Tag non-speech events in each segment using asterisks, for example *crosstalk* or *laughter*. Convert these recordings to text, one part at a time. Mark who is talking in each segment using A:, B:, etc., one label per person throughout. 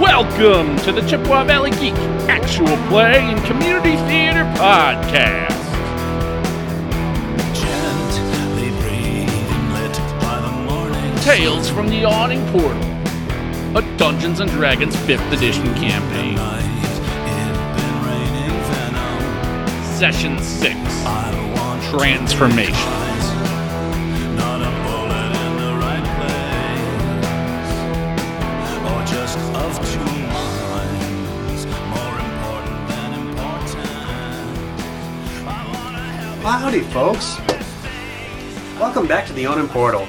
A: Welcome to the Chippewa Valley Geek Actual Play and Community Theater Podcast.
B: Chant, they breathe and lit by the morning.
A: Tales from the Awning Portal, a Dungeons and Dragons 5th Edition campaign,
B: Night, it been raining venom.
A: Session 6
B: I want
A: Transformation.
B: eyes, not a bullet in the right place, or just of two minds, more important than important. I wanna help
C: Well, howdy, folks. Welcome back to the Onan Portal.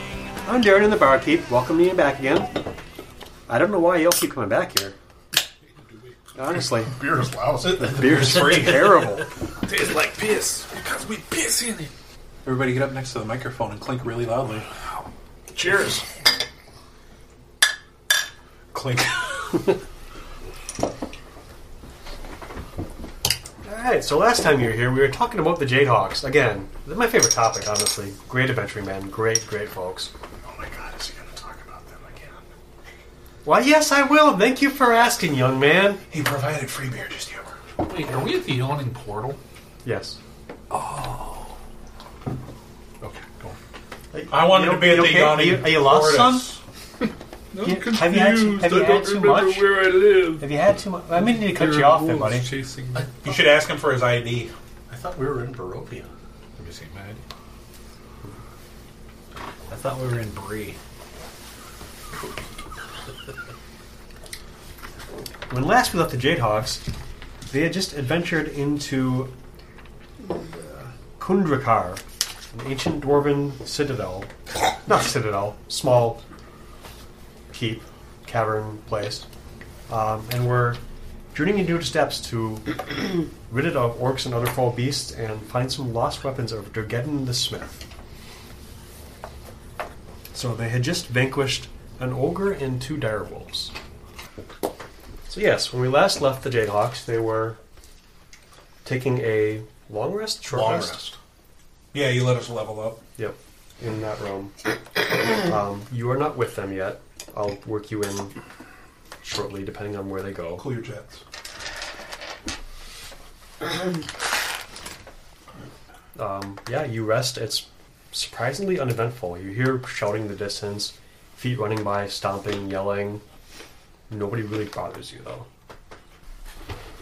C: I'm Darren and the barkeep, welcoming you back again. I don't know why y'all keep coming back here. Honestly,
D: beer is loud.
C: the beer's free terrible.
D: Tastes like piss because we piss in it.
E: Everybody get up next to the microphone and clink really loudly.
D: Cheers.
E: Clink. *laughs*
D: Oh
C: Alright, so last time you were here, we were talking about the Jadehawks. Again, this is my favorite topic, honestly. Great adventuring men, great, great folks.
D: Oh my god, is he gonna talk about them again?
C: Why, yes, I will. Thank you for asking, young man.
D: He provided free beer just the other.
F: Wait, are we at the yawning portal?
C: Yes.
D: Okay, go.
E: I wanted
C: You-
E: to be at
C: you
E: the
C: okay? Are
E: yawning
C: you, are you lost, son?
E: tortoise.
C: Have you had, too- have you had too much?
F: Where I live.
C: Have you had too much? I may need to cut you off there, buddy.
F: Chasing me.
E: You should ask him for his ID.
D: I thought we were in Barovia.
F: Let me see, man.
D: I thought we were in Bree.
C: When last we left the Jadehawks, they had just adventured into uh, Kundrakar, an ancient dwarven citadel. Not citadel, small keep, cavern place. Um, and were journeying into its steps to rid it of orcs and other foul beasts and find some lost weapons of Durgeddon the Smith. So they had just vanquished an ogre and two direwolves. So yes, when we last left the Jadehawks, they were taking a long rest, short
E: Long
C: rest.
E: rest. Yeah, you let us level up.
C: Yep, in that room. um, you are not with them yet. I'll work you in shortly, depending on where they go.
E: Cool your jets.
C: Um, yeah, you rest. It's surprisingly uneventful. You hear shouting in the distance, feet running by, stomping, yelling. Nobody really bothers you though.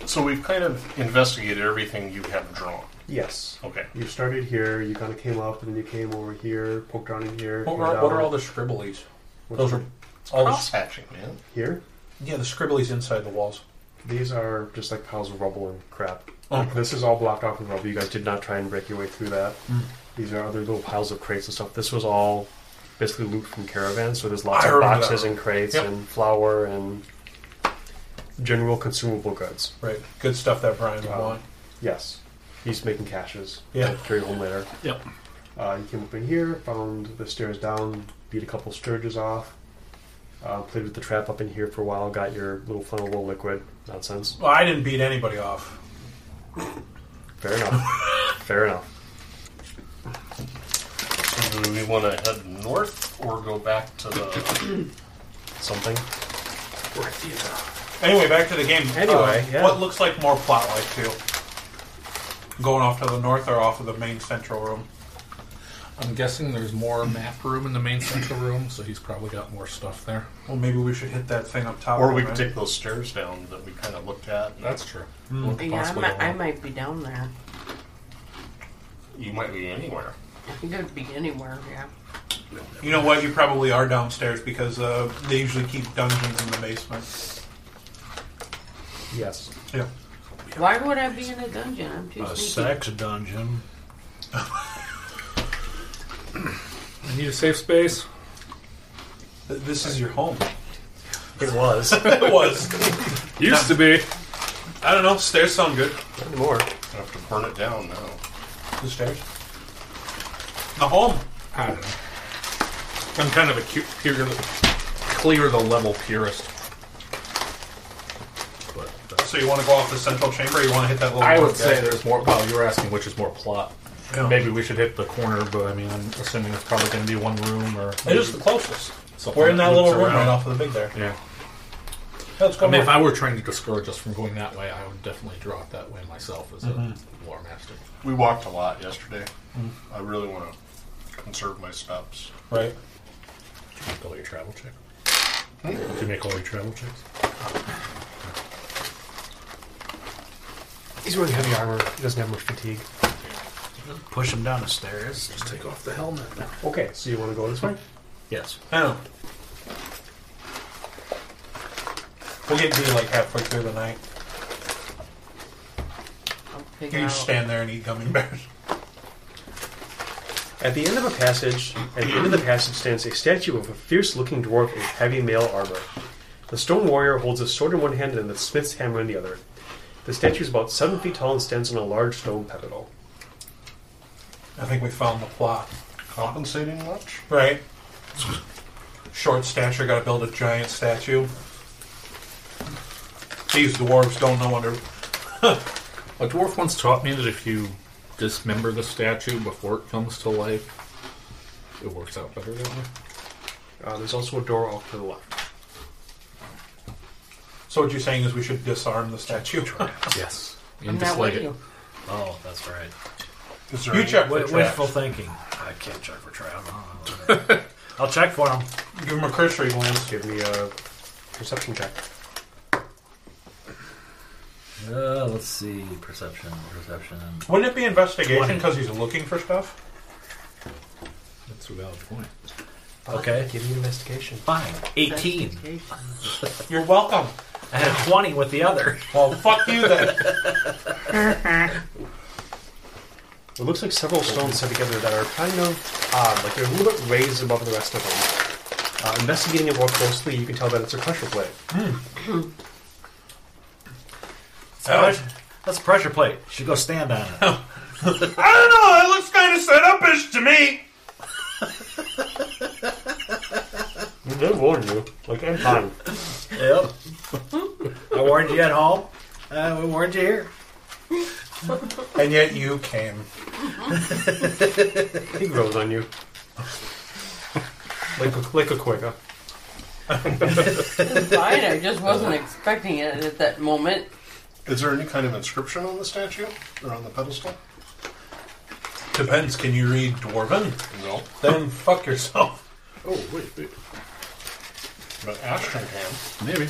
D: So we've kind of investigated everything you have drawn.
C: Yes.
D: Okay.
C: You started here. You kind of came up, and then you came over here, poked around in here.
E: What,
C: came
E: are, what are
C: down.
E: all the scribblies?
C: Which
E: Those are
C: one?
E: all the,
D: Cross hatching, man.
C: here.
E: yeah the scribblies inside the walls.
C: These are just like piles of rubble and crap.
E: Oh.
C: Like, this is all blocked off with rubble. You guys did not try and break your way through that.
E: Hmm.
C: These are other little piles of crates and stuff. This was all basically loot from caravans, so there's lots
E: I
C: of
E: remember
C: boxes
E: that.
C: and crates
E: Yep.
C: and flour and general consumable goods.
E: Right, good stuff that Brian would
C: Wow.
E: want.
C: Yes. He's making caches.
E: Yeah.
C: to Carry home later.
F: Yep.
C: Uh, you came up in here, found the stairs down, beat a couple sturges off, uh, played with the trap up in here for a while, got your little flammable liquid nonsense.
E: Well, I didn't beat anybody off.
C: Fair *laughs* enough. Fair enough.
D: So do we want to head north or go back to the?
C: something.
E: Anyway, back to the game.
C: Anyway,
E: Uh,
C: yeah.
E: what looks like more plot like too. Going off to the north or off of the main central room.
F: I'm guessing there's more map room in the main central room, so he's probably got more stuff there.
E: Well, maybe we should hit that thing up top.
D: Or we
E: right?
D: could take those stairs down that we kind of looked at.
F: That's true.
G: Yeah, I might, I might be down there.
D: You might be anywhere.
G: You could be anywhere, yeah.
E: You know what? You probably are downstairs because uh, they usually keep dungeons in the basement.
C: Yes.
E: Yeah.
G: Why would I be in a dungeon? I'm too
H: A
G: sneaky.
H: sex dungeon.
F: I need a safe space.
E: Th- This is your home.
C: It was.
E: *laughs* it was.
F: Used to be.
E: I don't know. Stairs sound good.
C: more.
D: I have to burn it down now.
E: The stairs. The home.
F: I don't know. I'm kind of a cute, pure, clear the level purist. But uh,
E: So you want to go off the central chamber? You want to hit that little?
F: I would
E: guy?
F: say there's more. Well, you were asking which is more plot.
E: Yeah.
F: Maybe we should hit the corner, but I mean, I'm assuming it's probably going to be one room or.
E: It is the closest.
F: something
E: We're in that
F: loops
E: little room
F: around.
E: right off of the big there.
F: Yeah.
E: Let's go
F: I mean, if
E: north.
F: I were trying to discourage us from going that way, I would definitely draw it that way myself as a lore master.
D: We walked a lot yesterday.
F: Mm-hmm.
D: I really want to conserve my steps.
E: Right.
F: Did you make all your travel check? Did you make all your travel checks?
C: He's wearing heavy armor. He doesn't have much fatigue.
B: Push him down the stairs.
F: Just take off the helmet.
C: Okay, so you want to go this way?
F: Yes.
E: I know. We'll get to be like halfway through the night.
G: I'll figure
E: You just
G: out.
E: stand there and eat gummy bears. *laughs*
C: At the end of a passage, at the end of the passage stands a statue of a fierce-looking dwarf in heavy mail armor. The stone warrior holds a sword in one hand and the smith's hammer in the other. The statue is about seven feet tall and stands on a large stone pedestal.
E: I think we found the plot.
D: Compensating much?
E: Right? Short stature, gotta build a giant statue. These dwarves don't know under.
F: A dwarf once taught me that if you dismember the statue before it comes to life, it works out better that way.
C: Uh, there's also a door off to the left.
E: So, what you're saying is we should disarm the statue? *laughs*
F: Yes.
G: I'm
F: And
G: not
F: just
G: with
F: like it.
G: you.
B: Oh, that's right.
D: Is there
E: you
D: any-
E: check for
B: Wi-
E: traps.
B: wishful thinking. Uh-huh. I can't check for travel. *laughs* I'll check for him.
E: Give him a cursory glance.
C: Give me a perception check.
B: Uh, let's see. Perception. Perception.
E: Wouldn't it be investigation
B: Twenty.
E: because he's looking for stuff?
F: That's a valid point.
B: Okay.
C: Give me an investigation.
B: Fine.
G: *laughs*
B: 18.
G: Vacation.
E: You're welcome.
B: I had 20 with the other.
E: Well, fuck you then.
C: It looks like several stones set together that are kind of odd, like they're a little bit raised above the rest of them. Uh, investigating it more closely, you can tell that it's a pressure plate.
E: That
B: That's a pressure plate. Should go stand on it.
E: I don't know. It looks kind of set upish to me.
C: They warned you. Like, I'm fine.
B: Yep. I warned you at home. Uh, we warned you here.
E: And yet you came.
C: He grows on you. *laughs* Like a, like a quaker.
G: Fine, I just wasn't expecting it at that moment.
D: Is there any kind of inscription on the statue or on the pedestal?
E: Depends. Can you read Dwarven?
D: No.
E: Then fuck yourself.
F: Oh, wait, wait.
D: But Ashton can.
F: Maybe.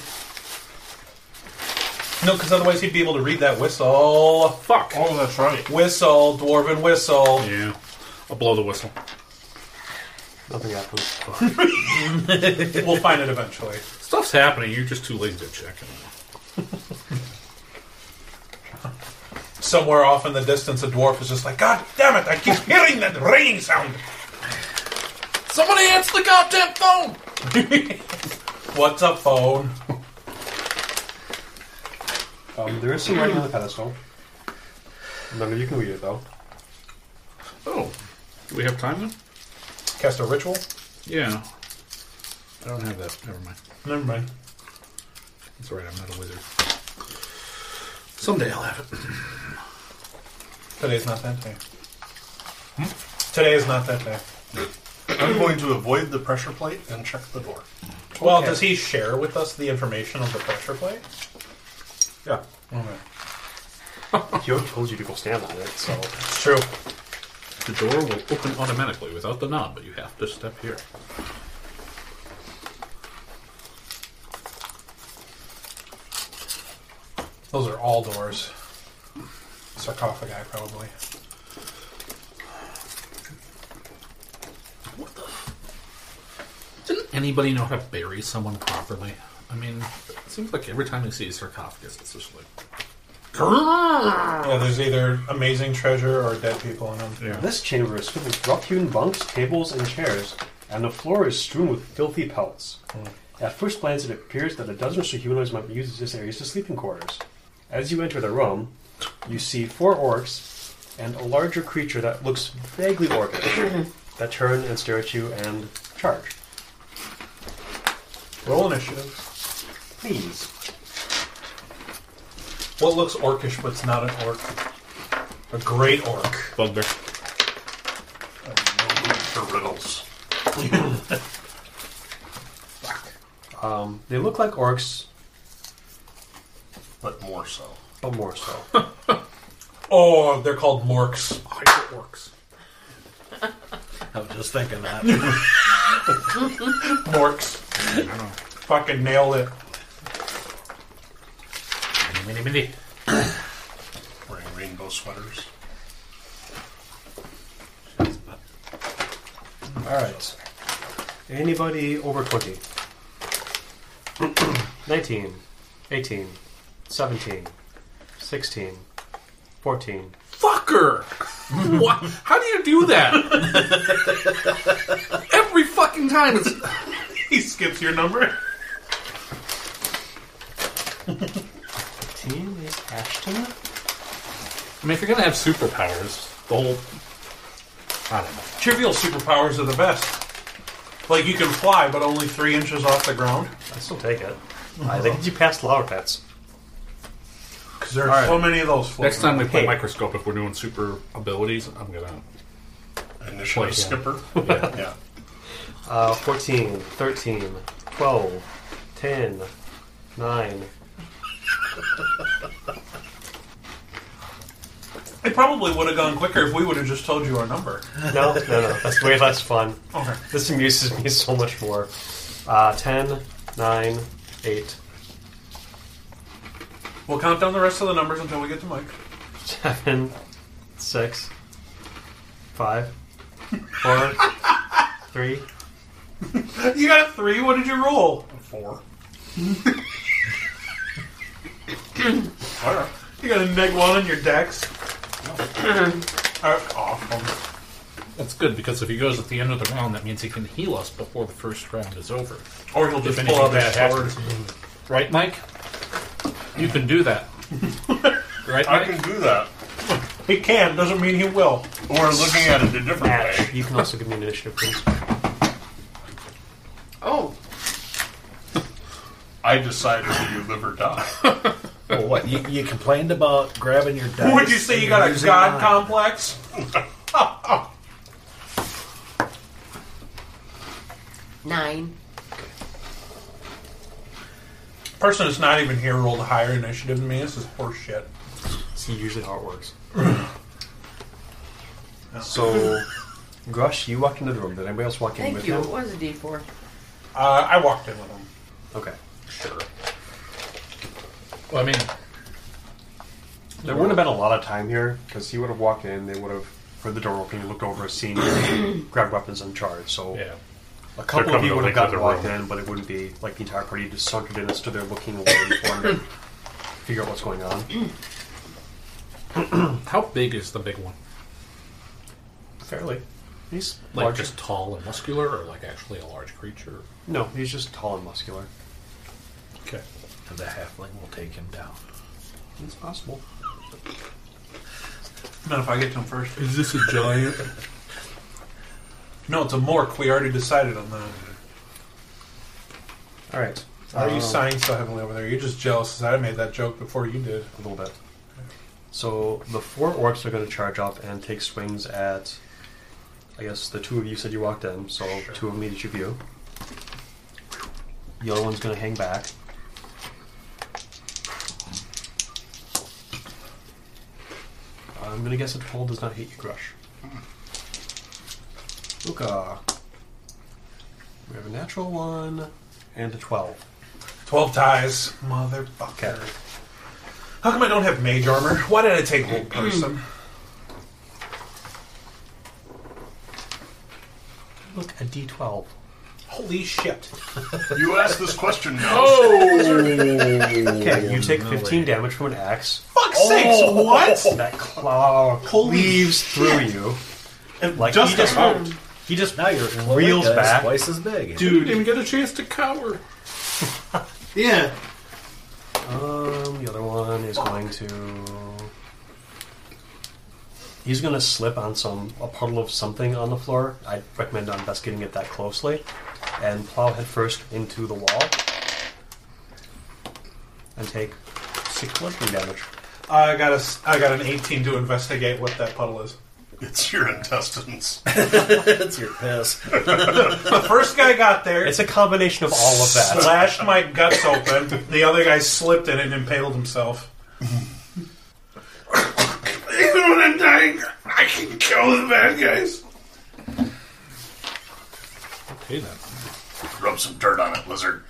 E: No, because otherwise he'd be able to read that whistle. Fuck.
D: Oh, that's right.
E: Whistle, Dwarven whistle.
F: Yeah. I'll blow the whistle.
C: Nothing happens.
E: We'll find it eventually.
F: Stuff's happening. You're just too lazy to check it.
E: Somewhere off in the distance, a dwarf is just like, God damn it, I keep hearing that ringing sound.
F: Somebody answer the goddamn phone!
E: *laughs* What's up, phone?
C: Um, there is some writing on the pedestal. None of you can read it, though.
F: Oh. Do we have time then?
E: Cast a ritual?
F: Yeah. I don't have that. Never mind.
E: Never mind.
F: That's all right. I'm not a wizard. Someday I'll have it.
E: Today's not that day. Hmm? Today is not that day.
D: I'm going to avoid the pressure plate and check the door.
E: Well, does he share with us the information of the pressure plate?
C: Yeah.
E: Okay.
C: Yo told you to go stand on it, so.
E: It's true.
F: The door will open automatically without the knob, but you have to step here.
E: Those are all doors. Sarcophagi, probably.
F: Didn't anybody know how to bury someone properly? I mean, it seems like every time you see a sarcophagus, it's just like.
E: Yeah, there's either amazing treasure or dead people in them.
C: This chamber is filled with rough-hewn bunks, tables, and chairs, and the floor is strewn with filthy pelts. At first glance, it appears that a dozen or so humanoids might be used as areas to sleeping quarters. As you enter the room, you see four orcs and a larger creature that looks vaguely orcish that turn and stare at you and charge.
E: Roll initiative.
C: Please.
E: What looks orcish but's not an orc? A great orc.
F: Bugbear.
D: No room for riddles.
C: Um, they look like orcs,
D: but more so.
C: but more so.
E: Oh, they're called morks.
F: Hydra orcs.
B: *laughs* I was just thinking that.
E: *laughs* Morks. Fucking nailed it.
F: Mini, mini.
D: Wearing rainbow sweaters.
C: All right. Anybody over *clears throat* 20? 19, 18, 17, 16, 14.
F: Fucker! what? How do you do that? Every fucking time it's.
E: He skips your number.
C: 18 is Ashton?
F: I mean, if you're gonna have superpowers, the whole. I don't know.
E: Trivial superpowers are the best. Like you can fly, but only three inches off the ground.
C: I still take it. I think you passed Lower Pets.
E: Because there are
C: All right.
E: so many of those. floating
F: Next time we play
C: Hey.
F: Microscope, if we're doing super abilities, I'm gonna.
D: Initially,
F: Like, yeah.
D: skipper.
F: Yeah.
D: Yeah.
C: Uh, 14, 13, 12, 10, 9.
E: It probably would have gone quicker if we would have just told you our number.
C: No, no, no. That's way less fun.
E: Okay.
C: This amuses me so much more. Uh, 10, 9, 8.
E: We'll count down the rest of the numbers until we get to Mike. *laughs*
C: seven, six, five, four, three.
E: You got a three. What did you roll?
D: Four.
E: *laughs* All right. You got a neg one on your
D: *clears throat*
E: dex. That's awful.
F: That's good because if he goes at the end of the round, that means he can heal us before the first round is over.
E: Or he'll
F: If
E: just
F: anything
E: pull out
F: bad
E: his sword.
F: happens. Right, Mike? You can do *laughs* that. right,
D: I
F: Mike?
D: can do that.
E: He can. Doesn't mean he will.
D: Or looking at it a different
C: Ash,
D: way.
C: you can also give me an initiative, please.
G: Oh,
D: I decided to do live or die.
B: well, what you, you complained about grabbing your
E: *laughs*
B: dice.
E: Would you say
B: and
E: you got a
B: using
E: god
B: mine.
E: complex?
G: nine.
E: Person that's not even here rolled a higher initiative than me. This is horse shit.
C: It's usually how it works.
B: So
C: Grush, you walked into the room. Did anybody else walk in
G: Thank
C: with
G: you. It
C: him?
G: was a D4.
E: Uh, I walked in with him.
C: Okay.
E: Sure.
F: Well, I mean,
C: There wouldn't have been a lot of time here because he would have walked in. They would have heard the door open, looked over, seen, you, *coughs* grabbed weapons, and charged. So
F: yeah.
C: a couple
F: They're
C: of you
F: coming
C: would have
F: to, like,
C: gotten
F: the
C: walked
F: room.
C: in, but it wouldn't be like the entire party just sauntered in and stood there looking away, wondering, *coughs* figure out what's going on.
E: *coughs*
F: How big is the big one?
C: Fairly. He's
F: Like
C: large.
F: just tall and muscular, or like actually a large creature?
C: No, he's just tall and muscular.
F: Okay.
B: the halfling will take him down.
C: It's possible.
E: Not if I get to him first.
F: Is this a giant?
E: No, it's a mork. We already decided on that.
C: All right.
E: Why are
F: Oh.
C: Um,
E: you sighing so heavily over there? You're just jealous 'cause I made that joke before you did.
C: A little bit. So the four orcs are going to charge up and take swings at. I guess the two of you said you walked in, so two of them at each of you. The other one's going to hang back. I'm going to guess a 12 does not hit you, Grush. Luca. We have a natural one and a 12.
E: 12 ties. Motherfucker. How come I don't have mage armor? Why did I take old person?
C: *clears throat* Look, a d12.
E: Holy shit.
D: You asked this question now.
C: Okay, you take 15 damage from an axe. Oh,
E: Fuck's sakes, what?
C: *laughs* That claw cleaves through you. Like he just he just
B: Now you're in
C: Reels back.
B: twice as big.
F: Dude, didn't even get a chance to cower.
B: Yeah.
C: um the other one is going to he's going to slip on some a puddle of something on the floor. I recommend not investigating it that closely, and plow headfirst into the wall and take six bludgeoning damage.
E: I got, a, s- I got an 18 to investigate what that puddle is.
H: It's your *laughs* intestines.
D: That's your piss.
E: The first guy got there,
C: It's a combination of all of that.
E: slashed my guts open. The other guy slipped in and impaled himself.
H: Even when I'm dying, I can kill the bad guys.
F: Okay then.
H: Rub some dirt on it, lizard.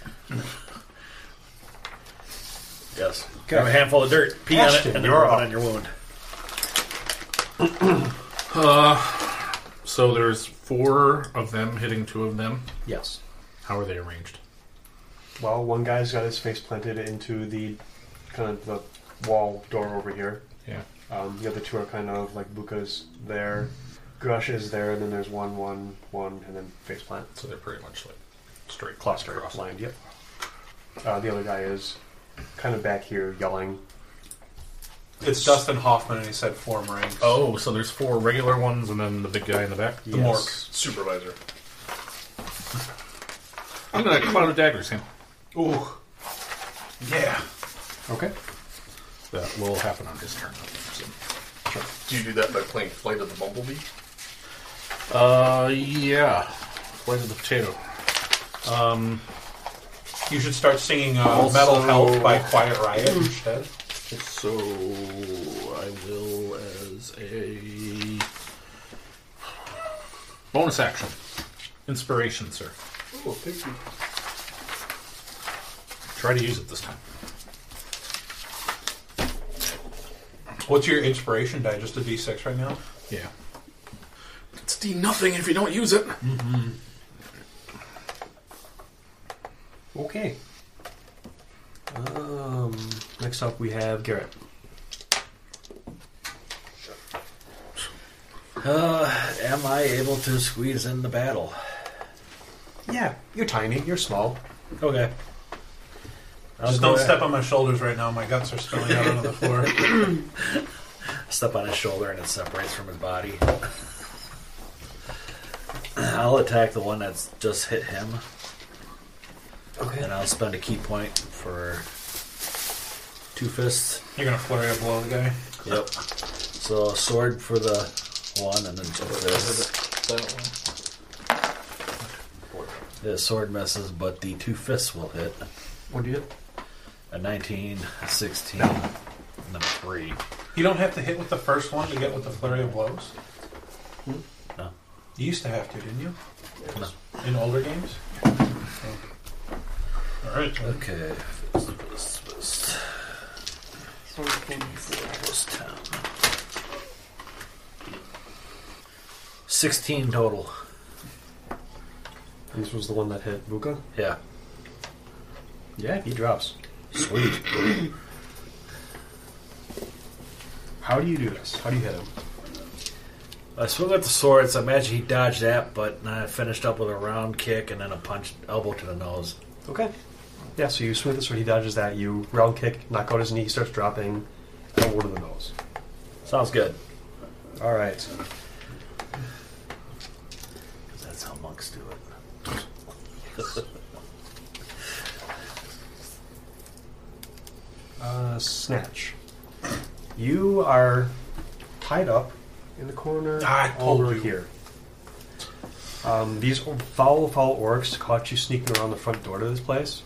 D: Yes. Grab a handful of dirt, pee on it,
C: Ashton,
D: and then
C: you're
D: rub it
C: up.
D: on your wound.
F: So there's four of them hitting two of them.
D: Yes.
F: How are they arranged?
C: Well, one guy's got his face planted into the kind of the wall door over here.
F: Yeah.
C: Um, the other two are kind of like Buka's there, Grush is there, and then there's one, one, one, and then face plant.
F: So they're pretty much like straight
C: Cluster lined. Yep. Uh, the other guy is kind of back here yelling.
E: It's Dustin Hoffman, and he said form ranks.
F: Oh, so there's four regular ones and then the big guy in the back.
E: the Mork supervisor.
F: I'm gonna cloud of daggers him.
E: Ooh, yeah.
C: Okay.
F: That will happen on his turn. So-
H: Do you do that by playing Flight of the Bumblebee?
F: Uh, yeah. Where's the potato?
E: You should start singing uh, "Metal Health" by Quiet Riot instead.
F: So I will as a bonus action. Inspiration, sir.
H: Oh, thank you.
F: Try to use it this time.
E: What's your inspiration die? Just a D6 right now.
F: Yeah. It's D nothing if you don't use it.
C: Okay. Um, next up we have Garrett.
D: Uh, am I able to squeeze in the battle?
C: Yeah, you're tiny. You're small.
D: Okay. I'll
E: Just
D: go
E: don't
D: ahead-
E: step on my shoulders right now. My guts are spilling out onto the floor.
D: step on his shoulder and it separates from his body. I'll attack the one that's just hit him. Okay. And I'll spend a key point for two fists.
E: *laughs* You're gonna flurry a blow the guy.
D: Yep. So sword for the one and then two fists. The sword misses, but the two fists will hit.
C: What do you get?
D: A 19, a 16, and then a 3.
E: You don't have to hit with the first one to get with the flurry of blows. Hmm?
D: No.
E: You used to have to, didn't you?
D: No.
E: In older games. All right.
D: Okay. Fist, fist, fist.
G: So we can-
D: Plus 10. 16 total.
C: This was the one that hit Vuka.
D: Yeah.
C: Yeah, he drops.
D: Sweet.
C: *coughs* How do you do this? How do you hit him?
D: I swung with the sword, so I imagine he dodged that, but then I finished up with a round kick and then a punch elbow to the nose.
C: Okay. Yeah, so you swing with the sword, he dodges that, you round kick, knock out his knee, he starts dropping, and over to the nose.
D: Sounds good.
C: Alright.
D: That's how monks do it.
C: Uh, snatch. You are tied up in the corner
E: I told
C: over
E: you.
C: here. Um, these foul, foul orcs caught you sneaking around the front door to this place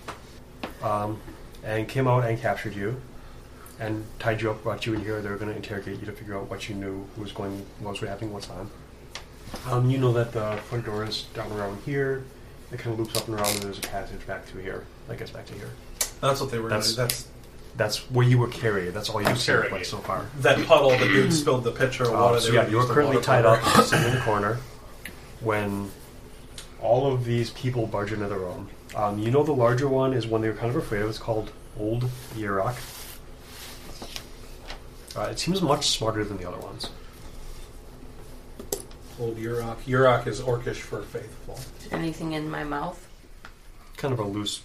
C: um, and came out and captured you and tied you up, brought you in here. They were going to interrogate you to figure out what you knew, who was going, what was happening, what's on. Um, you know that the front door is down around here. It kind of loops up and around, and there's a passage back to here. I guess back to here.
E: That's what they were.
C: That's-
E: That's, that's
C: That's where you were carried. That's all you've seen
E: Carried.
C: like, so far.
E: that puddle. The dude spilled the pitcher of water.
C: Uh, so
E: They
C: yeah,
E: were
C: you were
E: using
C: currently
E: water
C: tied up
E: for-
C: sitting in the corner when all of these people barge into the room. Um, you know the larger one is one they were kind of afraid of. It's called Old Yerok. Uh, it seems much smarter than the other ones.
E: Old Yurok. Yurok is Orcish for faithful.
G: Anything in my mouth?
C: Kind of a loose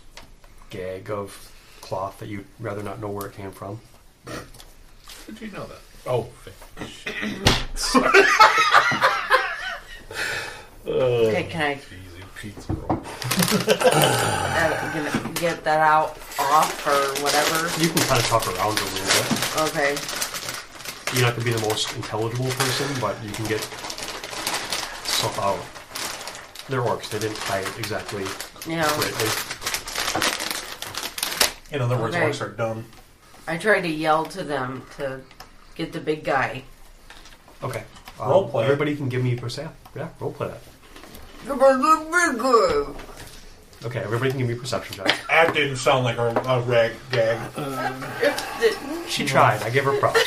C: gag of cloth that you'd rather not know where it came from.
F: Did you know that? Oh,
G: Okay, can I
F: easy pizza roll.
G: *laughs* uh, gonna get that out off or whatever?
C: You can kind of talk around it a little bit.
G: Okay.
C: You're not going to be the most intelligible person, but you can get stuff out. They're orcs. They didn't tie it exactly
G: Yeah.
C: correctly.
E: In other words,
G: Okay.
E: orcs are dumb.
G: I tried to yell to them to get the big guy.
C: Okay. Um,
E: Role play.
C: Everybody can give me perception. Yeah, role play that.
G: Get the big guy.
C: Okay, everybody can give me perception checks.
E: That didn't sound like a, a rag gag.
G: If the-
C: She tried. I gave her props.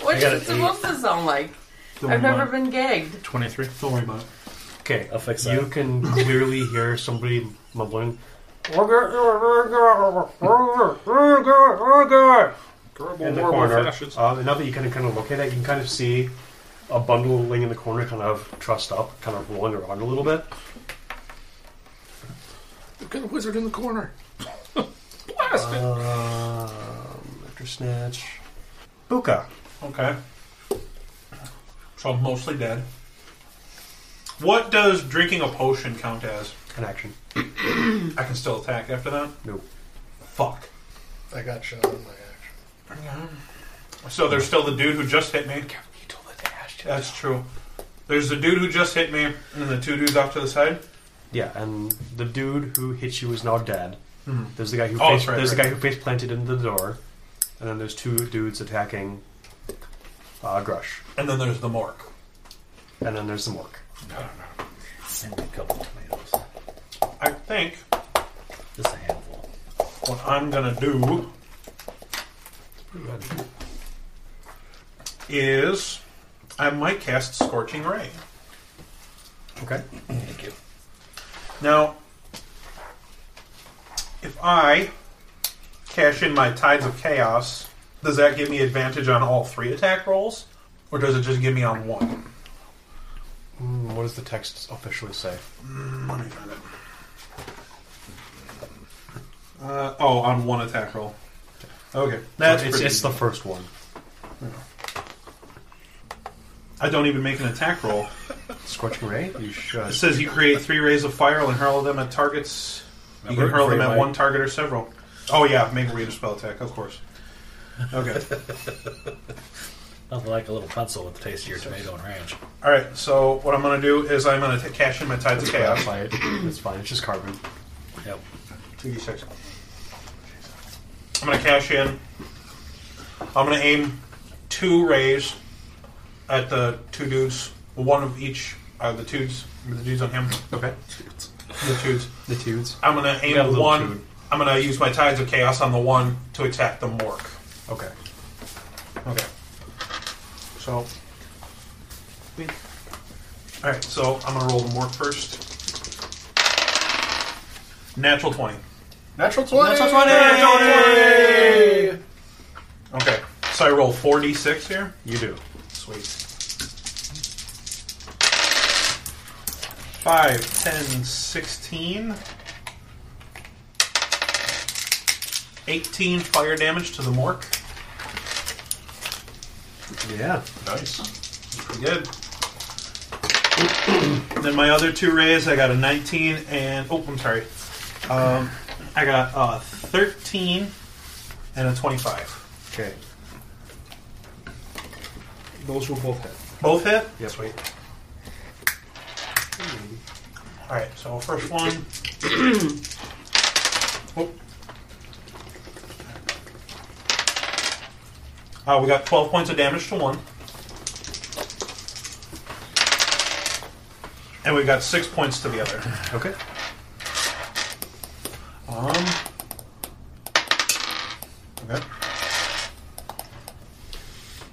G: What's
C: got
G: it
C: an eight.
G: supposed to sound like?
C: Don't
G: I've
C: worry
G: never
C: about
G: been gagged.
F: 23.
C: it. Don't worry about it. Okay,
B: I'll fix
C: You
B: that.
C: can clearly hear somebody mumbling. In the corner. Um, now that you can kind of locate that, you can kind of see a bundle laying in the corner, kind of trussed up, kind of rolling around a little bit.
F: We've got a wizard in the corner. *laughs*
C: Um, after snatch, Buka.
E: Okay. So I'm mostly dead. What does drinking a potion count as?
C: An action.
E: I can still attack after that?
C: Nope.
E: Fuck.
H: I got shot in my action.
E: So there's still the dude who just hit me. That's true. There's the dude who just hit me, and then the two dudes off to the side.
C: Yeah, and the dude who hit you is now dead. There's the guy who
E: Oh,
C: face,
E: that's right,
C: there's the
E: right.
C: guy who face planted into the door, and then there's two dudes attacking uh, Grush,
E: And then there's the Mork.
C: and then there's the Mork.
B: Send a couple tomatoes.
E: I think
B: Just a handful.
E: what I'm gonna do is I might cast Scorching Ray.
C: Okay.
B: Thank you.
E: Now, if I cash in my Tides of Chaos, does that give me advantage on all three attack rolls? Or does it just give me on one?
C: Mm, what does the text officially say?
E: Let me find it. Uh, oh, on one attack roll. Okay. That's
C: it's,
E: pretty
C: it's the
E: easy.
C: first one.
E: I don't even make an attack roll.
C: Scorching Ray. You
E: It
C: should.
E: says you create three rays of fire and hurl them at targets. You can
B: Remember,
E: hurl them
B: free
E: at
B: might.
E: one target or several. Oh yeah, make a read a spell attack, of course. Okay.
B: Nothing like a little pencil with the taste of your tomato and ranch.
E: All right. So what I'm going to do is I'm going to cash in my tides of chaos.
C: By it. It's fine. It's just carbon.
B: Yep.
E: Two d six. I'm going to cash in. I'm going to aim two rays at the two dudes. One of each. Uh, the dudes. The dudes on him.
C: Okay.
E: The dudes.
C: The dudes.
E: I'm gonna aim
C: got a
E: the
C: little
E: one.
C: chewed.
E: I'm gonna use my tides of chaos on the one to attack the Mork.
C: Okay.
E: Okay. So. All right. So I'm gonna roll the Mork first. Natural twenty.
H: Natural 20!
E: Okay. So I roll four d six here.
C: You do.
E: Sweet. 5, 10, 16. 18 fire damage to the Mork.
C: Yeah.
E: Nice. Pretty good. then my other two rays, I got a 19 and. Oh, I'm sorry. Um, I got a 13 and a 25.
C: Okay. Those will both hit.
E: Both hit?
C: Yes. Wait.
E: Alright, so first one. *clears throat* oh. Uh, we got 12 points of damage to one. And we got 6 points to the other.
C: Okay.
E: Um. Okay.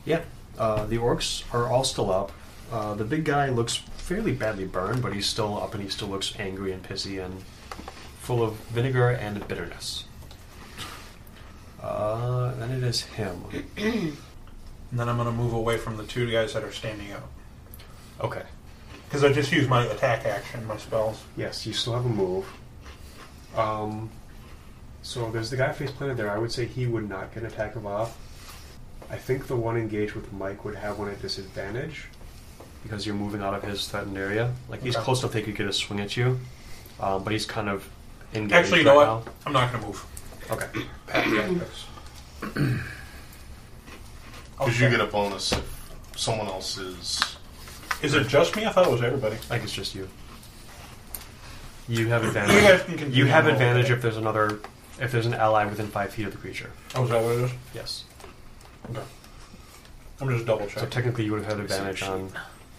C: Yeah, uh, the orcs are all still up. Uh, the big guy looks fairly badly burned, but he's still up and he still looks angry and pissy and full of vinegar and bitterness. Uh, then it is him.
E: And then I'm going to move away from the two guys that are standing up.
C: Okay.
E: Because I just used my attack action, my spells.
C: Yes, you still have a move. Um, so there's the guy face planted there. I would say he would not get an attack of off. I think the one engaged with Mike would have one at disadvantage because you're moving out of his threatened area. Like he's
E: Okay.
C: close enough they could get a swing at you, um, but he's kind of engaged
E: Actually, you know
C: right
E: what? I'm not going to move.
H: *clears throat*
C: now. Okay.
E: Pat the apex.
H: Because Oh, you get a bonus if someone else is.
E: Is it just me? I thought it was everybody.
C: I think it's just you. You have
E: You guys
C: advantage.
E: can continue
C: You have
E: on.
C: advantage if there's another, if there's an ally within five feet of the creature.
E: Oh, is that what it is?
C: Yes.
E: I'm just double
C: So
E: checking.
C: technically, you would have had advantage on.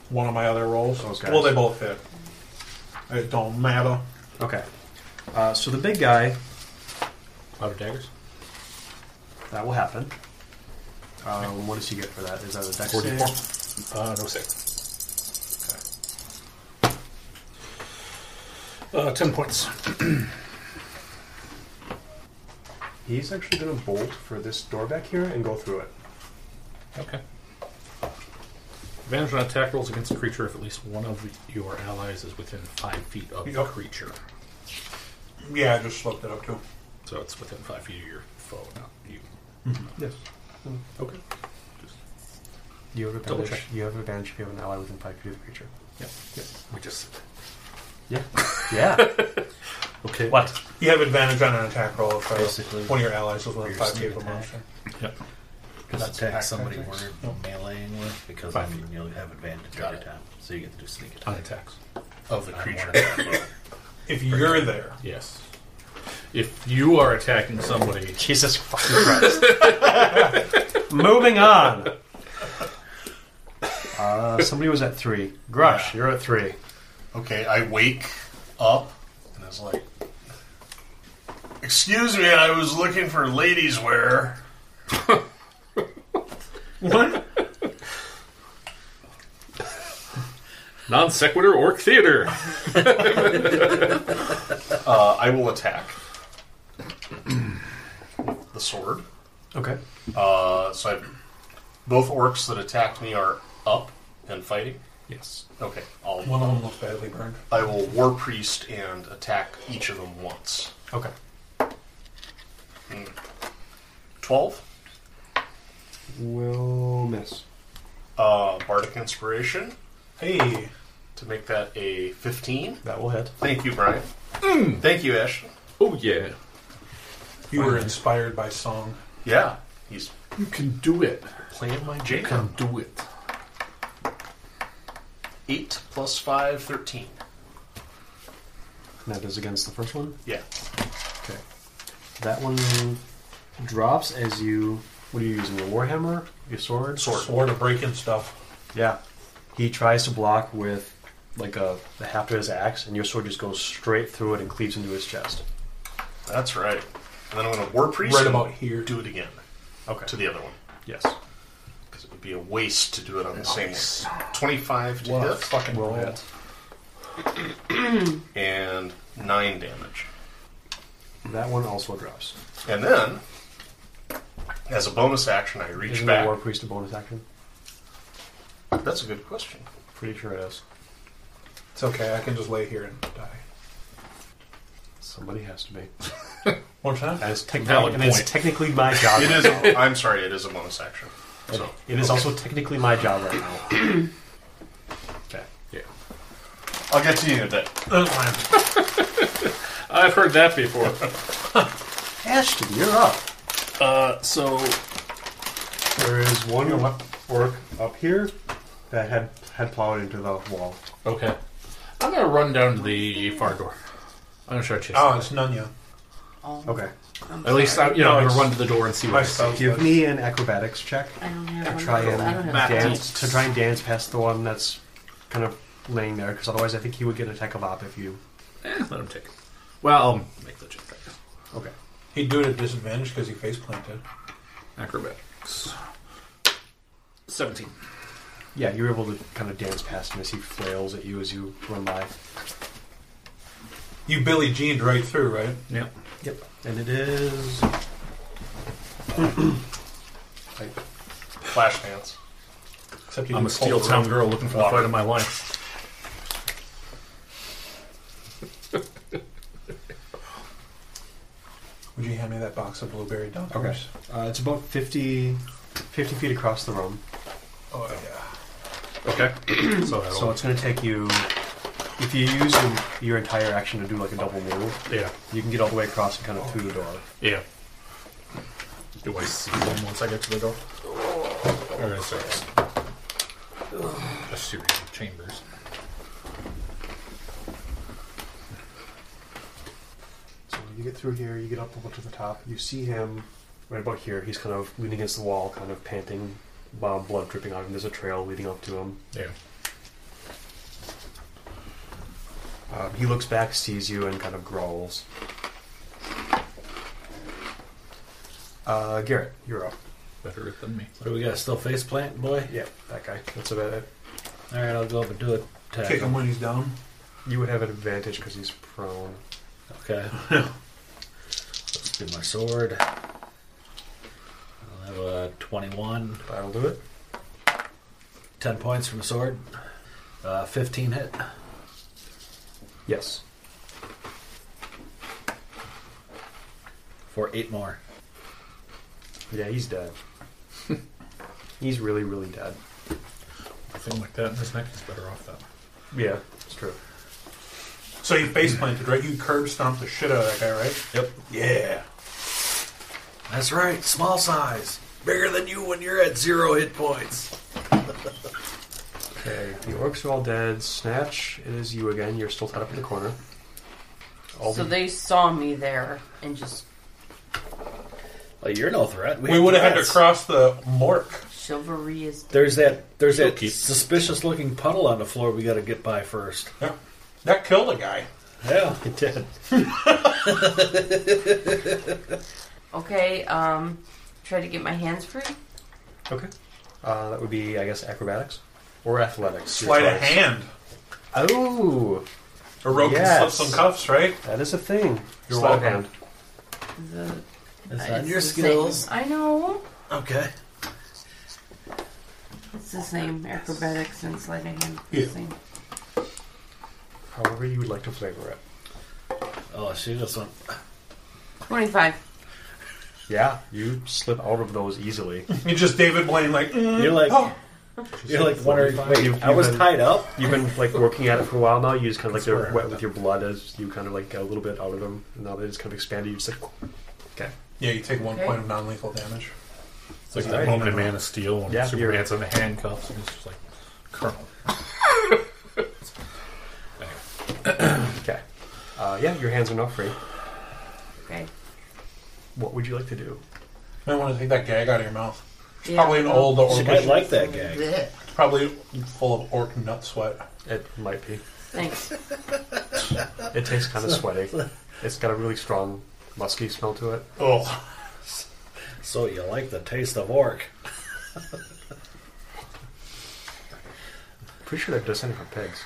E: One of my other rolls.
C: Those guys.
E: Well, they both fit. It don't matter.
C: Okay. Uh, so the big guy,
F: Out of daggers?
C: that will happen. Um, what does he get for that? Is that a dex save?
F: Uh, no save. Okay. Uh, 10 points.
C: He's actually going to bolt for this door back here and go through it.
F: Okay. Advantage on attack rolls against a creature if at least one of your allies is within five feet of the
E: Yep.
F: creature.
E: Yeah, I just slipped it up too.
F: So it's within five feet of your foe, not you.
C: Yes.
F: Okay.
C: Hmm. You have
F: Double
C: advantage.
F: check.
C: You have advantage if you have an ally within five feet of the creature.
F: Yep. We just.
C: Yeah. *laughs* Yeah.
F: Okay.
C: what?
E: You have advantage on an attack roll if uh,
D: Basically.
E: one of your allies is within
D: Your
E: five feet of a
D: sneak
E: monster.
F: Yep.
D: Just attack somebody we're
E: No.
D: meleeing with because
F: Five
D: then
F: feet.
D: you'll have advantage
F: Got
D: every
F: it.
D: time. So you get to do sneak
F: On
D: attack.
F: attacks. Of the
D: on one
F: creature.
D: attack roll.
E: If you're there,
F: Yes. If you are attacking somebody,
C: Jesus fucking Christ. *laughs* Moving on. Uh, somebody was at three. Grush, you're at three.
H: Okay, I wake up and it's like, Excuse me, I was looking for ladies' wear.
F: non sequitur orc theater.
H: Uh, I will attack with *clears throat* the sword.
C: Okay.
H: Uh, so I, both orcs that attacked me are up and fighting.
F: Yes.
H: Okay, I'll,
E: one of them looks badly burned.
H: I will war priest and attack each of them once.
C: Okay.
H: Twelve.
C: Will miss.
H: Uh, bardic inspiration
E: Hey,
H: to make that a fifteen.
C: That will hit.
H: Thank you, Brian. Thank you, Ash.
F: Oh, yeah.
E: you were inspired by song.
H: Yeah, he's
F: You can do it.
H: playing my jam.
F: Can do it.
H: Eight plus five, thirteen.
C: And That is against the first one.
H: Yeah.
C: Okay. That one drops as you. What are you using? Your warhammer? Your sword?
E: Sword of breaking stuff.
C: Yeah. He tries to block with like a the haft of his axe, and your sword just goes straight through it and cleaves into his chest.
H: That's right. And then I'm going to war priest.
E: Right
H: and
E: about here.
H: Do it again
C: Okay.
H: to the other one
C: yes.
H: because it would be a waste to do it on the same one. Twenty-five to
E: What a
H: hit.
E: fucking roll.
H: and nine damage.
C: That one also drops.
H: And then, as a bonus action, I reach
C: Isn't the
H: back.
C: war priest a bonus action?
H: That's a good question.
C: Pretty sure it is.
E: It's okay, I can just lay here and die.
C: Somebody has to be.
E: One time?
C: That is
F: Valid
C: technically, and it's
F: point.
C: technically my job.
H: It is. A, I'm sorry. It is a bonus action. So
C: It is also technically my job right now. okay.
F: Yeah.
H: I'll get to you in a bit.
F: I've heard that before.
C: Ashton, you're up.
F: uh, so,
C: There is one orc up here that had had plowed into the wall.
F: okay. I'm going to run down to the far door. I'm going to try chasing.
E: Oh, it's Nunya.
C: Okay.
F: At least, I, you know,
E: No,
F: I'm going
E: it's-
F: to run to the door and see
E: My
F: what I see.
E: spell.
C: Give me an acrobatics check.
G: I don't have one.
C: Try
G: I don't
C: and
G: have one.
C: dance to try and dance past the one that's kind of laying there, because otherwise I think you would get an attack of op if you.
F: Eh, let him take it. Well, I'll make the check.
C: Okay.
E: He'd do it at disadvantage because he face planted.
F: Acrobatics. 17.
C: Yeah, you're able to kind of dance past him as he flails at you as you run by.
E: You Billy Jeaned right through, right?
F: Yeah.
C: Yep. And it is
H: Flash dance.
E: Except you
F: I'm
E: can
F: a steel
E: pull the
F: town
E: rope.
F: girl looking for the
H: Water.
F: fight of my life.
E: Would you hand me that box of blueberry dunkers?
C: Okay. Uh, it's about 50, 50 feet across the room.
E: Oh yeah.
F: Okay. so that'll.
C: So it's going to take you. If you use your, your entire action to do like a double move,
F: yeah.
C: you can get all the way across and kind of through the door.
F: Yeah. Do I see them once I get to the door? Or a six. A series of chambers.
C: So you get through here, you get up over to the top, you see him right about here. He's kind of leaning against the wall, kind of panting, um, blood dripping out of him. There's a trail leading up to him.
F: Yeah.
C: Um, he looks back, sees you, and kind of growls. Uh, Garrett, you're up.
F: Better at than me.
B: What do we got? Still face plant, boy?
C: Yeah, that guy. That's about it.
B: All right, I'll go up and do it. Attack
E: Kick him
B: him.
E: when he's down.
C: You would have an advantage because he's prone.
E: *laughs*
B: Okay. Let's do my sword. I'll have uh, a 21.
C: That'll do it.
B: 10 points from the sword. Uh, 15 hit.
C: Yes.
B: For 8 more.
C: Yeah, he's dead. he's really, really dead.
F: Something like that, and his neck is better off that.
C: Yeah, it's true.
E: So you face planted, right? You curb stomped the shit out of that guy, right?
C: Yep.
E: Yeah.
B: That's right. Small size. Bigger than you when you're at zero hit points.
C: Okay, the orcs are all dead. Snatch, it is you again. You're still tied up in the corner. All
G: So
C: the-
G: they saw me there and just
B: Well, you're no threat.
E: We would have had to
B: threats.
E: cross the Mork.
G: chivalry is
B: There's that. There's
F: She'll
B: that
F: keep-
B: suspicious looking puddle on the floor. We got to get by first.
E: Yeah. That killed a guy.
B: Yeah, it did.
G: okay. Um, try to get my hands free.
C: Okay. Uh, that would be, I guess, acrobatics or athletics. your
E: Sleight of
C: choice.
E: hand.
C: Oh,
E: A rope can
C: Yes.
E: slip some cuffs, right?
C: that is a thing.
E: You're
C: Sleight of
E: welcome.
C: hand.
G: The,
B: It's
G: it's
B: on your
G: the same-
B: skills.
G: I know.
B: Okay.
G: It's the same acrobatics and sleight of hand.
E: Yeah.
G: Same.
C: However, you would like to flavor it.
B: Oh, she just went.
G: Twenty-five.
C: Yeah, you slip out of those easily.
E: You just David Blaine, like, mm,
B: You're like.
E: oh,
B: You're like wondering. Wait,
C: You've-
B: I was
C: you've been-
B: tied up.
C: You've been like working at it for a while now. You just kind of like
B: Swear.
C: they're wet with your blood as you kind of like get a little bit out of them. And now they just kind of expanded. You just like *sniffs* okay.
E: yeah, you take one
G: Okay.
E: point of non lethal damage.
F: It's like
C: Alright.
F: that moment in Man of Steel when
C: Yeah,
F: Superman's in the handcuffs and it's just like, Colonel. *laughs*
C: *clears throat* Okay. Uh, yeah, your hands are not free.
G: Okay.
C: What would you like to do?
E: You might want to take that gag out of your mouth.
G: Yeah.
E: Probably an old
B: She
E: orc.
B: might like that gag.
G: Blech.
E: Probably full of orc nut sweat.
C: It might be.
G: Thanks.
C: It tastes *laughs* kind of sweaty. It's got a really strong musky smell to it.
E: Oh,
B: So you like the taste of orc?
C: Pretty sure they're descended from pigs.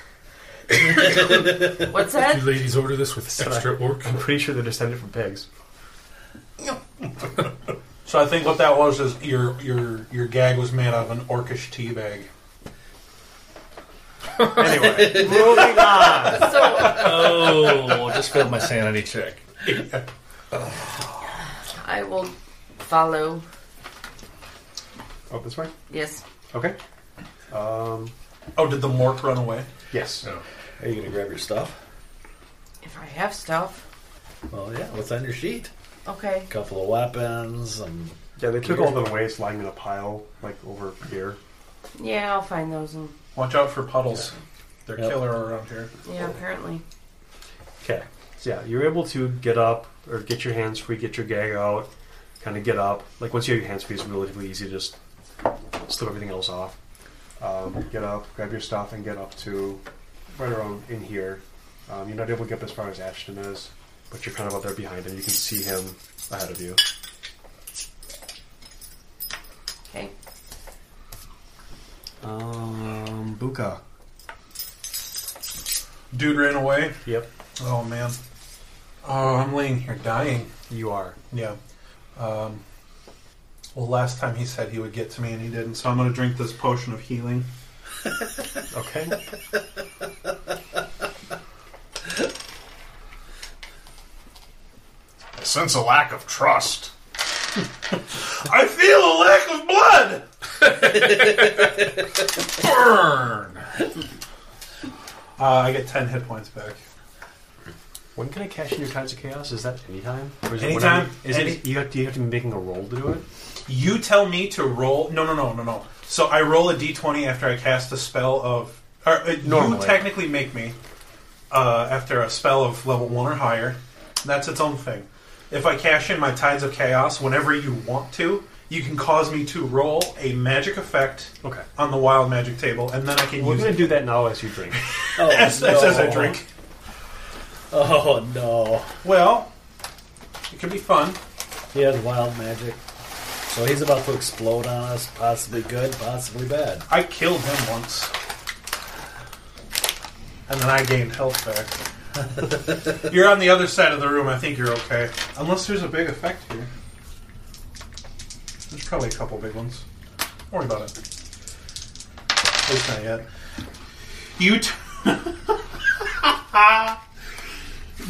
G: What's
F: You
G: that?
F: ladies order this with extra orc.
C: I'm pretty sure they're descended from pigs.
E: so I think what that was is your your your gag was made out of an orcish tea bag.
C: Anyway, *laughs* moving on.
G: So
F: Oh, I just failed my sanity check.
G: I will follow.
C: Oh, this way.
G: Yes.
C: Okay. Um.
E: Oh, did the mork run away?
C: Yes.
F: Oh.
B: Are you gonna grab your stuff?
G: If I have stuff.
B: Well, yeah. What's on your sheet?
G: Okay.
B: A couple of weapons. Um,
C: Yeah, they took all the waste lying in a pile, like over here.
G: Yeah, I'll find those. And,
E: Watch out for puddles. They're
B: Yep.
E: killer around here.
G: yeah, apparently.
C: Okay. So yeah, you're able to get up or get your hands free, get your gag out, kind of get up. Like once you have your hands free, it's relatively easy to just slip everything else off. Um, get up, grab your stuff, and get up to right around in here. Um, you're not able to get up as far as Ashton is, but you're kind of up there behind him. You can see him ahead of you.
G: Okay.
C: Um, Buka.
E: Dude ran away.
C: Yep,
E: Oh man. Oh, I'm laying here dying.
C: you are.
E: Yeah. Um, well, last time he said he would get to me, and he didn't. So I'm going to drink this potion of healing.
C: Okay. *laughs*
H: I sense a lack of trust.
E: I feel a lack of blood.
F: Burn!
E: Uh, I get ten hit points back.
C: When can I cash in your Tides of Chaos? Is that anytime? Or is
E: Anytime.
C: It whenever- is
E: Any-
C: it, you have, do you have to be making a roll to do it?
E: You tell me to roll. No, no, no, no, no. So I roll a d20 after I cast a spell of. Or, uh, you
C: Normally.
E: technically make me uh, after a spell of level one or higher. That's its own thing. If I cash in my Tides of Chaos whenever you want to, you can cause me to roll a magic effect
C: Okay.
E: on the wild magic table, and then I can
C: We're
E: use
C: going to do
E: it
C: that now as you *laughs* drink.
B: Oh,
E: as, as, as I drink.
B: Oh no.
E: Well, it can be fun.
B: He has wild magic. So he's about to explode on us, possibly good, possibly bad.
E: I killed him once. And then I gained health back. you're on the other side of the room. I think you're okay. Unless there's a big effect here. There's probably a couple big ones. Don't worry about it. At least not yet. You, t-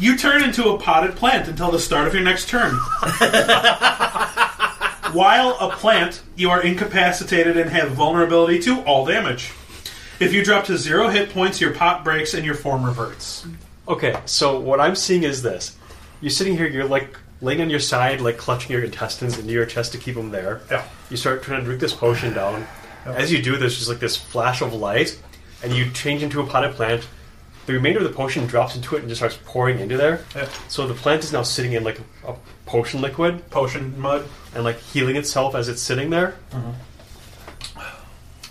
E: *laughs* you turn into a potted plant until the start of your next turn. While a plant, you are incapacitated and have vulnerability to all damage. If you drop to zero hit points, your pot breaks and your form reverts.
C: Okay, so what I'm seeing is this. You're sitting here, you're like laying on your side, like clutching your intestines into your chest to keep them there.
E: Yeah.
C: You start trying to drink this potion down. As you do, there's just like this flash of light, and you change into a potted plant. The remainder of the potion drops into it and just starts pouring into there.
E: Yeah.
C: So the plant is now sitting in like a, a potion liquid
E: Potion mud.
C: and like healing itself as it's sitting there.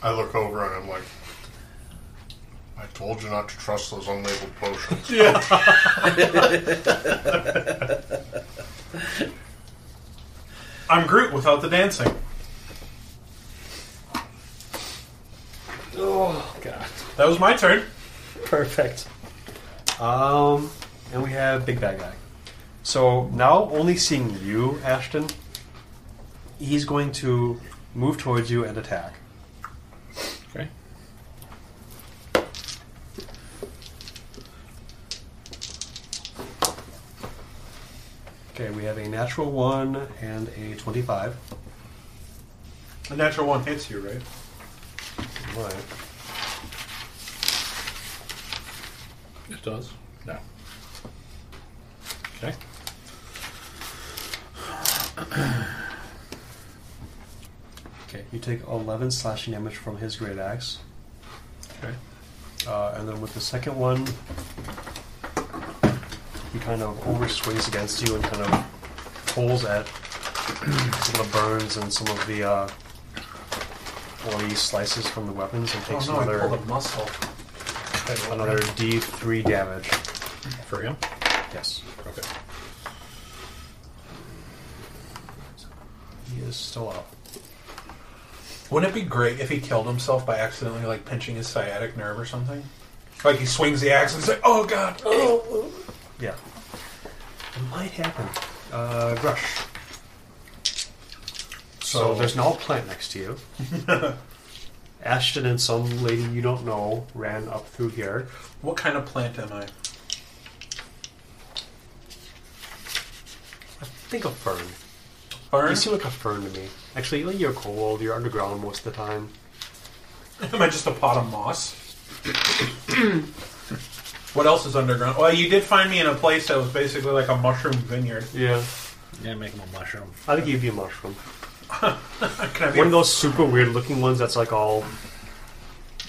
H: I look over and I'm like, I told you not to trust those unlabeled potions.
E: I'm Groot without the dancing.
C: Oh god,
E: That was my turn.
C: perfect. Um, and we have big bad guy. So now only seeing you, Ashton, he's going to move towards you and attack.
F: Okay.
C: Okay, we have a natural one and a twenty-five.
E: The natural one hits you, right? Oh,
C: Right.
F: It does? No. Okay.
C: Okay, you take eleven slashing damage from his great axe,
F: Okay.
C: uh, and then with the second one, he kind of overswings against you and kind of pulls at some of the burns and some of the uh, bloody slices from the weapons and
F: Oh,
C: takes another
E: muscle.
C: another D three damage.
F: For him?
C: Yes.
F: Okay.
C: He is still up.
E: Wouldn't it be great if he killed himself by accidentally like pinching his sciatic nerve or something? Like he swings the axe and he's like, "Oh god!" Oh.
C: Yeah. It might happen. Uh, Grush. So, there's now a plant next to you. *laughs* Ashton and some lady you don't know ran up through here.
E: What kind of plant am I?
C: I think a fern.
E: Fern?
C: You seem like a fern to me. Actually, like, you're cold. You're underground most of the time.
E: Am I just a pot of moss? *coughs* what else is underground? Well, you did find me in a place that was basically like a mushroom vineyard. *laughs*
C: Yeah.
B: Yeah, make him a mushroom. *laughs*
C: I think you'd be a mushroom.
E: Can I be,
C: One of those super weird looking ones that's like all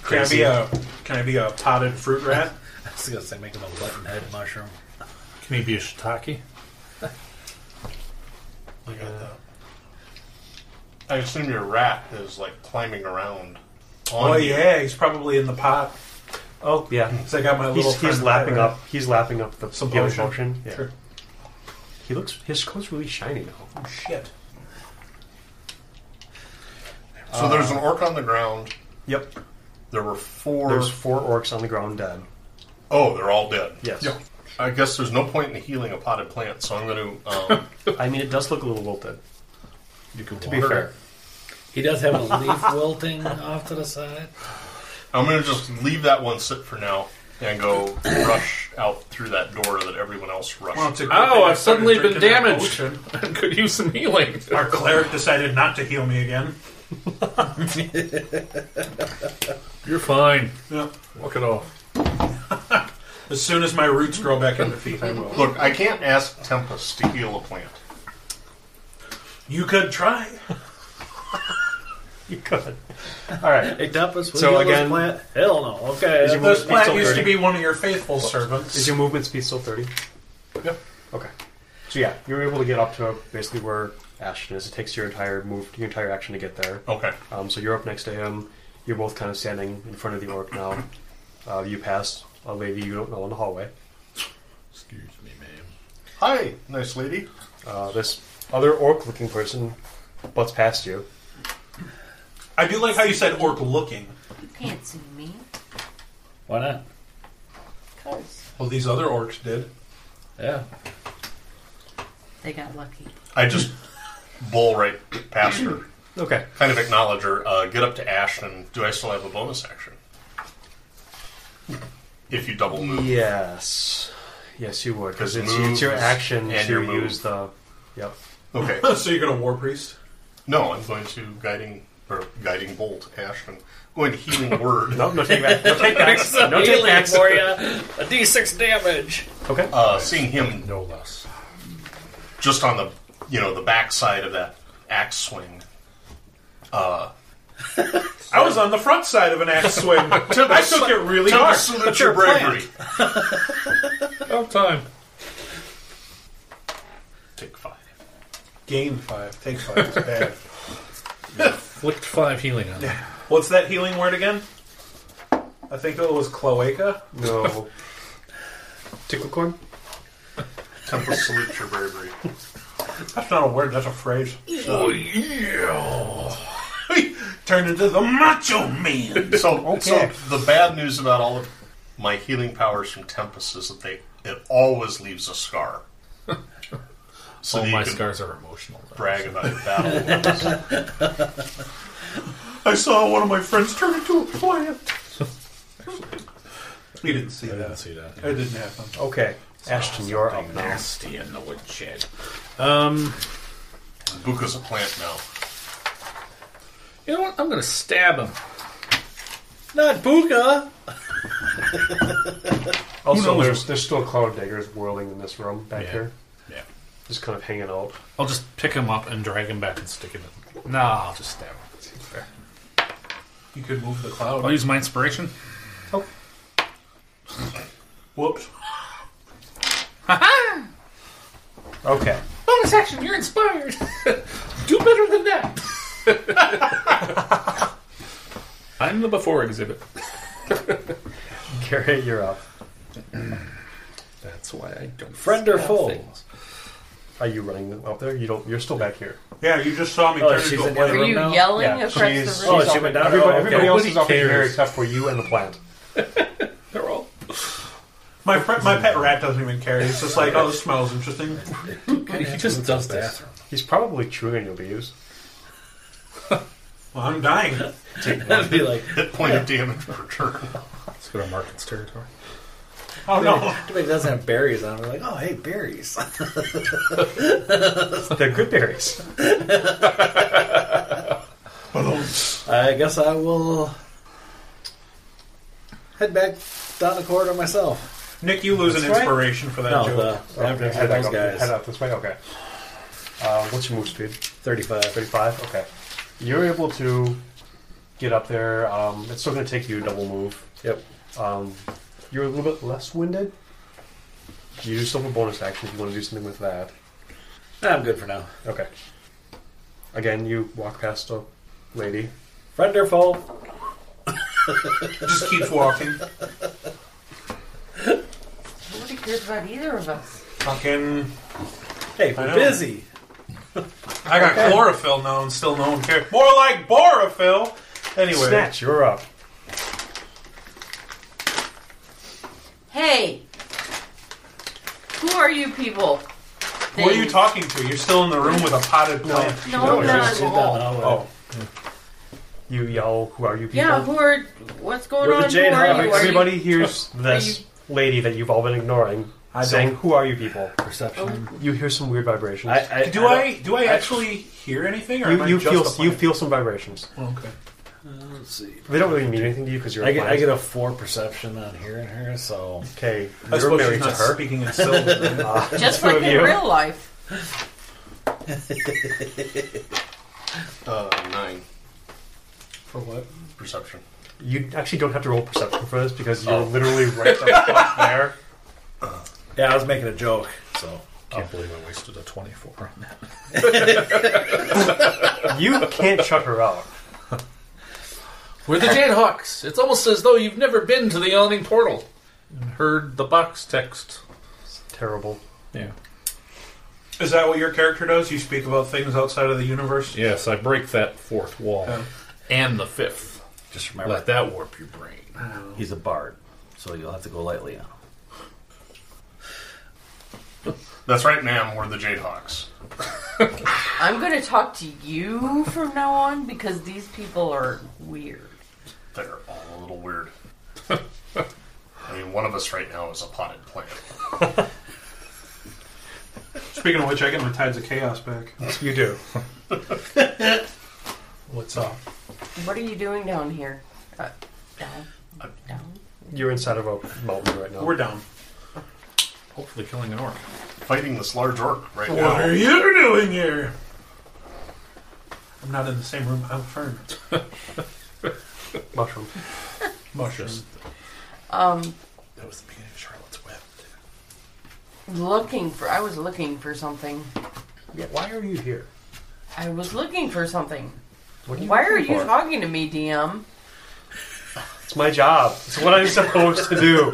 E: can I be a can I be a potted fruit rat?
B: I was gonna say make him a buttonhead mushroom.
F: Can he be a shiitake?
D: I got that.
H: I assume your rat is like climbing around. On
E: Oh
H: you.
E: yeah, he's probably in the pot.
C: Oh yeah.
E: 'Cause I got my little.
C: He's, he's
E: friend
C: lapping
E: rat.
C: up. He's lapping up the
E: Some
C: the other
E: potion.
C: Yeah.
E: Sure.
C: He looks. His coat's really shiny now.
E: Oh, shit.
H: So there's an orc on the ground.
C: Yep.
H: There were four
C: There's four orcs on the ground dead.
H: Oh, they're all dead.
C: Yes.
H: I guess there's no point in healing a potted plant, so I'm going to. Um,
C: I mean, it does look a little wilted.
F: You could
C: To be
H: water
C: fair, *laughs*
H: it.
B: He does have a leaf wilting off to the side.
H: I'm going to just leave that one sit for now and go rush out through that door that everyone else rushed.
E: Well, it's a good thing
F: Oh,
E: I started
F: I've suddenly
E: drinking
F: been
E: that
F: damaged.
E: potion.
F: and could use some healing.
E: Our cleric decided not to heal me again.
F: You're fine.
E: Yeah.
F: Walk it off.
E: *laughs* As soon as my roots grow back into feet, I will.
H: Look, I can't ask Tempest to heal a plant.
E: You could try.
C: You could. All right.
B: Ignappus, will
C: So
B: you let us
C: again-
B: plant? Hell no. Okay.
C: Is your movement
E: This
C: speed
E: plant
C: still
E: used to
C: 30?
E: be one of your faithful servants.
C: Is your movement speed still 30? Yep. Okay. So yeah, you're able to get up to basically where Ashton is. It takes your entire move, your entire action to get there.
H: Okay.
C: Um, so you're up next to him. You're both kind of standing in front of the orc now. Uh, you pass a lady you don't know in the hallway.
F: Excuse me, ma'am.
H: Hi, nice lady.
C: Uh, this other orc-looking person butts past you.
E: I do like how you said orc looking.
G: You can't see me.
B: Why not?
G: Because
E: Well, these other orcs did.
B: Yeah.
G: they got lucky.
H: I just bowl right past her,
C: Okay.
H: kind of acknowledge her, uh, get up to Ashton. Do I still have a bonus action? If you double move.
C: Yes. Yes, you would because
H: 'Cause
C: it's, it's your
H: moves
C: action
H: and
C: to
H: your move.
C: use the. Yep.
H: Okay.
E: so you're gonna war priest?
H: No, I'm going to guiding or guiding bolt Ashton. going to
F: *laughs*
H: healing word.
C: No, no take back. No take *laughs* backs. No take
B: Healing
C: backs.
B: for ya. A d6 damage.
C: Okay.
H: Uh, seeing him
F: No less.
H: just on the you know the backside of that axe swing.
E: I was on the front side of an axe swing. I took it really hard.
H: salute your bravery.
F: About time.
H: Take five.
E: Gain five. Take five. It's bad.
F: Flicked five healing on him.
E: What's that healing word again? I think it was cloaca.
C: No. Tickle corn.
H: Temple salute your
F: *laughs*
H: bravery.
E: That's not a word. That's a phrase. *laughs* Oh yeah. Turned into the macho man.
H: So,
C: Okay.
H: so the bad news about all of my healing powers from Tempest is that they it always leaves a
F: *laughs*
H: scar. So
F: All
H: that you
F: my
H: can
F: scars are emotional. though.
H: brag about your
F: *laughs*
H: battle. wounds.
E: I saw one of my friends turn into a plant. We didn't see
F: I didn't
E: that.
F: see that.
E: It didn't happen.
C: Okay. Ashton, you're up now.
F: Nasty in the woodshed.
H: Buka's a plant now.
F: You know what? I'm gonna stab him.
B: Not Puka.
C: Also,
F: knows?
C: there's, there's still cloud daggers whirling in this room back
F: Yeah.
C: here,
F: Yeah.
C: just kind of hanging out.
F: I'll just pick him up and drag him back and stick him in. Nah, I'll just stab him. Seems fair.
E: You could move the
F: I'll
E: cloud.
F: use my inspiration.
E: Whoops.
C: Okay.
F: Bonus action, you're inspired. *laughs* Do better than that. *laughs* I'm the before exhibit.
C: Gary, you're up.
F: That's why I don't.
B: Friend or
F: stab
B: foe?
F: things.
C: Are you running up there? You don't. You're still back here.
E: Yeah, you just saw me
B: Oh,
E: turn
B: she's
E: into a
B: in the other
E: plant.
G: Were
B: room
G: you
B: now?
G: yelling
C: Yeah,
G: across the room?
B: Oh, she went down.
C: Everybody,
B: Oh, okay.
C: everybody else is up
F: cares.
C: here except for you and the plant.
F: They're all.
E: My fr- my pet rat doesn't even care. It's just like, oh, this smells interesting.
F: He just does this.
C: He's probably chewing your leaves.
E: Well, I'm dying.
B: That'd be *laughs* like,
H: Hit point of damage per turn.
F: Let's go to Market's territory.
E: Oh no,
B: everybody doesn't have berries on. We're like, oh, hey, berries.
C: They're good berries.
B: I guess I will head back down the corridor myself.
E: Nick, you lose an
B: That's right.
E: inspiration for that
B: No,
E: joke.
B: the, after
C: head back
B: those
C: up- Head
B: guys.
C: up this way. Okay. Uh, what's your move speed?
B: 35.
C: 35? Okay. You're able to get up there. Um, it's still going to take you a double move.
B: Yep.
C: Um, you're a little bit less winded. You do still have a bonus action if you want to do something with that.
B: I'm good for now.
C: Okay. Again, you walk past a lady.
B: Friend or foe?
E: Just keeps walking.
G: Nobody cares about either of us.
E: Fucking.
B: Hey,
E: I
B: we're
E: know.
B: busy.
E: I got chlorophyll now, and still no one cares. More like borophyll. Anyway,
C: Snatch, you're up.
G: Hey! Who are you people?
E: who are you talking to? You're still in the room with a potted plant.
G: No,
C: No,
G: not
C: she's-
G: at
C: Oh.
G: all.
C: You yell, who are you people?
G: Yeah, who are? What's going
B: We're
G: on?
B: the
G: Who
B: Jade
G: are
B: Hawks.
G: you? Are you?
C: Everybody
G: *laughs*
C: hears this lady that you've all been ignoring saying, who are you people?
B: Perception.
C: You hear some weird vibrations.
B: I,
E: Do I do I actually hear anything, or am
C: you
E: I
C: you
E: just
C: feel
E: a
C: you
E: plant?
C: feel some vibrations.
E: Okay.
B: Let's see.
C: They don't really mean anything to you because you're a
B: I get, I
C: plant.
B: get a 4 perception on hearing her, so.
C: Okay,
E: I
C: you're
E: suppose
C: married
E: she's
C: to
E: not
C: her. Ah.
E: speaking
C: *laughs*
E: in syllables.
G: Just
C: Who
G: like
C: are
G: in
C: you?
G: real life.
H: Uh, nine.
D: For what? Perception.
C: You actually don't have to roll perception for this because you're literally right the fuck there.
B: Yeah, I was making a joke, so.
F: Can't believe I wasted a 24 on that.
C: You can't shut her out.
F: We're the Jadehawks. It's almost as though you've never been to the Yawning Portal and heard the box text.
C: Terrible.
F: Yeah.
E: Is that what your character does? You speak about things outside of the universe?
F: Yes, I break that fourth wall. And the fifth.
B: Just
F: Let
B: remember,
F: that warp your brain.
B: he's a bard, so you'll have to go lightly on him.
H: That's right, ma'am. We're the Jadehawks.
G: I'm going to talk to you from now on because these people are weird.
H: They're all a little weird. *laughs* I mean, one of us right now is a potted plant.
E: Speaking of which, I get my Tides of Chaos back.
C: You do.
E: *laughs* What's up?
G: What are you doing down here? Uh, down? Down?
C: You're inside of a mountain right now.
E: We're down.
F: Hopefully, killing an orc.
H: Fighting this large orc right
E: What
H: now.
E: are you doing here? I'm not in the same room. I'm Fern.
C: mushroom.
E: Mushrooms.
G: Um,
F: That was the beginning of Charlotte's Web.
G: looking for. I was looking for something.
C: Yeah, why are you here?
G: I was looking for something.
C: What are you
G: Why are
C: looking
G: you
C: for?
G: talking to me, DM?
C: It's my job. It's what I'm supposed to do.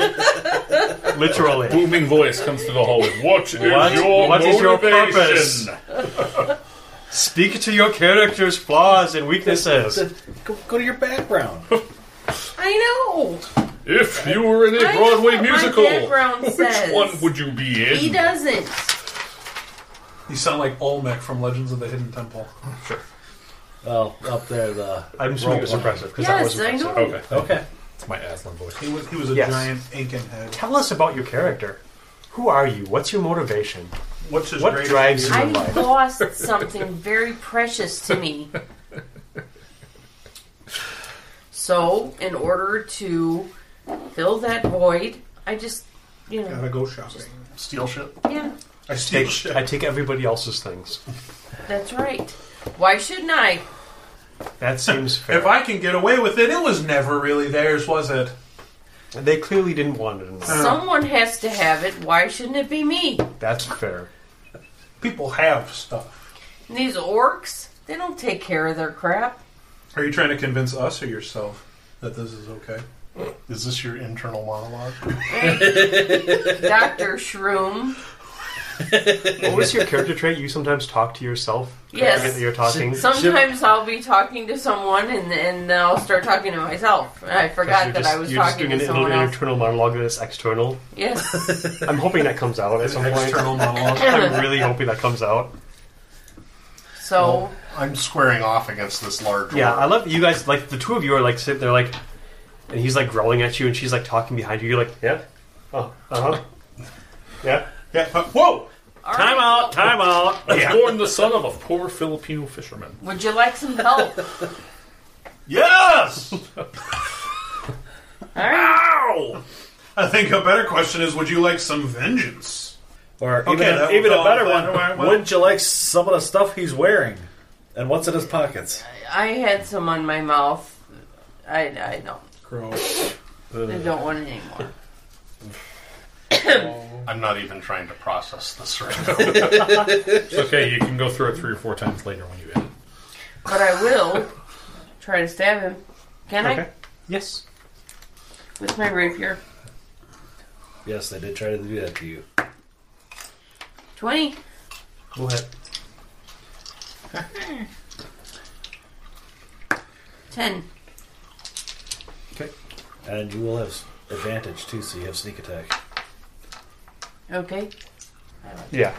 C: Literally.
F: Booming voice comes through the hallway. What is
C: What-
F: your
C: what is your
F: motivation?
C: purpose? Speak to your character's flaws and weaknesses.
B: Go, go to your background.
G: I know.
F: If you were in a
G: I know
F: Broadway
G: what my
F: musical,
G: background
F: which
G: says.
F: one would you be in?
G: He doesn't.
E: You sound like Olmec from Legends of the Hidden Temple.
B: *laughs* well, up there, the.
C: I'm assuming it was impressive because that was
G: Yes, I
C: impressive.
G: know.
F: Okay,
B: Okay.
F: that's my Aslan voice.
E: He was, he was a
C: Yes.
E: giant Incan head.
C: Tell us about your character. Who are you? What's your motivation?
E: What's his
C: What
E: greatest
C: drives
E: fear?
C: you?
G: I
C: life.
G: lost
C: *laughs*
G: something very precious to me. So, in order to fill that void, I just, you know,
E: Gotta go shopping.
H: Steel ship.
G: yeah,
E: I steal
C: Take,
E: shit.
C: I take everybody else's things.
G: that's right. Why shouldn't I?
C: That seems fair.
E: if I can get away with it, it was never really theirs, was it?
C: they clearly didn't want it enough.
G: Someone has to have it. Why shouldn't it be me?
C: That's fair.
E: People have stuff.
G: And these orcs, they don't take care of their crap.
E: Are you trying to convince us or yourself that this is okay?
H: Is this your internal monologue?
G: Dr. Shroom.
C: What was your character trait? You sometimes talk to yourself. I
G: Yes.
C: forget that you're talking.
G: Sometimes I'll be talking to someone and, and then I'll start talking to myself. I forgot
C: You're
G: that
C: just-
G: I was
C: you're just
G: talking
C: doing
G: to
C: an
G: someone
C: inter-
G: else.
C: internal monologue that is external.
G: Yes.
C: I'm hoping that comes out at some point.
E: External monologue.
C: *laughs* I'm really hoping that comes out.
G: *laughs* So
H: I'm squaring off against this large
C: Yeah,
H: orc.
C: I love you guys. Like the two of you are like sitting there, like, and he's like growling at you, and she's like talking behind you. You're like, yeah, oh, uh huh, yeah,
E: Yeah, but- whoa!
G: all
C: time
G: right,
C: out, time out.
F: I was born the son of a poor Filipino fisherman.
G: Would you like some
C: *laughs*
G: help?
E: Yes!
G: All right.
E: Ow! I think a better question is would you like some vengeance?
B: Or even,
E: Okay, that
B: a, even
E: was
B: a better
E: all-
B: one.
E: that-
B: Wouldn't you like some of the stuff he's wearing? And what's in his pockets?
G: I had some on my mouth. I, I don't.
E: Gross.
G: I don't want it anymore.
H: I'm not even trying to process this right now. *laughs*
F: It's okay, you can go through it three or four times later when you edit.
G: But I will try to stab him. Can
C: Okay.
G: I?
C: Yes.
G: With my rapier.
B: Yes, they did try to do that to you.
G: 20.
C: We'll hit.
G: 10.
B: And you will have advantage too, so you have sneak attack.
G: Okay.
C: Yeah.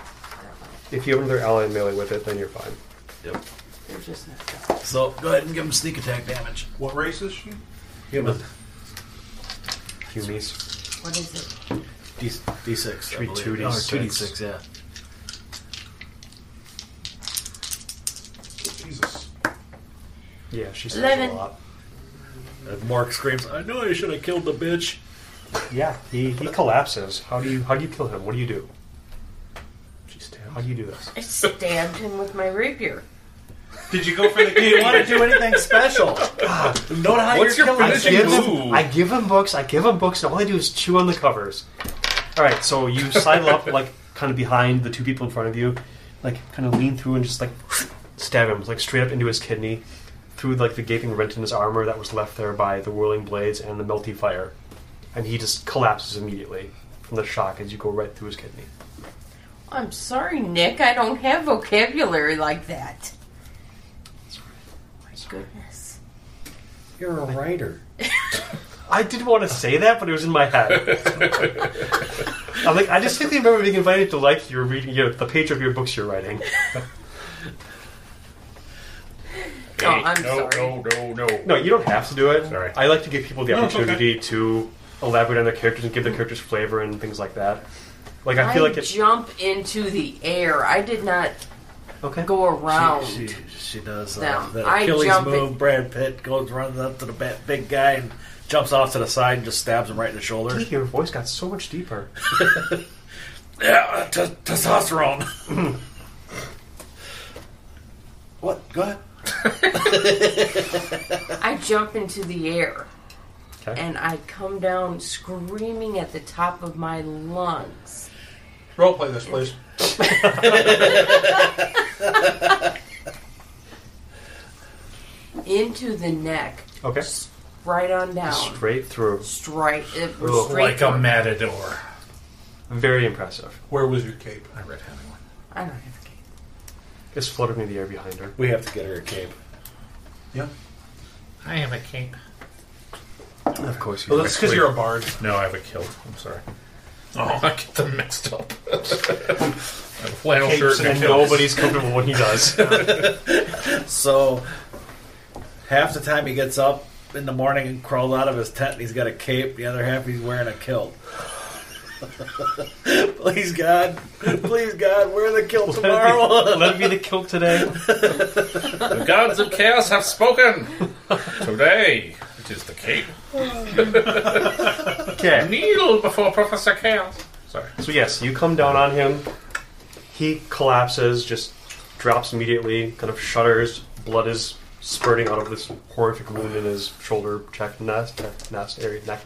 C: If you have another ally in melee with it, then you're fine.
B: Yep.
G: They're just not
B: So go ahead and give him sneak attack damage.
E: What race is she?
B: Give him
C: Humies.
G: What is it?
B: a D, D6.
C: be 2d6.
B: 2d6, yeah.
E: Jesus.
C: Yeah, she says
G: Eleven.
C: a lot.
B: And Mark screams, I know I should have killed the bitch.
C: Yeah, he, he collapses. How do you how do you kill him? What do you do?
F: She
C: How
F: stabbed.
C: do you do this?
G: I stabbed him with my rapier.
E: Did you go for the?
B: You want to do anything special? *laughs* Know how
F: What's
B: you're
F: your
B: killing
F: finishing
B: kids.
C: give them,
F: Ooh.
C: I give them books. I give them books, and all they do is chew on the covers. All right, so you sidle up, like kind of behind the two people in front of you, like kind of lean through and just like stab him, like straight up into his kidney, through like the gaping rent in his armor that was left there by the whirling blades and the melty fire, and he just collapses immediately from the shock as you go right through his kidney.
G: I'm sorry, Nick. I don't have vocabulary like that. My goodness.
B: You're a writer.
C: I did want to say that, but it was in my head. I'm like, I distinctly remember being invited to like your reading, your, the page of your books you're writing.
G: Oh, I'm
F: no,
G: sorry.
F: no, no, no,
C: No, you don't have to do it.
F: Sorry.
C: I like to give people the
E: No, it's
C: opportunity to elaborate on their characters and give their characters flavor and things like that. Like I feel like it's
G: jump into the air. I did not
C: okay.
G: go around.
B: She, she, she does uh,
G: Now,
B: the
G: I
B: Achilles
G: jump
B: move.
G: in-
B: Brad Pitt goes runs up to the ba- big guy and jumps off to the side and just stabs him right in the shoulder.
C: Your voice got so much deeper.
B: Yeah, t- testosterone. *laughs* what? Go ahead.
G: I jump into the air.
C: Okay.
G: And I come down screaming at the top of my lungs.
E: Role play this, please.
G: Into the neck.
C: Okay.
G: Right on down.
C: Straight through.
G: Straight. It was
F: Look
G: straight
F: like a
G: through.
F: matador.
C: Very impressive.
E: Where was your cape?
F: I read Hemingway.
G: I don't have a cape.
C: It's fluttering in the air behind her.
B: We have to get her a cape.
E: Yeah.
F: I am a cape.
C: Of course you.
E: Well, that's because you're a bard.
F: No, I have a kilt. I'm sorry. Oh, I get them mixed up. I have a flannel
C: Capes
F: shirt and
C: and
F: a kilt.
C: nobody's comfortable when he does. All
B: So half the time he gets up in the morning and crawls out of his tent and he's got a cape. The other half he's wearing a kilt. *laughs* please God, please God, wear the kilt
C: *laughs*
B: tomorrow.
C: Let it be the kilt today.
F: The gods of chaos have spoken. Today, it is the cape.
C: Okay.
F: Kneel before Professor Chaos. Sorry.
C: So yes, you come down on him. He collapses, just drops immediately, kind of shudders. Blood is spurting out of this horrific wound in his shoulder, check nest, nest area, neck,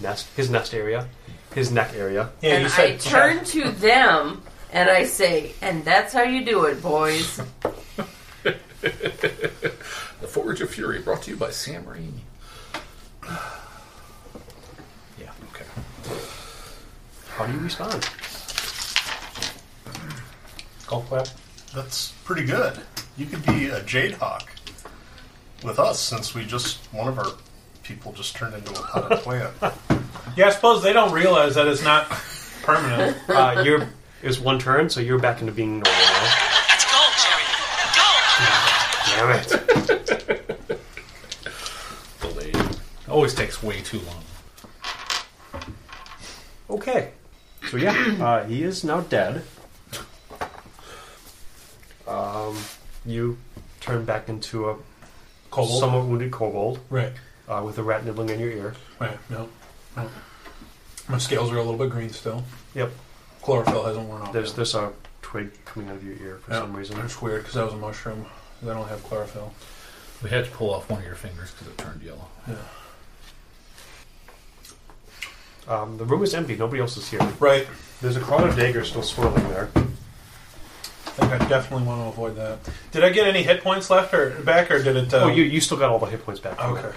C: nest, his nest area, his neck area.
E: Yeah,
G: and
E: you said.
G: I turn to them and I say, and that's how you do it, boys.
F: The Forge of Fury brought to you by Sam Raimi. Yeah, okay.
C: How do you respond?
H: That's pretty good. You could be a Jade Hawk with us since we just one of our people just turned into a *laughs* potted plant.
E: Yeah, I suppose they don't realize that it's not permanent.
C: Uh, you're is one turn, so you're back into being normal. now.
I: It's gold, Jerry. Gold.
C: Damn it!
F: Delayed. Always takes way too long.
C: Okay. So yeah,
E: *clears throat*
C: uh, he is now dead. Um, you turn back into a
E: Kobold.
C: somewhat wounded kobold.
E: right.
C: uh, with a rat nibbling in your ear.
E: Right. No. No. My scales are a little bit green still.
C: Yep.
E: Chlorophyll hasn't worn off.
C: There's
E: yet.
C: there's a twig coming out of your ear for
E: Yeah,
C: some reason.
E: It's weird because that was a mushroom. They don't have chlorophyll.
F: We had to pull off one of your fingers because it turned yellow.
C: Um, the room is empty. Nobody else is here.
E: Right.
C: There's a crown of daggers still swirling there.
E: I think I definitely want to avoid that. Did I get any hit points left or back, or did it? Uh,
C: Oh, you you still got all the hit points back. from
E: Okay.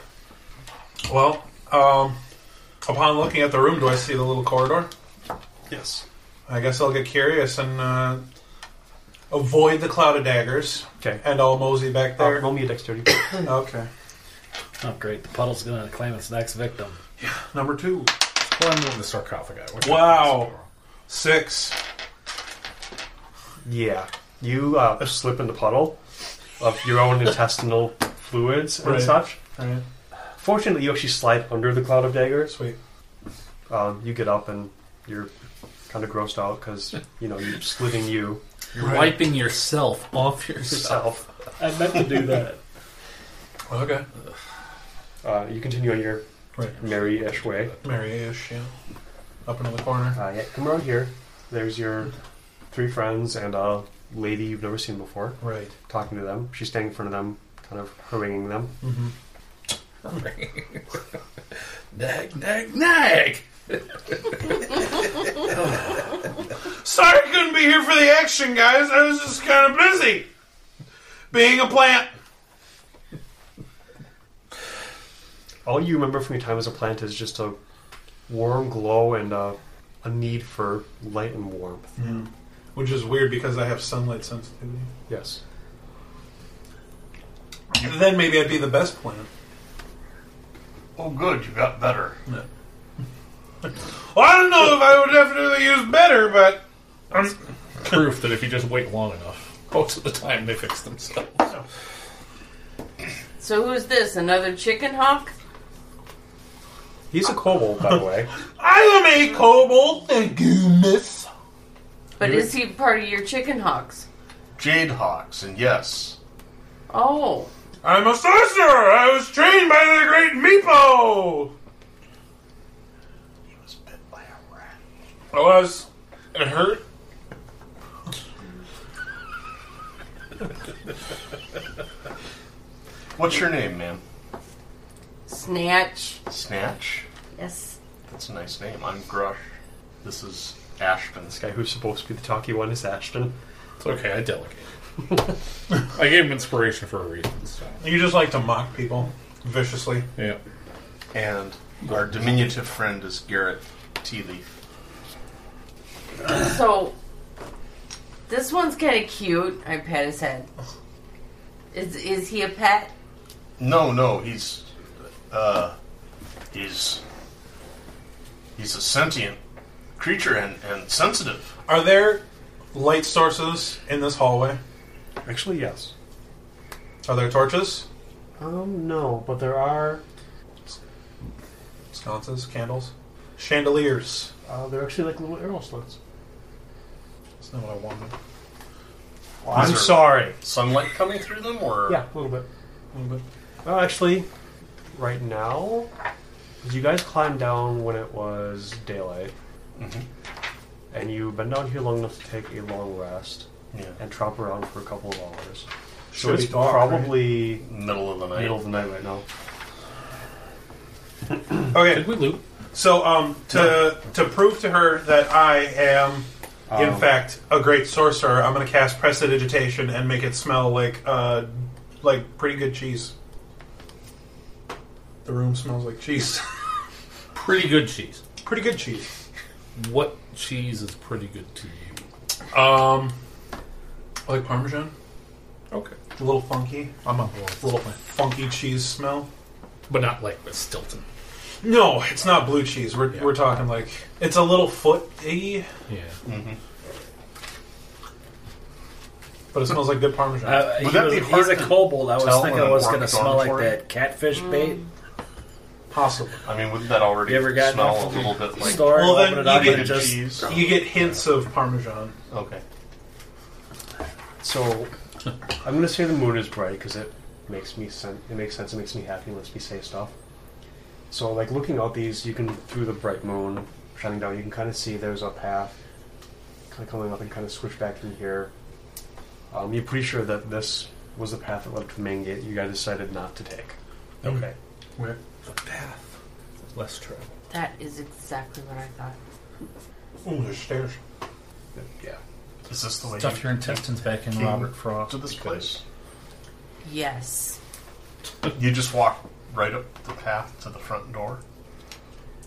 E: Well, um, upon looking at the room, do I see the little corridor?
C: that. Yes.
E: I guess I'll get curious and uh, avoid the cloud of daggers,
C: Okay.
E: and I'll mosey back
C: Uh,
E: there.
C: roll me a dexterity.
E: *coughs* Okay.
B: Oh, great. The puddle's going to claim its next victim.
E: Number two.
F: Well, I moved the sarcophagi. which-
E: Wow. Six.
C: yeah. You uh, slip in the puddle of your own intestinal fluids and
E: Right.
C: such.
E: All right.
C: Fortunately, you actually slide under the cloud of daggers.
E: Sweet.
C: Um, you get up and you're kind of grossed out because you know you're slitting you
F: You're wiping yourself off yourself.
C: yourself.
B: I meant to do that.
E: Okay.
C: Uh, you continue on your
E: Right.
C: merry-ish way.
E: Mary-ish. Yeah. Up into the corner.
C: Uh, yeah, come around here. There's your three friends and a lady you've never seen before,
E: Right.
C: talking to them. She's standing in front of them, kind of haranguing them.
F: Nag, nag, nag!
E: *laughs* Sorry I couldn't be here for the action, guys. I was just kind of busy being a plant.
C: All you remember from your time as a plant is just a warm glow and a, a need for light and warmth.
E: Which is weird because I have sunlight sensitivity.
C: Yes.
E: Then maybe I'd be the best plant.
H: Oh, good, you got better.
E: Well, I don't know if I would definitely use better, but
F: Proof that if you just wait long enough, most of the time they fix themselves.
G: So who's this? Another chicken hawk?
C: He's a kobold, by the way.
E: I am a kobold.
G: But is he part of your chicken hawks?
H: Jade Hawks, and yes,
G: Oh,
E: I'm a sorcerer. I was trained by the great Meepo. He was bit by a rat. I was. It hurt.
H: What's your name, man?
G: snatch.
H: Snatch?
G: Yes.
H: That's a nice name. I'm Grush. This is Ashton.
C: This guy who's supposed to be the talky one is Ashton.
F: It's okay, I delegate. *laughs* I gave him inspiration for a reason, so.
E: You just like to mock people viciously.
F: Yeah.
H: And our diminutive friend is Garrett Tea Leaf.
G: So this one's kind of cute. I pat his head. Is is he a pet?
H: No, no, he's. Uh. He's. He's a sentient creature and, and sensitive.
E: Are there light sources in this hallway?
C: Actually, yes.
E: Are there torches,
C: Um, no, but there are.
E: sconces, candles, chandeliers?
C: Uh, they're actually like little arrow slits.
E: That's not what I wanted.
C: Oh, I'm
H: there-
C: sorry.
H: Sunlight coming through them, or.
C: Yeah, a little bit.
E: A little bit.
C: Well, actually, right now, you guys climbed down when it was daylight,
E: Mm-hmm.
C: and you've been down here long enough to take a long rest
H: Yeah.
C: and trot around for a couple of hours. So
E: Should
C: it's
E: be dark,
C: probably
H: Middle of the night.
C: middle of the night right now.
E: Okay,
F: Did we loot?
E: so um, to to prove to her that I am, in fact, a great sorcerer, I'm going to cast prestidigitation and make it smell like uh, like pretty good cheese. The room smells like cheese. *laughs*
F: Pretty good cheese.
E: pretty good cheese.
F: What cheese is pretty good to you?
E: Um, I like Parmesan.
F: Okay.
E: A little funky. I'm a little funky cheese smell.
F: But not like with Stilton.
E: No, it's not blue cheese. We're, we're talking like it's a little footy,
F: Yeah.
E: but it smells like good parmesan.
B: Uh,
H: Would
B: he
H: that
B: was-
H: be
B: he's
H: hard
B: a
H: to
B: kobold. I was
H: tell
B: thinking
H: in
B: I
H: a
B: was
H: dark
B: going to smell like
H: dormitory?
B: that catfish bait
G: Mm.
E: Possibly.
H: I mean, wouldn't that already
B: You ever gotten
H: smell
B: off
H: a
B: of
H: little bit like.
B: store.
E: Well,
B: open
E: then
B: it up
E: you
B: and
H: get
B: just
H: cheese.
E: You get hints of parmesan.
H: Okay.
C: So I'm gonna say the moon is bright because it makes me sen- it makes sense. It makes me happy. It lets me say stuff. So like looking out these, you can through the bright moon shining down, you can kind of see there's a path kind of coming up and kind of switch back in here. Um, you're pretty sure that this was the path that led to the main gate. You guys decided not to take.
H: Mm.
E: Okay.
F: Less travel.
G: That is exactly what I thought.
E: Ooh, there's stairs.
C: Yeah.
H: Is this the way
F: Stuff
H: you
F: your intestines back in Robert Frost.
H: to this place?
G: Yes.
H: You just walk right up the path to the front door.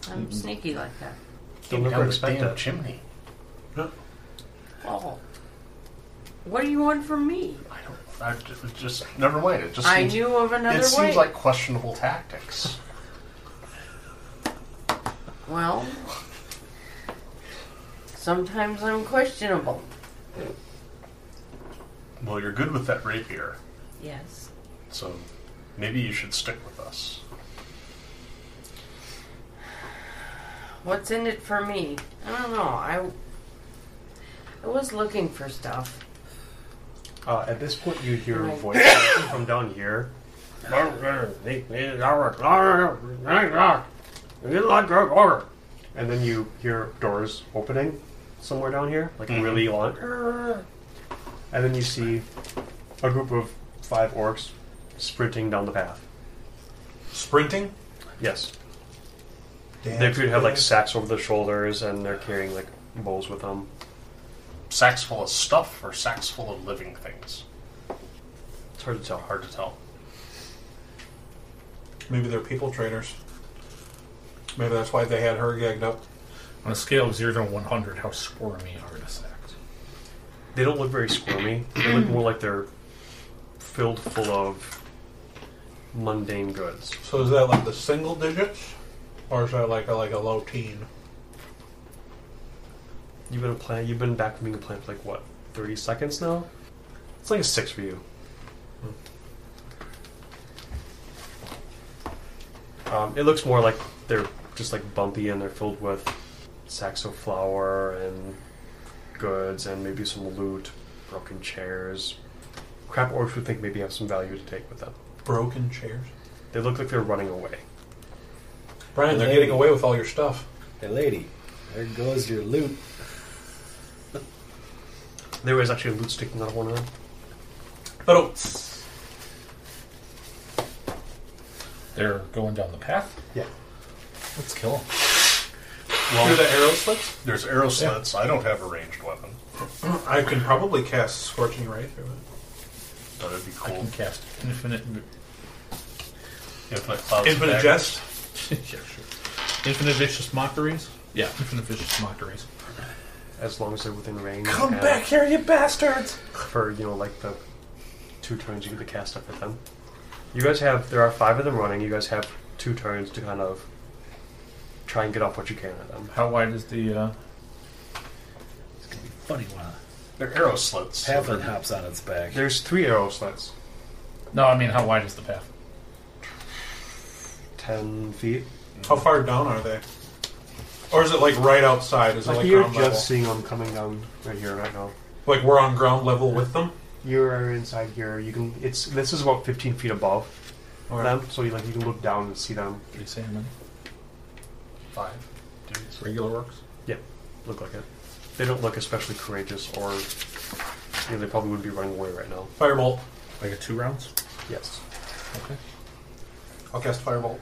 H: Mm-hmm.
G: I'm sneaky like that.
C: Don't
H: Down
C: ever
H: the
C: expect
H: damn
C: that.
H: chimney.
G: Oh. What do you want from me?
H: I don't. I ju- it just never mind. It just
G: I
H: seems,
G: knew of another
H: It
G: way.
H: seems like questionable tactics.
G: well, sometimes I'm questionable.
H: well, you're good with that rapier,
G: Yes.
H: so maybe you should stick with us.
G: What's in it for me? I don't know. I I was looking for stuff.
C: Uh, at this point, you hear a
G: Right.
C: voice from down here. And then you hear doors opening somewhere down here, like really long. and then you see a group of five orcs sprinting down the path.
E: Sprinting?
C: Yes, they appear to have like sacks over their shoulders, and they're carrying like bowls with them.
D: Sacks full of stuff or sacks full of living things?
C: It's hard to tell.
D: Hard to tell.
E: Maybe they're people trainers. Maybe that's why they had her gagged up.
F: On a scale of 0 to 100, how squirmy are the sacks?
C: They don't look very squirmy. They look more like they're filled full of mundane goods.
E: So is that like the single digits, or is that like a, like a low teen?
C: You've been a plan. You've been back from being a plant for like what, thirty seconds now? It's like a six for you. Um, it looks more like they're just like bumpy and they're filled with sacks of flour and goods and maybe some loot, broken chairs, crap orcs would think maybe have some value to take with them.
E: Broken chairs.
C: They look like they're running away.
E: Brian, they're
B: Hey.
E: getting away with all your stuff.
B: Hey, lady, there goes your loot.
C: There is actually a loot sticking out of one of them.
E: But oh.
F: They're going down the path?
C: Yeah.
F: Let's kill them.
E: hear the arrow slits?
H: There's arrow slits. I don't have a ranged weapon.
E: I can probably cast scorching ray through it.
H: That'd be
F: I
H: cool.
F: can cast infinite.
H: Infinite clouds. of
E: Infinite
H: daggers.
E: jest.
F: *laughs* yeah, sure. Infinite vicious mockeries? Yeah, infinite vicious mockeries.
C: As long as they're within range.
F: Come
C: and
F: back here, you bastards!
C: For, you know, like the two turns you get to cast stuff at them. You guys have, there are five of them running. You guys have two turns to kind of try and get off what you can at them.
F: How wide is the. Uh,
B: It's gonna be funny when a
H: They're arrow slits.
B: pavlin hops on its back.
C: There's three arrow slits.
F: no, I mean, how wide is the path?
C: Ten feet.
E: How far down are they? Or is it like right outside? Is it
C: Like,
E: like
C: you're
E: ground
C: just
E: level?
C: seeing them coming down right here, right now.
E: Like we're on ground level with them?
C: You're inside here. You can. It's this is about 15 feet above
E: Or
C: them, so you like you can look down and see them.
F: Did you say how many?
H: Five dudes.
F: Regular orcs?
C: Yeah, look like it. They don't look especially courageous, or you know, they probably would be running away right now.
E: Firebolt.
F: Like a two rounds?
C: Yes,
F: Okay.
E: I'll cast Firebolt.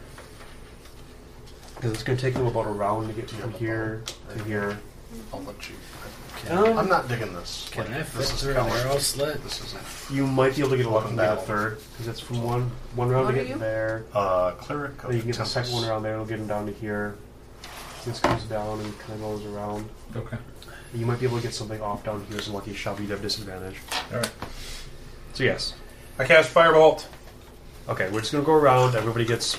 C: because it's going to take them about a round to get from here to here.
H: I'll let you.
C: Um,
H: I'm not digging this.
B: Can I
H: Like,
B: fit
H: this is
B: through an
H: kinda-
B: arrow slit?
H: This isn't.
C: you might be able to get a lucky
H: Welcome
C: get a
H: back.
C: third, because it's from one one round
G: What
C: to
G: are
C: get
G: you?
C: there.
H: Uh, cleric of
C: Then you can get the
H: Tempest.
C: second one around there. It'll get them down to here. This comes down and kind of goes around.
F: Okay.
C: You might be able to get something off down here. Some lucky shot, but you'd have disadvantage.
F: Alright.
C: So yes.
E: I cast Firebolt.
C: Okay, we're just gonna go around. Everybody gets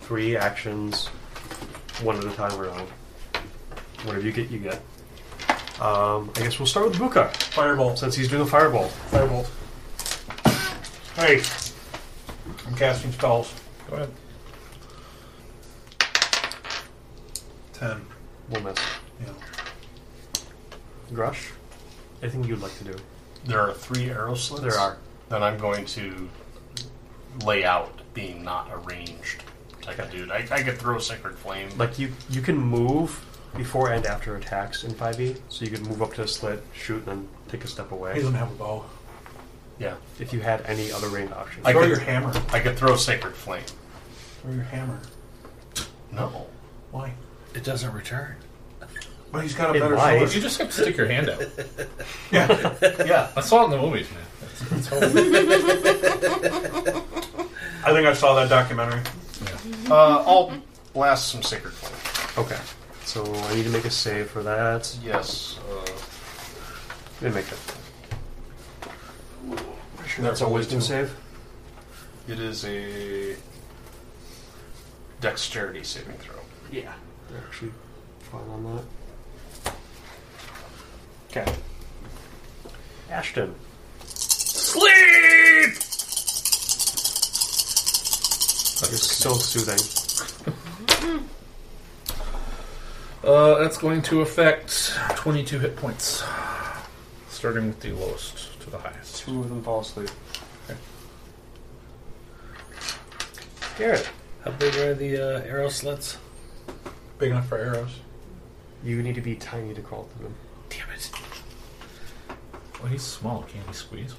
C: three actions, one at a time around. Whatever you get, you get. Um, I guess we'll start with Buka
E: Firebolt.
C: since he's doing the fireball.
E: Firebolt. Hey. I'm casting spells.
F: Go ahead.
E: Ten.
C: We'll miss.
E: Yeah.
C: Grush, anything you'd like to do?
H: There are three arrow slits.
C: There are.
H: Then I'm going to lay out being not arranged type of
C: Okay.
H: dude. I, I could throw sacred flame.
C: Like you, you can move before and after attacks in 5e, so you can move up to a slit, shoot, and then take a step
E: He
C: away.
E: doesn't have a bow.
H: yeah,
C: If you had any other range options,
H: I
E: Throw
H: could-
E: your hammer.
H: I could throw sacred flame.
E: Throw your hammer.
H: No,
E: Why?
B: It doesn't return.
E: But he's got a
C: It
E: better
C: might.
E: sword.
F: You just have to stick your *laughs* hand out.
E: Yeah. yeah.
F: I saw it in the movies, man. That's, that's how
E: I think I saw that documentary.
H: uh, I'll blast some sacred flame.
C: okay. So I need to make a save for that.
H: Yes, uh,
C: They make it.
E: That's
C: That's a wisdom save.
H: it is a dexterity saving throw.
C: Yeah. They're actually fine on that. Okay. Ashton.
F: Sleep!
C: You're so soothing.
F: Uh, that's going to affect 22 hit points. Starting with the lowest to the highest.
C: Two of them fall asleep. Garrett,
B: How big are the uh, arrow slits?
E: Big enough for arrows.
C: you need to be tiny to crawl through them.
B: Damn it.
F: Well, he's small. Can't he squeeze?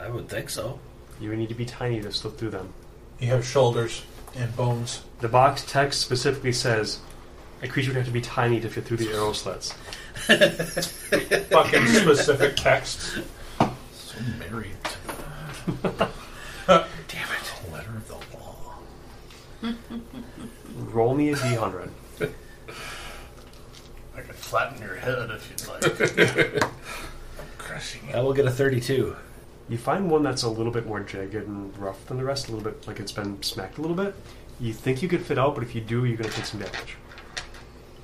B: I would think so.
C: You would need to be tiny to slip through them.
E: You have shoulders and bones.
C: The box text specifically says a creature would have to be tiny to fit through the arrow slits.
E: *laughs* Fucking specific text.
F: So
E: *laughs*
F: married. Damn it! Letter of the law.
C: Roll me a d100.
H: I could flatten your head if you'd like.
F: Crushing
B: I will get a 32.
C: You find one that's a little bit more jagged and rough than the rest, a little bit like it's been smacked a little bit. You think you could fit out, but if you do, you're going to take some damage.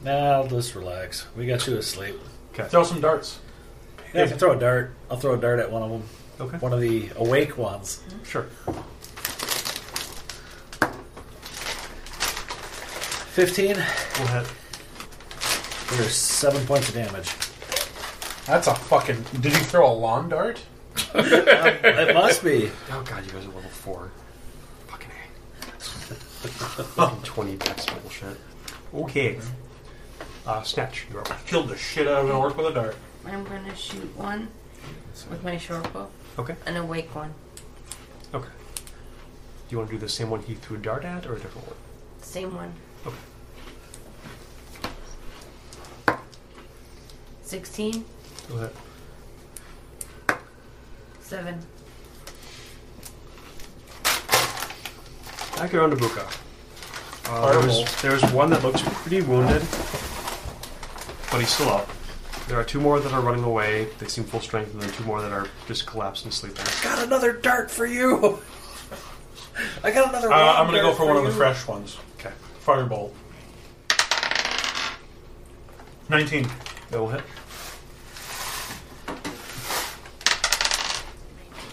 B: Nah, I'll just relax. We got you asleep.
C: Okay.
E: Throw some darts.
B: Yeah, if I throw a dart, I'll throw a dart at one of them.
C: Okay.
B: One of the awake ones.
C: Sure.
B: 15.
C: We'll hit.
B: There's seven points of damage.
E: That's a fucking. Did you throw a lawn dart?
B: it must be.
C: Oh god, you guys are level four. Fucking *laughs* A. Fucking 20 dex bullshit. Okay. Uh, snatch, you're up.
E: Killed the shit out of an orc with a dart.
G: I'm gonna shoot one with my short bow,
C: Okay.
G: an awake one,
C: Okay. Do you want to do the same one he threw a dart at or a different one?
G: same one.
C: Okay.
G: Sixteen,
C: Go ahead.
G: seven.
C: Back around to Buka. Uh,
E: Horrible.
C: there's, there's one that looks pretty wounded, but he's still up. There are two more that are running away. They seem full strength, and there are two more that are just collapsed and sleeping.
B: *laughs* Got another dart for you. *laughs* I got another
E: Uh, I'm
B: long
E: gonna go
B: dart
E: for one of the
B: you.
E: fresh ones.
C: Okay.
E: Firebolt. 19.
C: That will hit.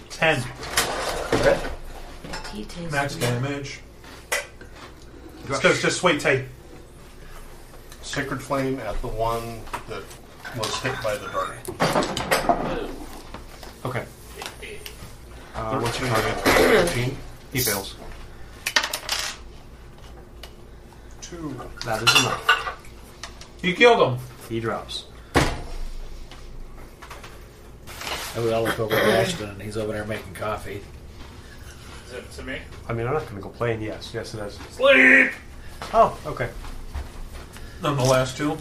E: 10.
G: He tastes
E: Max damage.
C: Gosh.
E: Just, just wait tight.
H: Sacred flame at the one that was hit by the dart.
C: Okay. Uh, what's your target?
H: Thirteen.
C: He fails.
H: Two.
C: That is enough.
E: You killed him.
C: He drops.
B: Oh, I would all look over at Ashton, and he's over there making coffee.
A: Is it to me?
C: I mean, I'm not going to complain. Yes, yes, it is.
A: Sleep!
C: Oh, okay.
E: On the last two.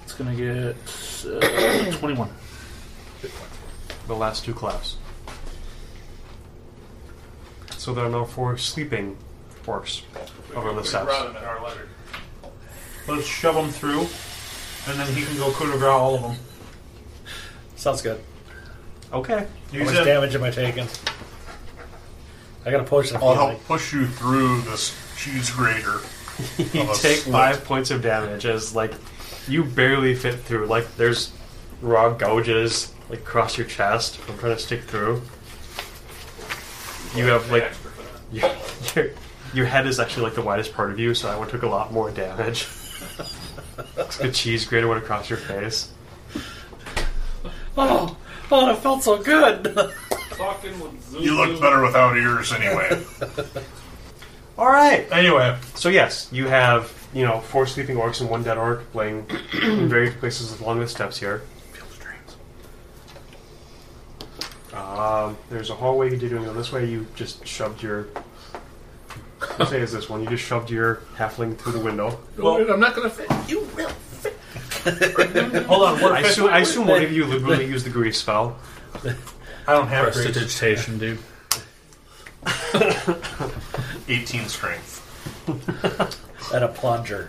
F: It's gonna get uh, twenty-one.
C: The last two collapse. So there are now four sleeping orcs over on the steps.
A: Rather than our letter.
E: Let's shove him through, and then he can go coup de grace all of them.
B: Sounds good.
C: Okay.
B: How
E: Use
B: much
E: it.
B: damage am I taking? I got a potion of
H: I'll
B: healing.
H: help push you through this cheese *laughs* grater.
C: You
H: Of a
C: take
H: split.
C: five points of damage as like you barely fit through. Like there's raw gouges like across your chest from trying to stick through. You have like your, your your head is actually like the widest part of you, so that one took a lot more damage. the cheese grater went across your face.
B: Oh, oh, it felt so good. *laughs*
A: Talking with Zoom.
H: You look better without ears anyway.
C: All right.
E: Anyway,
C: So yes, you have you know four sleeping orcs and one dead orc laying *clears throat* in various places along the steps here. Um, there's a hallway you did doing on this way. You just shoved your. What say is this one? You just shoved your halfling through the window.
E: well,
F: I'm not gonna fit.
E: hold on. What
C: I assume, I assume one of
E: *laughs*
C: you liberally used the grease spell.
E: I don't have grease.
F: Prestidigitation, dude.
H: 18 strength.
B: and a plunger.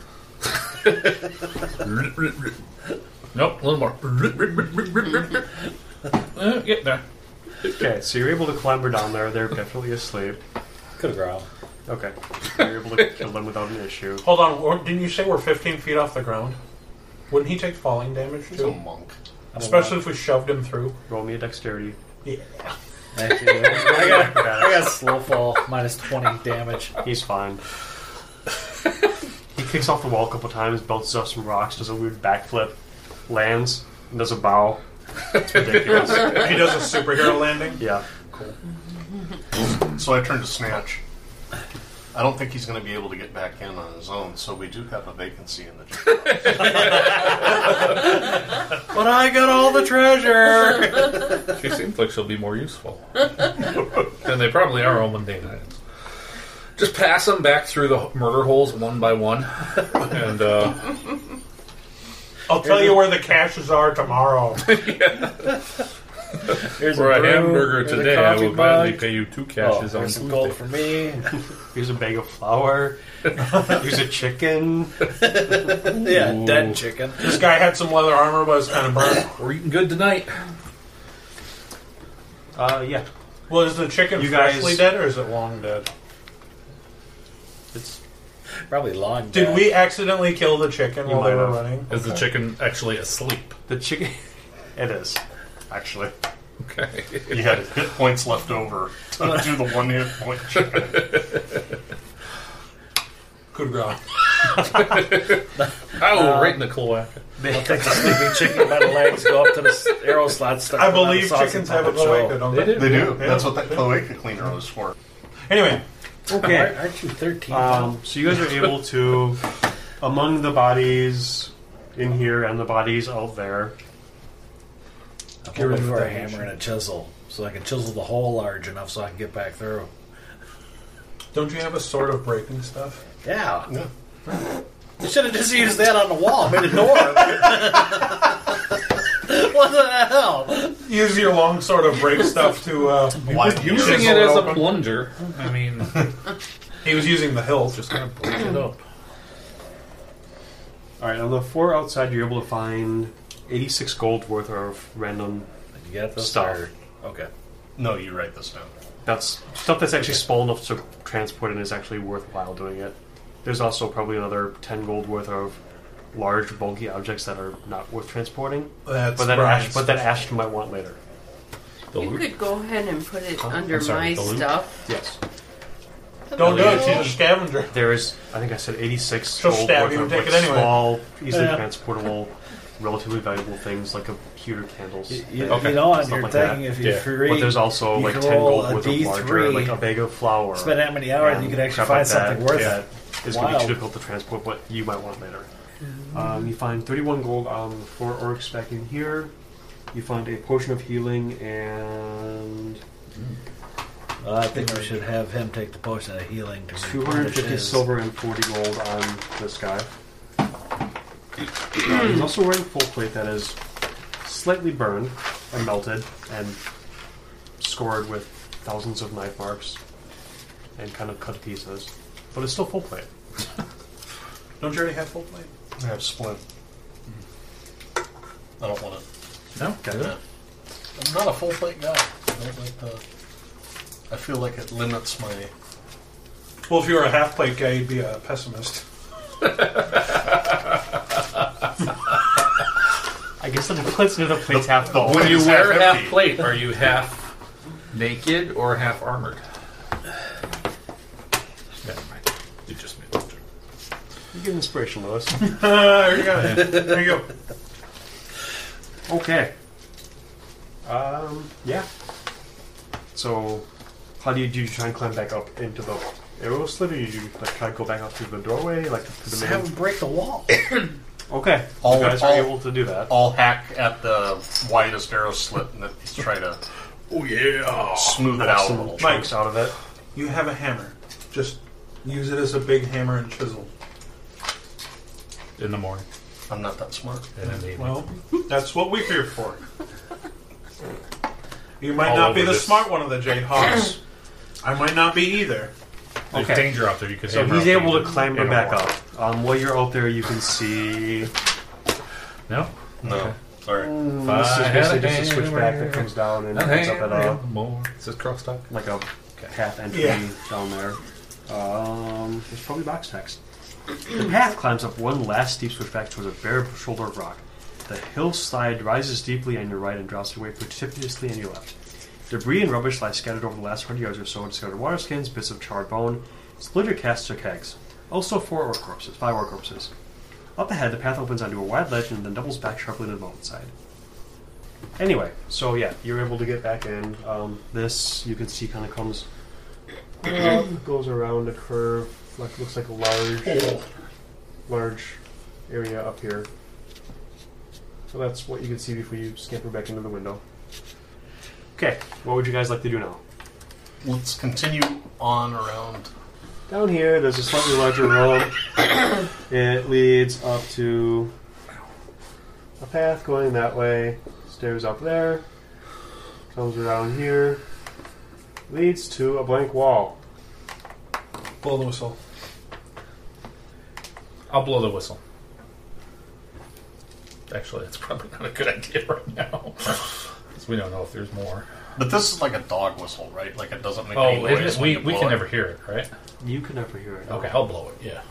F: Nope, a little more. *laughs* Uh, Get there.
C: Okay, so you're able to clamber down there. They're definitely asleep.
B: Could have growl.
C: Okay, you're able to kill them without an issue.
E: Hold on. or- Didn't you say we're 15 feet off the ground? Wouldn't he take falling damage
H: He's a
E: too?
H: monk.
E: Especially if we shoved him through.
C: Roll me a
E: *laughs*
C: dexterity.
E: Yeah.
B: Thank you. I got, I got slow fall minus twenty damage.
C: He's fine. he kicks off the wall a couple times, bounces off some rocks, does a weird backflip, lands, and does a bow. It's ridiculous.
E: He does a
H: *laughs*
E: superhero landing.
C: yeah.
H: So I turn to Snatch. I don't think he's going to be able to get back in *laughs* on his own, so we do have a vacancy in the gym.
B: But I got all the treasure.
F: She seems like she'll be more useful. *laughs* and they probably are all mundane items. Just pass them back through the murder holes one by one. and, uh,
E: I'll tell you where the caches are tomorrow.
B: Here's
F: for
B: a,
F: a
B: brew,
F: hamburger
B: here's a
F: today, I
B: coffee
F: will gladly
B: mug.
F: pay you two
B: Oh,
F: caches on
B: here's some gold
F: Tuesday.
B: for me.
C: *laughs* Here's a bag of flour. Here's a chicken.
B: yeah, dead chicken.
E: this guy had some leather armor, but it's kind of burned.
F: We're eating good tonight.
C: Uh, yeah,
E: Well, is the chicken
C: You guys-
E: freshly dead or is it long dead?
C: it's
B: Probably long.
E: Did
B: dead.
E: we accidentally kill the chicken while they
C: might
E: were
C: have.
E: running?
F: Is the chicken actually asleep?
C: the chicken. *laughs* it is actually.
F: Okay.
H: You had hit points left over to do the one hit point *laughs* check.
C: *laughs*
E: Good God.
F: Oh, right in the cloaca.
B: I'll take the sleeping chicken by the legs, go up to the s- arrow slot, stuff.
E: I believe chickens have a cloaca, don't they?
H: They do.
E: Yeah.
H: That's what that cloaca cleaner was for.
E: Anyway,
C: Okay.
B: Aren't you 13?
C: Um, so you guys are able to, among the bodies in here and the bodies out there,
B: I'm
C: rid
B: looking
C: of
B: for
C: that
B: a hammer and a chisel so I can chisel the hole large enough so I can get back through.
E: don't you have a sword of breaking stuff?
B: Yeah. You should have just used that on the wall, made a door. *laughs* what the hell?
E: Use your long sword of break stuff to. Uh,
H: Why
F: Using
E: Chisel
F: it as
E: it
F: a
E: open.
F: plunger. I mean,
E: he was using the hilt.
F: just kind of break it up.
C: All right, on the floor outside, you're able to find 86 gold worth of random.
B: You got this?
C: Stuff.
B: or- Okay.
H: No, you write this down.
C: That's stuff that's actually small enough to transport and is actually worthwhile doing it. There's also probably another 10 gold worth of large, bulky objects that are not worth transporting,
E: That's
C: but that
E: Brian's
C: Ash, but that Ash might want later.
F: The
G: You
F: loot.
G: could go ahead and put it under
F: sorry,
G: my
F: the loot?
G: stuff.
C: Yes,
E: Don't do it. She's a scavenger.
C: there is. I think I said 86
E: She'll
C: gold
E: stab
C: worth
E: you and
C: of
E: take
C: like,
E: it anyway.
C: small, easily
B: Yeah.
C: transportable, relatively valuable things like a pewter candles.
B: You, you,
C: things,
B: you know, on
C: stuff
B: your
C: like
B: thing,
C: that.
B: if you're
F: Yeah.
B: free,
C: But there's also
B: you
C: like
B: can
C: 10
B: roll
C: gold
B: a
C: worth of larger,
B: D3.
C: like a bag of flour.
B: spend that many hours,
C: and
B: you could actually
C: crap
B: find
C: like that.
B: something worth
C: yeah.
B: it.
C: It's going to be
B: Wild.
C: too difficult to transport what you might want later. Um, you find 31 gold on the four orcs back in here. You find a potion of healing and
B: Well, I think we should have him take the potion of healing to
C: 250 silver and 40 gold on this guy. Uh, he's also wearing full plate that is slightly burned and melted and scored with thousands of knife marks and kind of cut to pieces, but it's still full plate.
E: Don't you already have full plate?
H: I have splint. I don't want it.
F: No?
C: Okay.
F: Good.
H: I'm not a full plate guy. I don't like the. I feel like it limits my.
E: Well, if you were a half plate guy, you'd be a pessimist.
C: I guess that puts into the plate's half full.
H: *laughs*
F: When you
H: It's
F: wear
H: half
F: half
H: empty.
F: plate, are you half naked or half armored? Never mind. You just made that joke.
C: You get inspiration, Lewis.
E: *laughs* there you go. There you go.
C: okay. Um, yeah. So, how do you do? You try and climb back up into the arrow slit, or you like try to go back up through the doorway, like to the
B: Have
C: main?
B: him break the wall.
C: *coughs* Okay,
H: All-
C: you guys
H: all-
C: are able to do that.
H: I'll hack at the widest arrow slit and then try to
F: Oh, yeah.
H: smooth it
C: Knock
H: out a
C: some
H: little.
C: chunks out of it.
E: You have a hammer. Just use it as a big hammer and chisel.
F: In the morning.
H: I'm not that smart.
F: And in the evening.
E: Well, that's what we're here for. You might
F: All
E: not be
F: over
E: the
F: this.
E: smart one of the Jade Hawks. I might not be either.
F: There's
C: Okay.
F: danger out there. You could
C: So
F: hammer
C: he's
F: out
C: able to
F: danger
C: clamber
F: in a
C: back
F: war.
C: up. Um, while you're out there, you can see.
F: No?
H: No. Sorry.
C: This is
F: I
C: basically
F: had a
C: just a
F: hand
C: switchback
F: where-
C: that comes down and comes up at a
F: more. Is this crosstalk?
C: like a path entry
E: Yeah.
C: down there. Um, there's probably box text. The path climbs up one last steep switchback towards a bare shoulder of rock. The hillside rises deeply on your right and drops away precipitously on your left. Debris and rubbish lie scattered over the last 100 yards or so in scattered water skins, bits of charred bone, splinter casts or kegs. Also four orc corpses, five orc corpses. Up ahead, the path opens onto a wide ledge and then doubles back sharply to the mountainside. Anyway, so yeah, you're able to get back in. Um, this you can see kind of comes, *clears throat* goes around a curve, like looks like a large, large area up here. So that's what you can see before you scamper back into the window. Okay, what would you guys like to do now?
H: Let's continue on around.
C: Down here, there's a slightly larger road. it leads up to a path going that way, stairs up there, comes around here, leads to a blank wall.
E: Blow the whistle.
F: I'll blow the whistle. Actually, that's probably not a good idea *laughs* right now. 'Cause we don't know if there's more.
H: But this is like a dog whistle, right? Like it doesn't make any
F: Oh, it
H: noise.
F: is,
H: when
F: we,
H: you
F: we
H: blow
F: can
H: it.
F: never hear it, right?
C: You can never hear it.
F: Okay, I'll blow it, yeah.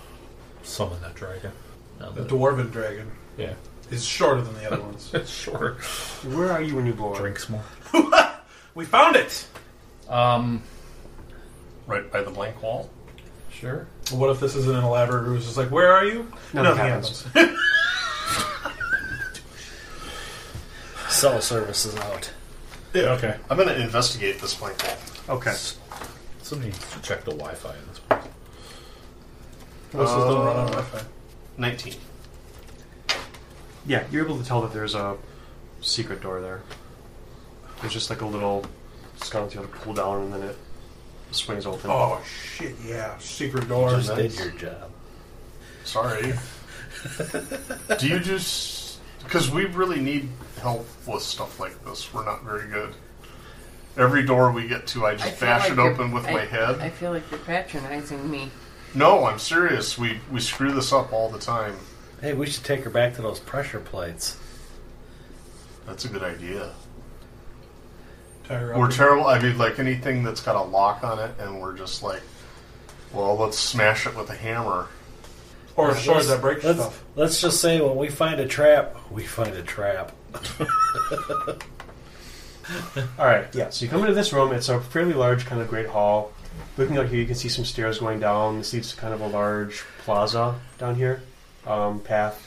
F: Summon that dragon. Now
E: The
F: that-
E: dwarven dragon
F: yeah. *laughs*
E: is shorter than the other ones.
F: sure.
C: Where are you when you blow it?
F: Drinks more.
E: we found it.
F: Um,
H: right by the blank wall.
F: sure.
E: What if this isn't an elaborate ruse? It's like, where are you?
C: Nothing happens.
B: Cell service is out.
E: Yeah.
F: Okay.
H: I'm going to investigate this blank wall.
C: Okay.
F: Somebody needs to check the Wi-Fi in this place.
E: This is the run on Wi-Fi.
H: 19.
C: Yeah, you're able to tell that there's a secret door there. There's just like a little sconce you have to pull down and then it swings open.
E: Oh shit! Yeah, secret door.
B: Just did your job.
H: Sorry. Do you just. Because we really need help with stuff like this. We're not very good. Every door we get to, I
G: I
H: just
G: feel
H: bash
G: like
H: it
G: you're-
H: open with
G: I-
H: my head.
G: I feel like you're patronizing me.
H: no, I'm serious. We, we screw this up all the time.
B: Hey, we should take her back to those pressure plates.
H: That's a good idea.
E: Tie her up.
H: We're terrible. I mean, like anything that's got a lock on it, and we're just like, well, let's smash it with a hammer.
E: or a sword that breaks
B: Let's,
E: stuff.
B: let's just say when we find a trap, we find a trap.
C: Alright, yeah, so you come into this room, it's a fairly large kind of great hall. Looking out here, you can see some stairs going down. This leads to kind of a large plaza down here, um, path.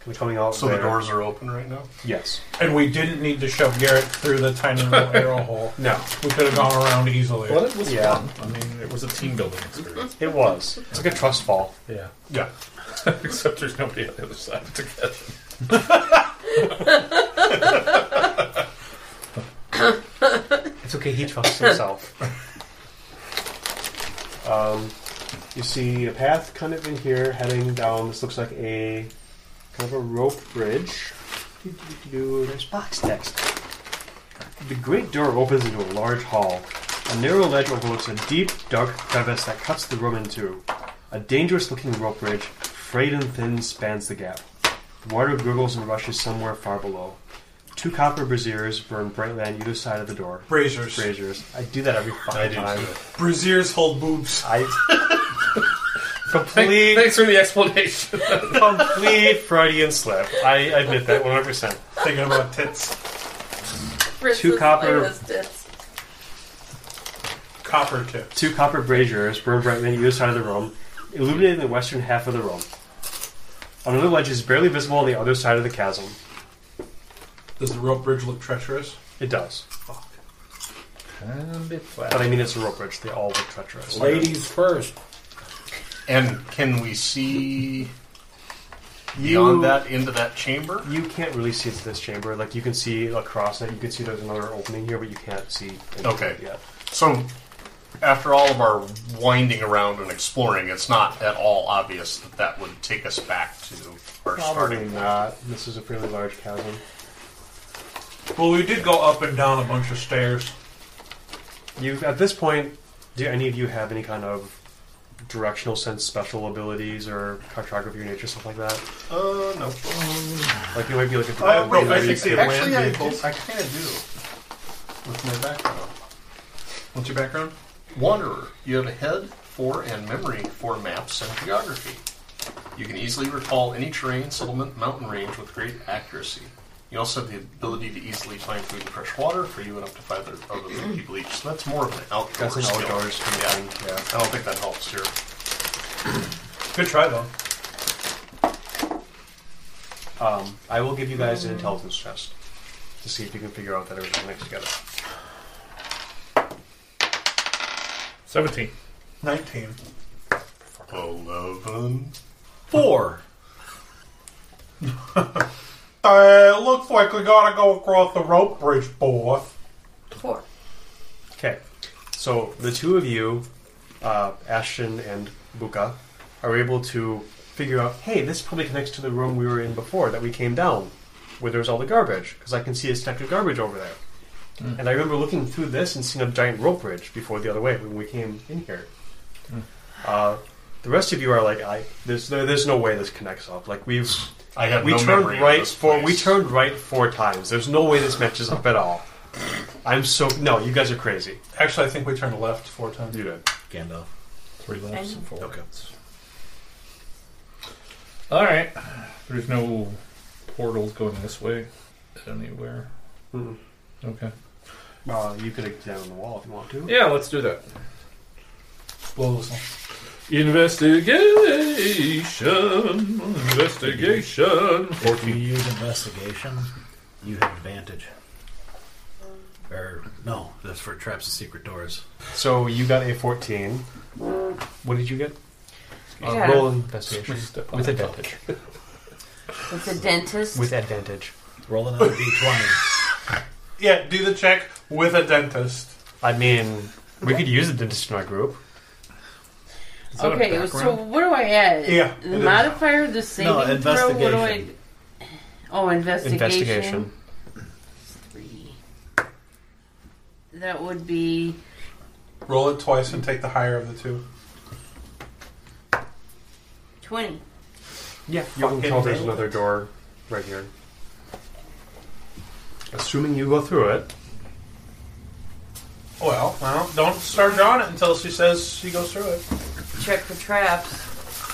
C: Kind of coming out
H: So
C: there.
H: the doors are open right now.
C: Yes.
E: And we didn't need to shove Garrett through the tiny *laughs* little arrow hole.
C: No.
E: We could have gone around easily.
F: But it was
C: Yeah.
F: fun. I mean, it was a team building experience.
C: It was. It's like a trust fall.
F: yeah.
E: *laughs* Yeah.
F: Except there's nobody on the other side together.
C: It's okay, he trusts himself. *laughs* um, you see a path kind of in here heading down. This looks like a kind of a rope bridge. Do-do-do-do. There's box next. The great door opens into a large hall. A narrow ledge overlooks a deep, dark crevice that cuts the room in two. A dangerous looking rope bridge, frayed and thin, spans the gap. Water gurgles and rushes somewhere far below. Two copper braziers burn brightly on either side of the door.
E: Braziers.
C: Braziers. I do that every fucking
H: I do
C: time.
H: too.
E: Braziers hold boobs.
C: I *laughs* complete
F: Thanks for the explanation. *laughs*
C: complete Freudian slip. I admit that one hundred percent.
E: Thinking about tits.
G: Fritz
C: Two
G: is
C: copper-
G: like his tits.
E: Copper tip.
C: Two copper braziers burn brightly on either side of the room, illuminating the western half of the room. Another ledge is barely visible on the other side of the chasm.
E: Does the rope bridge look treacherous?
C: It does,
E: Fuck.
C: but I mean it's a rope bridge. They all look treacherous.
A: Ladies first.
H: And can we see beyond
C: You-
H: that into that chamber?
C: You can't really see into this chamber. Like you can see across it. You can see there's another opening here, but you can't see. into
H: Okay.
C: it Yet.
H: So, after all of our winding around and exploring, it's not at all obvious that that would take us back to our
C: Probably
H: starting.
C: not. uh, This is a fairly large chasm.
E: Well, we did go up and down a bunch of stairs.
C: You at this point, do any of you have any kind of directional sense special abilities or cartography or nature stuff like that?
H: Uh, no.
C: Like you might be like a
E: Oh, I have
C: wait,
E: proficiency in land
H: Actually, I,
E: vehicles.
H: I kind of do. With my background.
E: What's your background?
H: Wanderer, you have a head for and memory for maps and geography. You can easily recall any terrain, settlement, mountain range with great accuracy. You also have the ability to easily find food and fresh water for you and up to five other other people each. So that's more of an outdoor
C: that's an
H: skill.
C: outdoors kind of
H: Yeah.
C: thing. Yeah.
H: I don't think that helps here.
E: Good try though.
C: Um, I will give you guys an intelligence test to see if you can figure out that everything connects together.
F: 17.
E: Nineteen.
H: Eleven.
B: Four.
E: Uh, looks like we gotta go across the rope bridge, boy.
G: Four.
C: Okay. So the two of you, uh, Ashton and Buka, are able to figure out, hey, this probably connects to the room we were in before that we came down, where there's all the garbage, because I can see a stack of garbage over there. And I remember looking through this and seeing a giant rope bridge before the other way when we came in here. Uh, the rest of you are like, I there's there, there's no way this connects up. Like we've
D: I have
C: we
D: no
C: turned
D: memory of
C: right
D: this
C: four we
D: place.
C: turned right four times. There's no way this matches up at all. I'm so no, you guys are crazy.
E: Actually, I think we turned left four times.
C: You did.
B: Gandalf.
F: Three laps and four
C: Okay.
F: laps. All right. There's no portals going this way anywhere.
C: Mm-mm.
E: Mm-hmm.
F: Okay.
C: Uh, you could examine the wall if you want to.
F: Yeah, let's do that.
E: Blow this one.
F: Investigation. Investigation.
B: If you use investigation, you have advantage. Or no, that's for traps and secret doors.
C: So you got a 14. What did you get? Uh,
G: Yeah.
C: Roll investigation
F: Step on
C: with
F: the
C: advantage.
G: It's a dentist.
C: With advantage,
B: Roll another
C: *laughs*
B: d twenty.
E: Yeah, do the check with a dentist.
C: I mean, we could use a dentist in our group.
F: that a
G: okay, so
F: background?
G: what do I add?
E: Yeah,
G: The
E: it is.
G: modifier, the saving
B: No,
G: throw. What do I?
B: investigation.
G: Oh, investigation.
C: Investigation.
G: Three. That would be
E: Roll it twice and take the higher of the two.
G: twenty.
C: Yeah, you can
E: Fucking
C: tell there's
E: nailed
C: another door right here. Assuming you go through it.
E: Well, well, don't start drawing it until she says she goes through it.
G: Check for traps.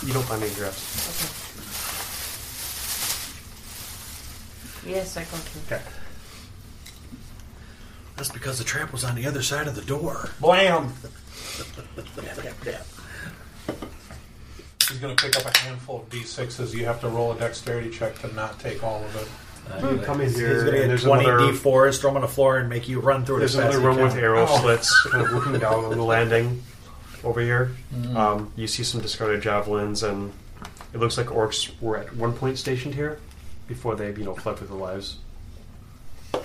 C: You don't find any drifts.
G: Yes, I go through.
C: Okay.
B: That's because the trap was on the other side of the door.
E: Blam! He's going to pick up a handful of d6s. You have to roll a dexterity check to not take all of it.
C: You come in
B: He's
C: here,
B: gonna
C: and
B: get
C: there's
B: twenty
C: another,
B: d fours, throw 'em on the floor, and make you run through. it
C: there's
B: as fast
C: another
B: as you
C: room with
B: can.
C: arrow
E: Oh.
C: slits, kind of looking down on the landing over here. Um, you see some discarded javelins, and it looks like orcs were at one point stationed here before they, you know, fled for their lives.
H: I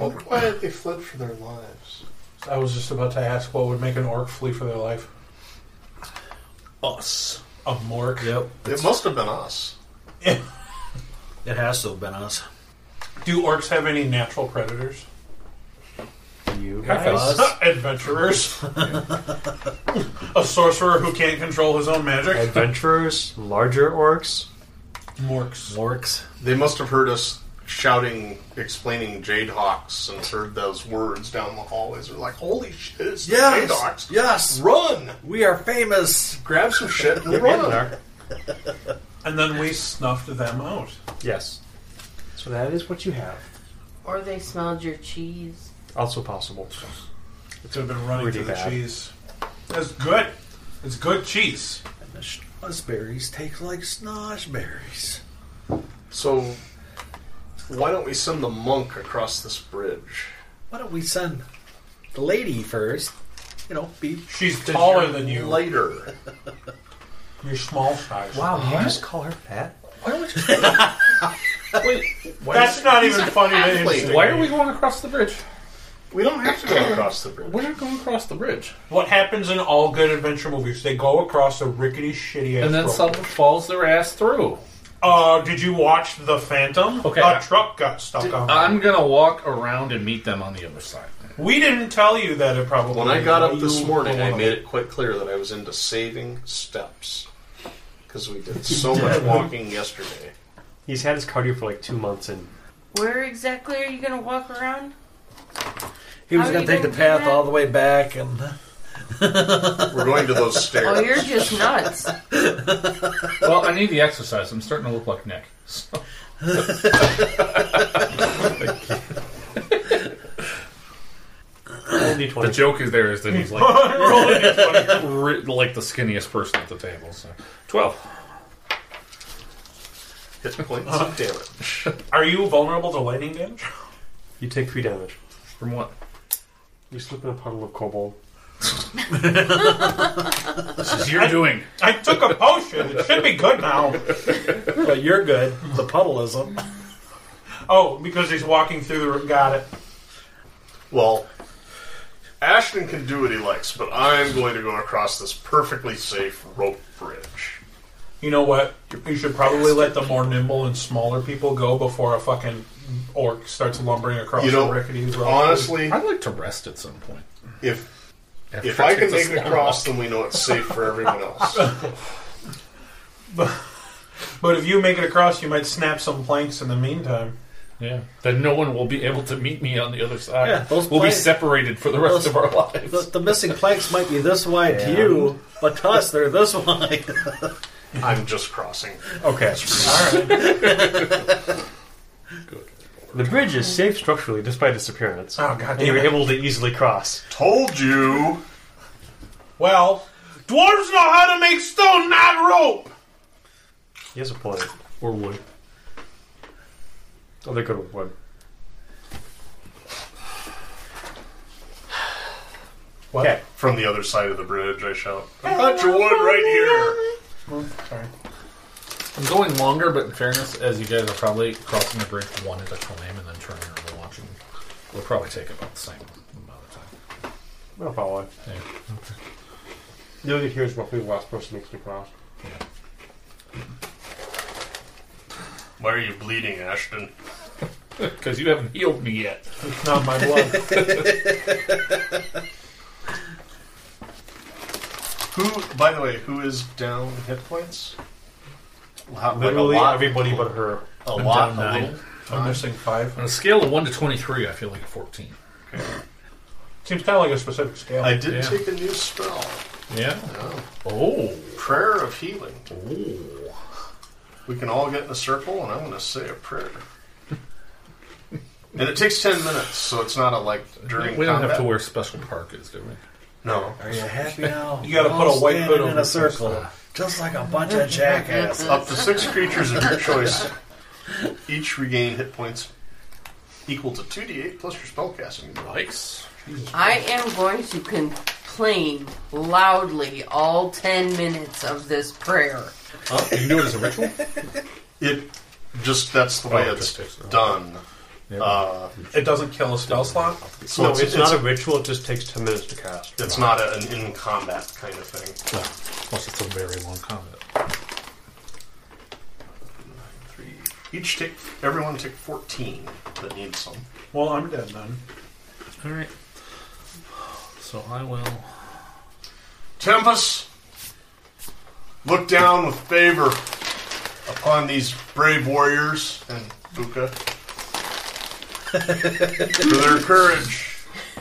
H: wonder why they fled for their lives.
E: I was just about to ask what would make an orc flee for their life.
F: Us.
E: A mork.
B: Yep,
H: It must have been us.
B: it has to have been us.
E: Do orcs have any natural predators? *laughs*
C: You
B: Us.
E: Adventurers. *laughs* a sorcerer who can't control his own magic.
C: *laughs* adventurers, larger orcs.
E: Morks.
B: Lorks.
H: They must have heard us shouting, explaining Jade Hawks, and heard those words down the hallways. They're like, "Holy shit, it's Jade Hawks!
B: yes,
H: Run!
B: we are famous.
H: Grab some shit
B: *laughs*
H: and
C: They
H: run!"
C: are.
E: And then we snuffed them out.
C: Yes. So that is what you have.
G: Or they smelled your cheese.
C: Also possible.
E: It could have been running
C: Pretty
E: to the
C: bad.
E: cheese. That's good. It's good cheese.
B: And the schnozberries taste like snozzberries.
H: So, why don't we send the monk across this bridge?
B: Why don't we send the lady first? You know, be
E: She's taller than you.
H: Later.
E: You're small size.
C: Wow, did you just call her fat?
H: *laughs*
F: Wait,
E: That's not even funny to interesting.
F: why are we going across the bridge?
H: We don't have to go across the bridge.
F: We're not going across the bridge.
E: What happens in all good adventure movies? They go across a rickety, shitty ass
F: And then
E: road.
F: someone falls their ass through.
E: Uh, did you watch The Phantom?
F: Okay. uh,
E: A truck got stuck on.
F: I'm gonna walk around and meet them on the other side.
E: we didn't tell you that it probably.
H: When I got up
E: you
H: this morning, I
E: were-
H: made it quite clear that I was into saving steps because we did
B: *laughs*
H: so much walking yesterday.
C: He's had his cardio for like two months and
G: Where exactly are you gonna walk around?
B: He was
G: How
B: going
G: you
B: to take the
G: gonna do
B: path
G: that?
B: all the way back, and
H: We're going to
B: *laughs*
H: those
G: Oh,
H: stairs.
G: you're just nuts.
F: *laughs* Well, I need the exercise. I'm starting to look like Nick. So.
C: only
F: The
C: twenty.
F: joke is there is that *laughs* he's like ri- like the skinniest person at the table. So twelve.
H: Hit points of damage.
E: Uh-huh. *laughs* Are you vulnerable to lightning damage?
C: you take three damage.
F: From what?
C: You slip in a puddle of cobalt.
F: This is your doing.
E: I took a potion. It should be good now.
B: But you're good. The puddle isn't.
E: Oh, because he's walking through the room. Got it.
H: Well, Ashton can do what he likes, but I'm going to go across this perfectly safe rope bridge.
E: You know what? You should probably let the more nimble and smaller people go before a fucking orc starts lumbering across
H: You know,
E: the rickety road.
H: honestly,
F: I'd like to rest at some point.
H: if
F: After
H: if I can
F: it's a
H: make it
F: slow
H: across,
F: walk.
H: then we know it's safe for everyone
F: *laughs*
H: else.
E: But if you make it across, you might snap some planks in the meantime.
F: yeah, then no one will be able to meet me on the other side.
B: Yeah, those
F: we'll be
B: plays-
F: separated for the rest
B: those-
F: of our lives.
B: The, the missing planks might be this wide to you, but to us they're this wide.
H: I'm just crossing.
C: Okay.
E: All right.
C: The bridge is safe structurally despite its appearance.
E: Oh god
C: And you're
E: damn it.
C: able to easily cross.
H: Told you.
E: Well, dwarves know how to make stone, not rope.
C: He has a point. Or wood. Oh, they could have wood.
E: What?
C: Okay.
H: From the other side of the bridge, I shout, "I got your wood right
E: Sorry.
F: I'm going longer, but in fairness, as you guys are probably crossing the bridge one at a time and then turning around and watching, we'll probably take about the same amount of time.
C: We'll follow it.
F: Yeah.
C: The only here is roughly the last person makes the cross.
H: here." Why are you bleeding, Ashton?
F: Because you haven't healed me yet.
E: It's not my
H: *laughs*
E: blood.
H: Who, by the way, who is down hit points? Lot- like a
C: Literally
H: lot,
C: everybody but her.
H: a lot,
F: down
H: a
F: nine.
H: little.
E: I'm missing five.
F: On a scale of 1 to 23, I feel like a 14.
E: Seems kind of like a specific scale.
H: I did
F: Yeah.
H: take a new spell,
F: Yeah? Oh.
H: prayer of healing.
F: Ooh.
H: We can all get in a circle, and I'm going to say a prayer. and it takes ten minutes, so it's not a like during.
F: we don't have
H: combat.
F: to wear special parkas, do we?
H: No,
B: Are you happy now?
E: You gotta
B: We're
E: put a
B: all
E: white
B: standing
E: hood
B: in
E: over
B: a circle, just like a bunch
G: *laughs*
B: of jackasses.
H: up to six creatures of your choice each regain hit points equal to two d8 plus your spellcasting.
F: Nice.
G: I am going to complain loudly all 10 minutes of this prayer.
F: you can do it as a ritual?
H: It just that's the way
F: Oh, it
H: it's
F: just takes- oh.
H: done.
F: Yeah.
H: Uh,
E: It doesn't kill a spell slot.
H: so
C: No, it's, not a ritual, it just takes 10 minutes to cast.
H: It's not a, an in combat kind of thing.
F: No. Plus, it's a very long combat.
H: Three. Each take everyone take fourteen that needs some.
E: Well, I'm dead then.
F: All right. So I will.
H: Tempest, look down with favor upon these brave warriors and
F: *laughs*
H: Buka for their courage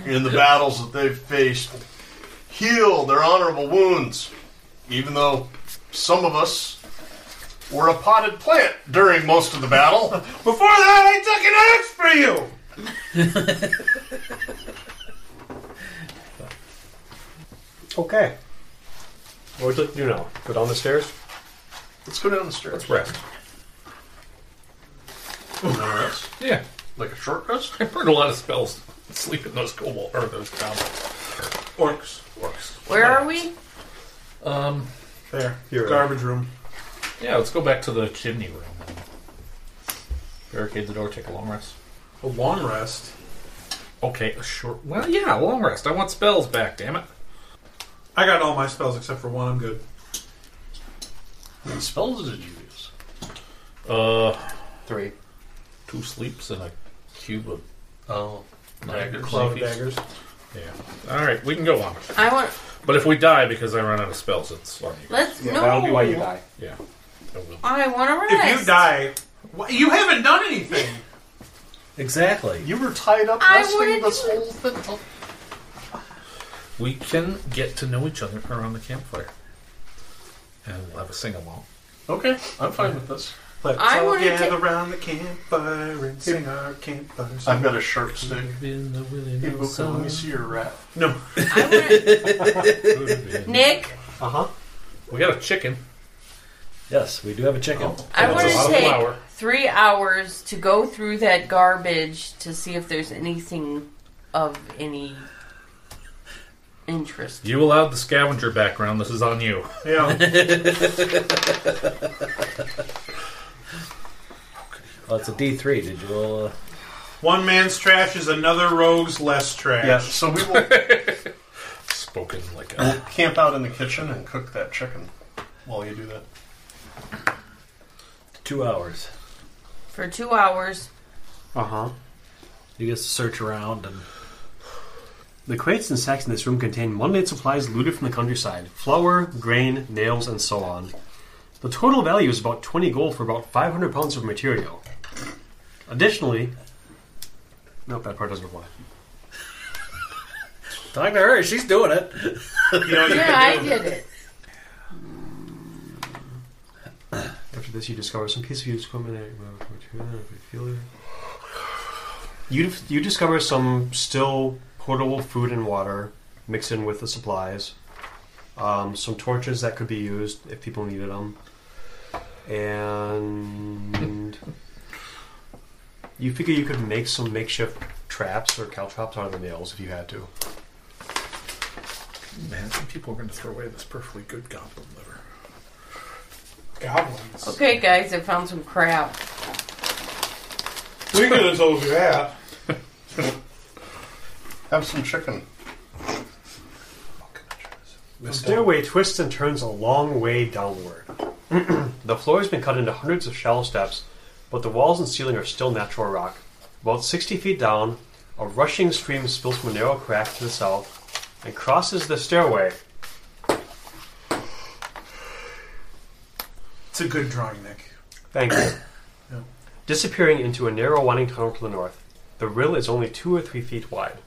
H: in the battles that they've faced. Heal their honorable wounds, even though some of us were a potted plant during most of the battle.
E: *laughs* Before that, I took an axe for you.
C: Okay. What would you like to do now? Go down the stairs?
H: Let's go down the stairs.
F: Rest.
H: Rest.
F: Yeah. *laughs*
H: Like a short rest?
F: I burned a lot of spells sleeping those cobalt or those combat
E: Orcs.
F: orcs.
G: Where are we?
F: Um,
E: There.
C: Here.
E: Garbage room.
F: yeah, let's go back to the chimney room. and Barricade the door. Take a long rest.
E: A long rest.
F: Okay, a short. Well, yeah, a long rest. I want spells back. Damn it.
E: I got all my spells except for one. I'm good.
H: How many spells did you use?
F: Uh,
H: Three.
F: two sleeps and a cube of
H: Oh.
F: daggers.
E: Love
F: Leafies.
E: daggers.
F: Yeah. All right, we can go on.
G: I want.
F: But if we die because I run out of spells, it's on you.
G: Let's. no.
C: die.
F: Yeah. I will.
G: I want to rest.
E: If you die, wh- you haven't done anything.
B: Exactly.
H: You were tied up
G: I
H: wrestling
G: wouldn't-
H: this whole thing.
F: We can get to know each other around the campfire, and we'll have a sing along.
H: Okay, I'm fine with this.
E: Let's
G: I
E: all
G: wanna
E: gather
G: ta-
E: around the campfire and sing our campfire song.
H: I've got a sharp stick. Hey, Buka, let me see your rat.
E: No.
G: I
F: *laughs*
G: wanna,
F: we
G: *laughs* Nick,
C: Uh huh.
F: got a chicken.
B: Yes, we do have a
G: I
B: chicken.
E: Oh.
F: That's
G: want
F: a lot
G: to
F: of
G: take
F: flour.
G: three hours to go through that garbage to see if there's anything of any Interesting.
F: You allowed the scavenger background. This is on you.
E: Yeah.
B: Well, it's a D three. Did you roll? A...
E: One man's trash is another rogue's less trash.
H: Yeah, so we will
F: Spoken like a.
H: camp out in the kitchen and cook that chicken while you do that.
B: Two hours.
G: For two hours.
C: Uh huh.
B: You get to search around and
C: The crates and sacks in this room contain one month supplies looted from the countryside flour, grain, nails, and so on. The total value is about 20 gold for about 500 pounds of material. Additionally, nope, that part doesn't apply.
B: talk to her. She's doing it.
E: You know, you
G: Yeah,
E: can
G: I
E: do-
G: did it.
C: After this, you discover some piece of used equipment. that you remember from a trailer, a feeler. You you discover some still portable food and water mixed in with the supplies. Um, some torches that could be used if people needed them, and you figure you could make some makeshift traps or caltrops out of the nails if you had to.
F: Man, some people are going to throw away this perfectly good goblin liver.
E: Goblins.
G: Okay, guys, I found some crap.
E: We could have told you that.
H: Have some chicken.
C: The stairway twists and turns a long way downward. *clears throat* the floor has been cut into hundreds of shallow steps, but the walls and ceiling are still natural rock. About 60 feet down, a rushing stream spills from a narrow crack to the south and crosses the stairway.
E: It's a good drawing, Nick.
C: Thank you. Disappearing into a narrow winding tunnel to the north. The rill is only two or three feet wide.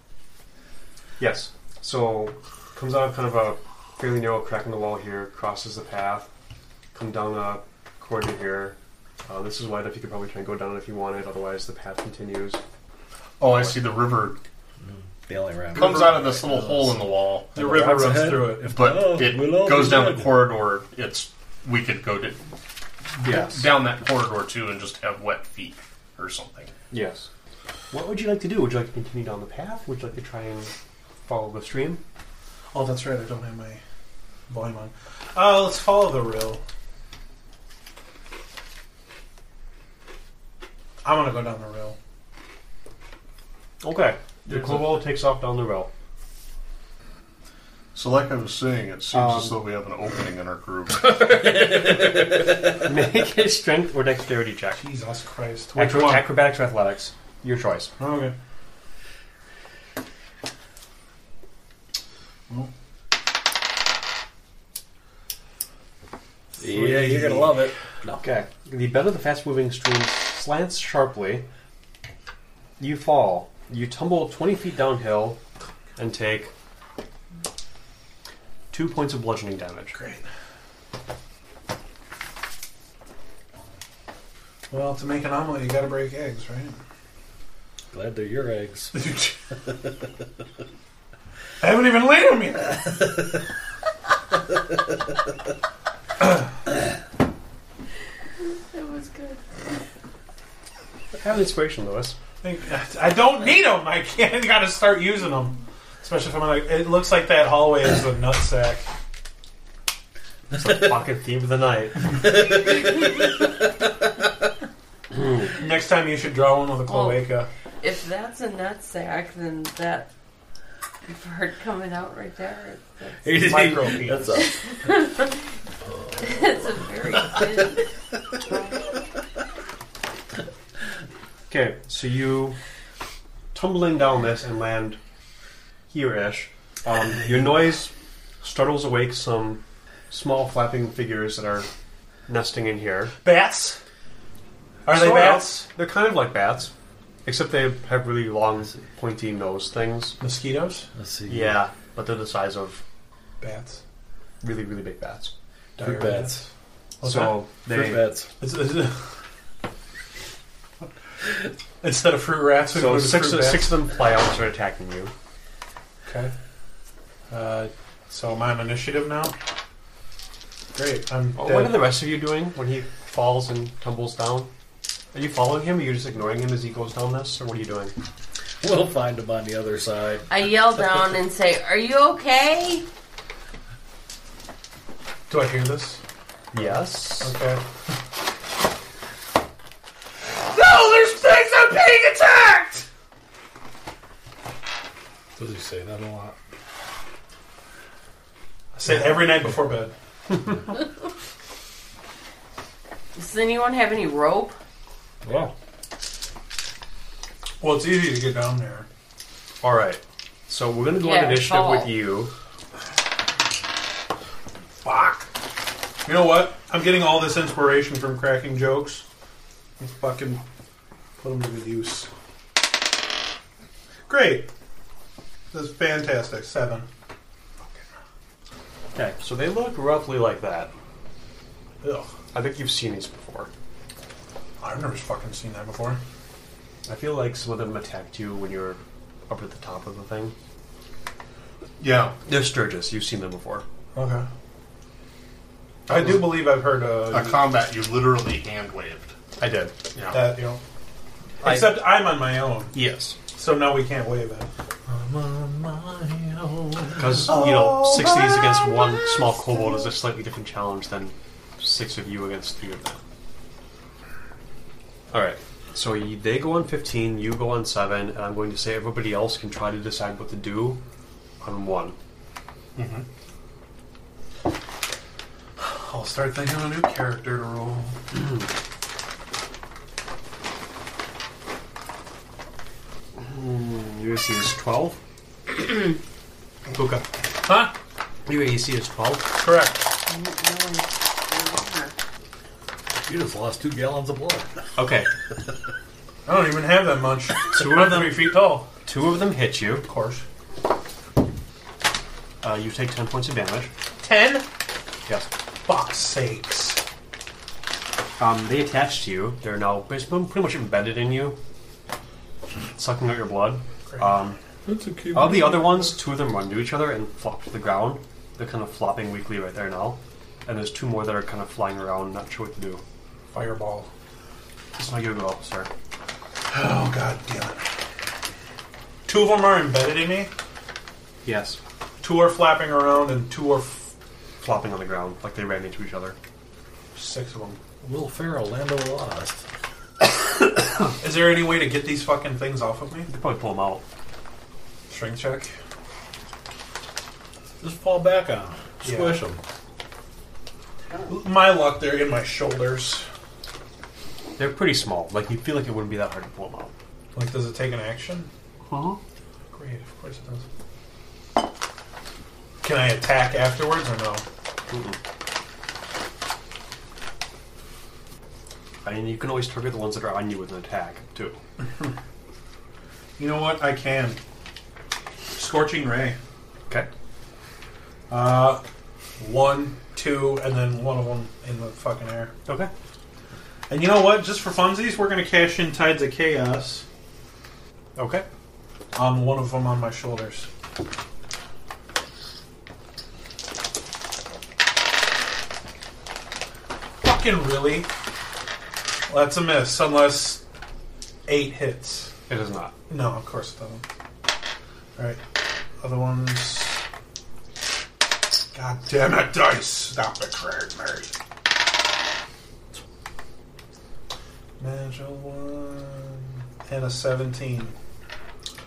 C: Yes. So comes out of kind of a fairly narrow crack in the wall here, crosses the path, come down a corridor here. Uh, this is wide enough you could probably try and go down it if you wanted, otherwise the path continues.
H: Oh, I see. The river
B: The only round.
H: comes out of this little hole in the wall,
E: The river
B: Rocks
E: runs
B: ahead.
E: through it.
H: but
B: Oh,
H: it
B: we'll all
H: goes
B: be
H: down the
B: dead.
H: corridor. It's we could go to,
C: Yes.
H: down that corridor too and just have wet feet or something.
C: Yes. What would you like to do? Would you like to continue down the path? Would you like to try and follow the stream?
E: Oh, that's right. I don't have my volume on. Uh, let's follow the rill. I'm gonna go down the rill.
C: Okay. The
H: There's a-
C: Cobalt takes off down the rail.
H: So, like I was saying, it seems
C: Um,
H: as though we have an opening in our group.
C: Make a strength or dexterity check.
E: Jesus Christ. Which
C: Acro-
E: one?
C: acrobatics or athletics. Your choice.
E: Okay.
B: Yeah, you're gonna love it.
C: Okay. The bed of the fast moving stream slants sharply. You fall. You tumble 20 feet downhill and take two points of bludgeoning damage.
E: Great. Well, to make an omelet, you gotta break eggs, *laughs* right?
B: Glad they're your eggs.
E: I haven't even laid them yet.
G: That was good.
C: Have an inspiration, Lewis.
E: I don't need them. I can't. *laughs* I gotta start using them. Especially if I'm like, it looks like that hallway is a nut sack.
C: It's like *laughs* pocket theme of the night.
E: Next time you should draw one with a cloaca.
G: If that's a nut sack, then that part coming out right there, that's, *laughs*
E: Micro penis.
B: That's a
G: that's a very thin.
C: Okay, so you tumbling down this and land here ish. Um, your noise startles awake some small flapping figures that are nesting in here.
E: Bats? Are they
C: Sort of.
E: bats?
C: They're kind of like bats, except they have really long, pointy nose things.
E: Mosquitoes?
B: let's see.
C: Yeah, but they're the size of
E: Bats.
C: really, really big bats.
B: Fruit
E: Diarrhea.
B: bats.
E: What's
C: so
B: Fruit
C: they
B: bats.
E: It's- it's- *laughs* Instead of fruit rats, we
C: so
E: go to
C: six
E: fruit
C: of,
E: bats.
C: six of them fly out and start attacking you.
E: Okay. Uh, so am I on initiative now? Great. I'm
C: Oh,
E: dead.
C: what are the rest of you doing when he falls and tumbles down? Are you following him? Or are you just ignoring him as he goes down this, or what are you doing?
B: We'll find him on the other side.
G: I yell down and say, Are you okay?
E: Do I hear this?
C: Yes.
E: Okay.
J: *laughs* No, there's pigs. I'm being attacked.
K: Does he say that a lot?
E: I say it every night before bed.
G: Does anyone have any rope?
K: Yeah.
E: Well, it's easy to get down there.
C: All right. So we're gonna go
G: Yeah,
C: on initiative
G: fall.
C: with you.
E: Fuck. You know what? I'm getting all this inspiration from cracking jokes. Let's fucking put them to good use. Great. This is fantastic. Seven.
C: Okay. So they look roughly like that.
E: Ugh.
C: I think you've seen these before.
E: I've never fucking seen that before.
C: I feel like some of them attacked you when you were up at the top of the thing.
E: Yeah.
C: They're Sturgis. You've seen them before.
E: Okay. I do believe I've heard uh,
H: A combat you literally hand waved.
C: I did.
H: Yeah.
E: that, you know.
C: I-
E: Except I'm on my own,
C: Yes.
E: so now we can't wave it.
C: Because, you know, six of these against one small kobold is a slightly different challenge than six of you against three of them. Alright. So y- they go on 15, you go on 7, and I'm going to say everybody else can try to decide what to do on 1.
E: Mm-hmm. I'll start thinking of a new character to
C: *clears throat*
E: roll.
C: Your AC is 12.
E: Puka. Huh?
C: Your AC is 12.
E: Correct.
B: You just lost two gallons of blood. *laughs*
C: Okay.
E: I don't even have that much.
C: Two of
E: Three
C: them,
E: feet tall.
C: two of them hit you.
E: Of course.
C: Uh, you take 10 points of damage.
E: Ten?
C: Yes.
E: Fuck's sakes.
C: Um, they attach to you. They're now basically pretty much embedded in you, sucking out your blood. Um,
K: That's a cute.
C: all the other ones, two of them run to each other and flop to the ground. They're kind of flopping weakly right there now. And there's two more that are kind of flying around, not sure what to do.
E: Fireball.
C: It's not your go, sir.
E: Oh, god damn it. Two of them are embedded in me,
C: Yes.
E: two are flapping around, and two are. F-
C: Flopping on the ground, like they ran into each other.
E: six of them.
B: Will Ferrell, Lando lost.
E: Is there any way to get these fucking things off of me?
C: You could probably pull them out.
E: Strength check?
B: Just fall back on him.
E: Yeah.
B: Squish him.
E: My luck, they're in my shoulders.
C: They're pretty small. Like, you feel like it wouldn't be that hard to pull them out.
E: Like, does it take an action?
C: Huh?
E: Great, of course it does. Can I attack afterwards or no?
C: Mm-hmm. I mean, you can always target the ones that are on you with an attack, too.
E: You know what? I can. Scorching Ray.
C: Okay.
E: Uh, one, two, and then one of them in the fucking air.
C: Okay.
E: And you know what? Just for funsies, we're gonna cash in Tides of Chaos
C: Okay.
E: on one of them on my shoulders. Fucking really? Well, that's a miss, unless eight hits.
C: It is not.
E: No, of course it doesn't. Alright. Other ones. God damn it, dice! Stop it, Craig Mary. Magical one. And a 17.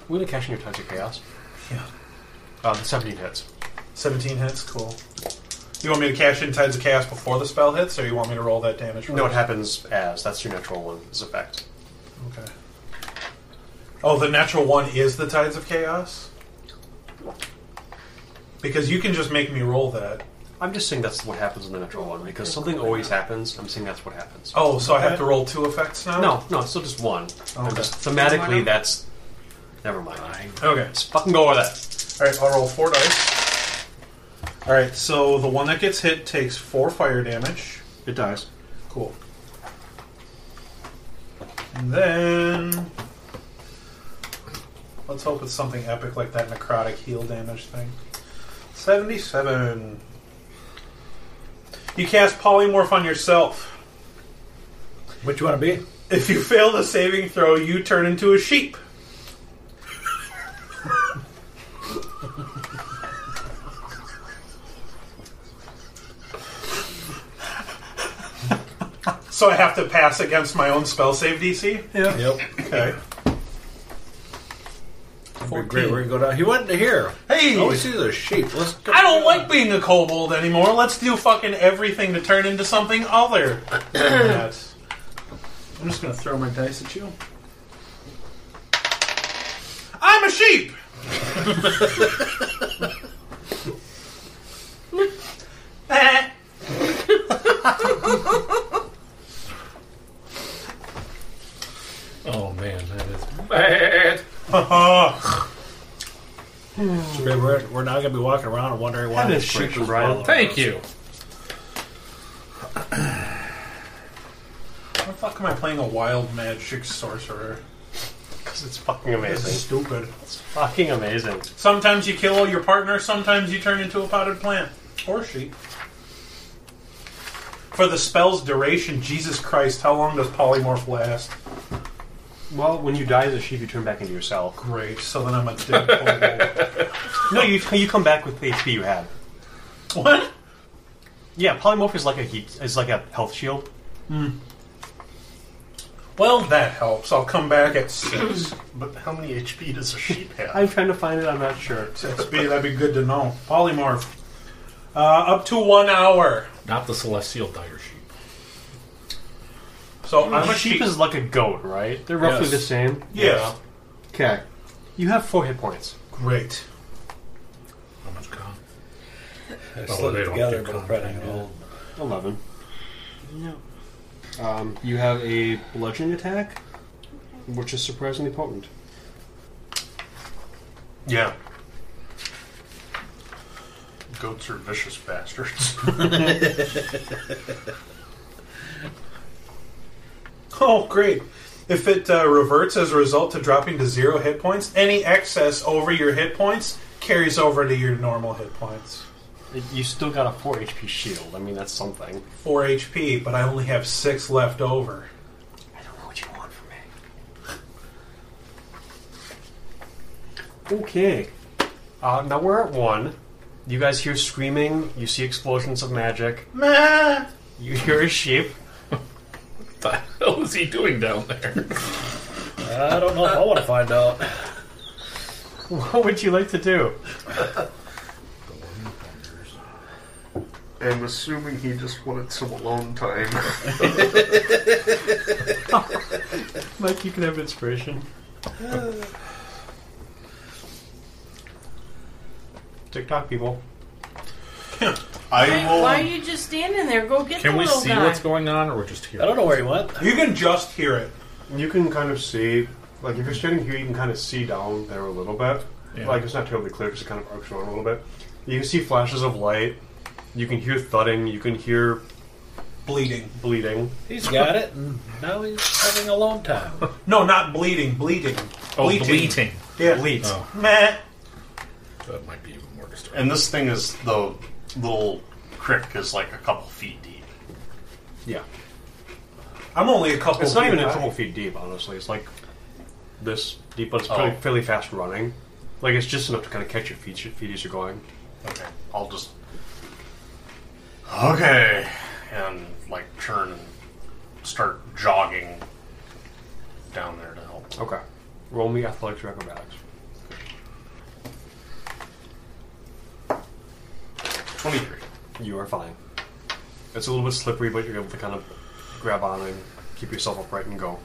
C: We're gonna cash in your touch of chaos.
E: Yeah.
C: Uh, the 17 hits.
E: 17 hits, cool. You want me to cash in Tides of Chaos before the spell hits, or you want me to roll that damage?
C: No, it
E: first?
C: happens as that's your natural one. Is effect.
E: Okay. Oh, the natural one is the Tides of Chaos? Because you can just make me roll that.
C: I'm just saying that's what happens in the natural one because something always happens. I'm saying that's what happens. Oh,
E: Oh, so I have to roll two effects now?
C: No, no, it's still just one. I'm
E: Okay.
C: Just thematically, that's never mind.
E: Okay.
C: Let's fucking go over that.
E: Alright, I'll roll four dice. Alright, so the one that gets hit takes four fire damage.
C: It dies.
E: Cool. And then. Let's hope it's something epic like that necrotic heal damage thing. 77. You cast polymorph on yourself.
B: What you want to be?
E: If you fail the saving throw, you turn into a sheep. So I have to pass against my own spell save DC?
L: Yeah.
B: Yep.
E: Okay.
B: Great, we're gonna go down. He went to here.
E: Hey!
B: oh, he's a sheep. Let's
E: I don't like being a kobold anymore. Let's do fucking everything to turn into something
B: *clears throat*
E: other. than that.
B: I'm just gonna throw my dice at you.
E: I'm a sheep!
B: *laughs*
E: *laughs* Eh.
F: Oh man, that is bad.
B: So great, we're, we're now gonna be walking around and wondering why.
L: That is
B: the
L: sheep,
B: creature's
L: Brian.
B: following
F: Thank
B: us.
F: you.
E: Why the fuck am I playing a wild magic sorcerer?
C: Because *laughs* it's fucking
E: This is
C: amazing.
E: stupid.
C: Fucking amazing.
E: Sometimes you kill your partner, sometimes you turn into a potted plant. Or sheep. For the spell's duration, Jesus Christ, how long does polymorph last?
C: Well, when you die as a sheep, you turn back into yourself.
E: Great, so then I'm a dead
C: *laughs*
E: kobold.
C: No, you you come back with the HP you had.
E: What?
C: Yeah, polymorph is like a heat, is like a health shield.
E: Well, that helps. I'll come back
C: *clears throat*
E: at 6.
H: But how many HP does a sheep have?
C: I'm trying to find it. I'm not sure.
E: 6B, that'd be good to know. Polymorph. Uh, up to one hour.
F: Not the celestial dire sheep.
E: So I'm a
C: sheep
E: sheep.
C: is like a goat, right? They're roughly
B: Yes.
C: the same.
E: yeah.
C: Okay. You have four hit points.
E: Great.
F: Oh my god.
B: I
F: Oh,
B: slid
F: they
B: it
F: don't
B: together,
F: do
B: but probably not
F: combat.
B: old.
C: Eleven. No. Um, you have a bludgeoning attack, which is surprisingly potent.
H: Yeah. Goats are vicious bastards. *laughs*
E: *laughs* Oh, great. If it uh, reverts as a result to dropping to zero hit points, any excess over your hit points carries over to your normal hit points.
C: It- You still got a four HP shield. I mean, that's something.
E: 4 HP, but I only have 6 left over.
C: I don't know what you want from me. Okay. Uh, now we're at one. You guys hear screaming. You see explosions of magic.
E: Meh.
C: You hear a sheep.
F: What the hell is he doing down there?
B: I don't know if I want to find out.
C: *laughs* What would you like to do?
H: I'm assuming he just wanted some alone time.
C: Mike, you can have *sighs* inspiration. TikTok people.
G: Why, why are you just standing there? Go
F: *laughs*
G: get
F: Can
G: the
F: we
G: little
F: see
G: guy.
F: what's going on, or we're just here?
B: I don't know where he went.
E: You can just hear it.
C: You can kind of see, like if you're standing here, you can kind of see down there a little bit.
F: Yeah.
C: Like it's not totally clear because it kind of arcs around a little bit. You can see flashes of light. You can hear thudding. You can hear
E: Bleeding.
C: bleeding.
B: He's got it, and now he's having a long time.
E: No, not bleeding. Bleeding.
F: Oh, bleating.
E: Yeah.
C: Bleeds.
F: Oh.
E: Meh.
F: That might be even more disturbing.
H: and this thing is the little crick is like a couple feet deep.
C: Yeah.
E: I'm only a couple
C: It's not
E: feet
C: even a
E: high.
C: couple feet deep, honestly. It's like this deep, but it's pretty, fairly fast running. Like it's just enough to kind of catch your feet, feet as you're going.
H: Okay. I'll just Okay. And like turn and start jogging down there to help.
C: Okay. Roll me athletics or acrobatics.
H: Twenty three.
C: You are fine. It's a little bit slippery, but you're able to kind of grab on and keep yourself upright and go.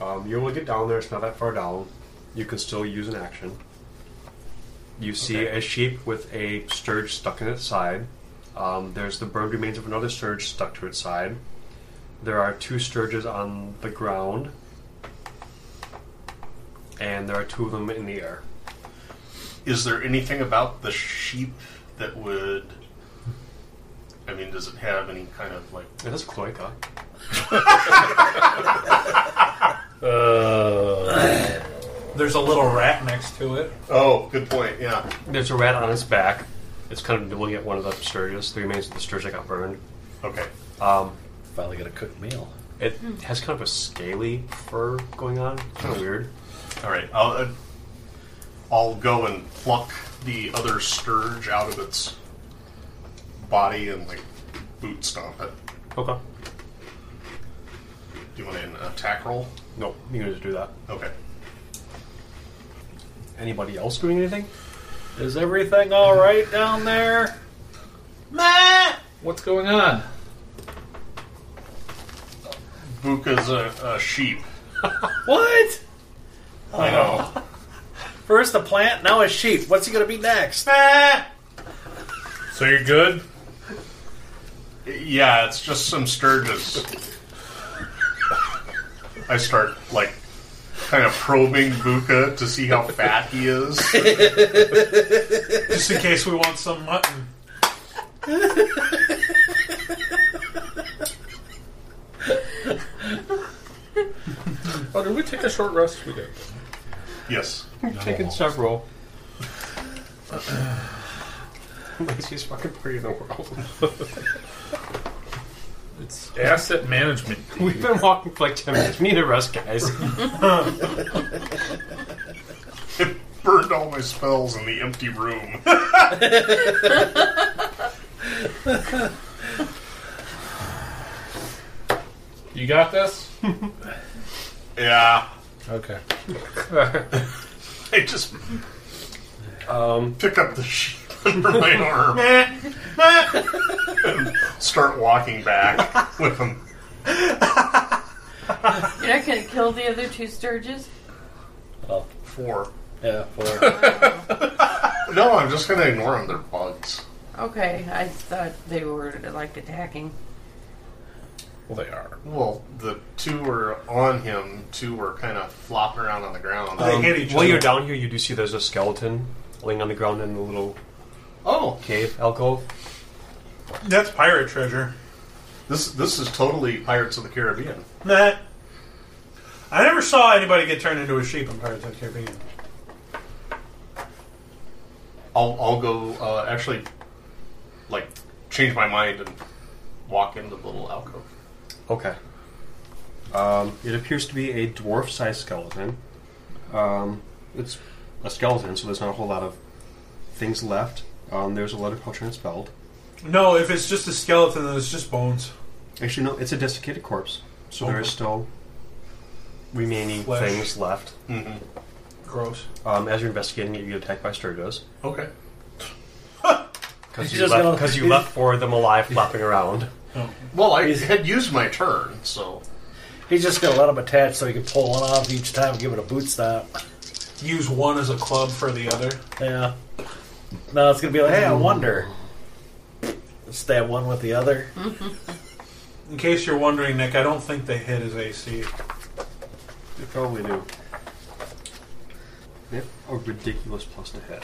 C: Um, you're able to get down there. It's not that far down. You can still use an action. You see a sheep with a sturge stuck in its side. Um, there's the burned remains of another sturge stuck to its side. There are two sturges on the ground, and there are two of them in the air.
H: Is there anything about the sheep that would I mean, does it have any kind of like
C: It is cloaca.
E: There's a little rat next to it.
H: Oh, good point, yeah.
C: There's a rat on its back. It's kind of nibbling at one of the sturges, the remains of the sturge that got burned.
H: Okay.
C: Um,
B: Finally got a cooked meal.
C: it has kind of a scaly fur going on. Kind of weird.
H: All right, I'll, uh, I'll go and pluck the other sturge out of its body and like boot stomp it.
C: Okay.
H: Do you want an attack roll?
C: No, you can just do that.
H: Okay.
C: Anybody else doing anything? *laughs*
B: Is everything all right down there?
F: What's going on?
H: Buka's a, a sheep.
B: What?
H: I know.
B: First a plant, now a sheep. What's he gonna be next? Ah!
H: So you're good? Yeah, it's just some sturges. I start like kind of probing Buka to see how fat he *laughs* is.
E: Just in case we want some mutton.
F: Oh, did we take a short rest? We did.
H: Yes.
C: Taking several. Laziest fucking party in the world. *laughs*
F: It's asset management.
C: We've been walking for like 10 minutes. We need a rest, guys.
H: *laughs* Burned all my spells in the empty room. *laughs*
F: You got this?
H: yeah.
F: Okay.
H: *laughs* I just
C: Um,
H: pick up the sheep *laughs* under my arm and start walking back with him.
G: You're not gonna kill the other two sturges?
H: Four.
B: Yeah, for
H: No, I'm just gonna ignore them. They're bugs.
G: Okay, I thought they were like attacking.
F: Well, they are.
H: Well, the two were on him. Two were kind of flopping around on the ground.
E: They hit each
C: While
E: other.
C: you're down here, you do see there's a skeleton laying on the ground in the little
H: oh,
C: cave alcove.
E: That's pirate treasure.
H: this this is totally Pirates of the Caribbean.
E: Nah. I never saw anybody get turned into a sheep in Pirates of the Caribbean.
H: I'll I'll go uh, actually, like, change my mind and walk into the little alcove.
C: Okay. Um, it appears to be a dwarf-sized skeleton. Um, it's a skeleton, so there's not a whole lot of things left. Um, there's a letter culture expelled.
E: No, if it's just a skeleton, then it's just bones.
C: Actually, no, it's a desiccated corpse, so there
E: Okay.
C: is still remaining
E: Flesh.
C: things left.
E: Gross.
C: Um, as you're investigating it, you get attacked by sturgis.
H: Okay.
C: Because
B: He's
C: you,
B: just
C: left,
B: gonna-
C: 'cause you left four of them alive flapping around.
H: Well, I had used my turn, so
B: He's just gonna let him attach so he can pull one off each time and give it a boot stomp.
E: Use one as a club for the other.
B: Yeah. No, it's gonna be like, hey, I wonder. Stab one with the other.
E: In case you're wondering, Nick, I don't think they hit his AC.
C: They probably do. They have a ridiculous plus to hit.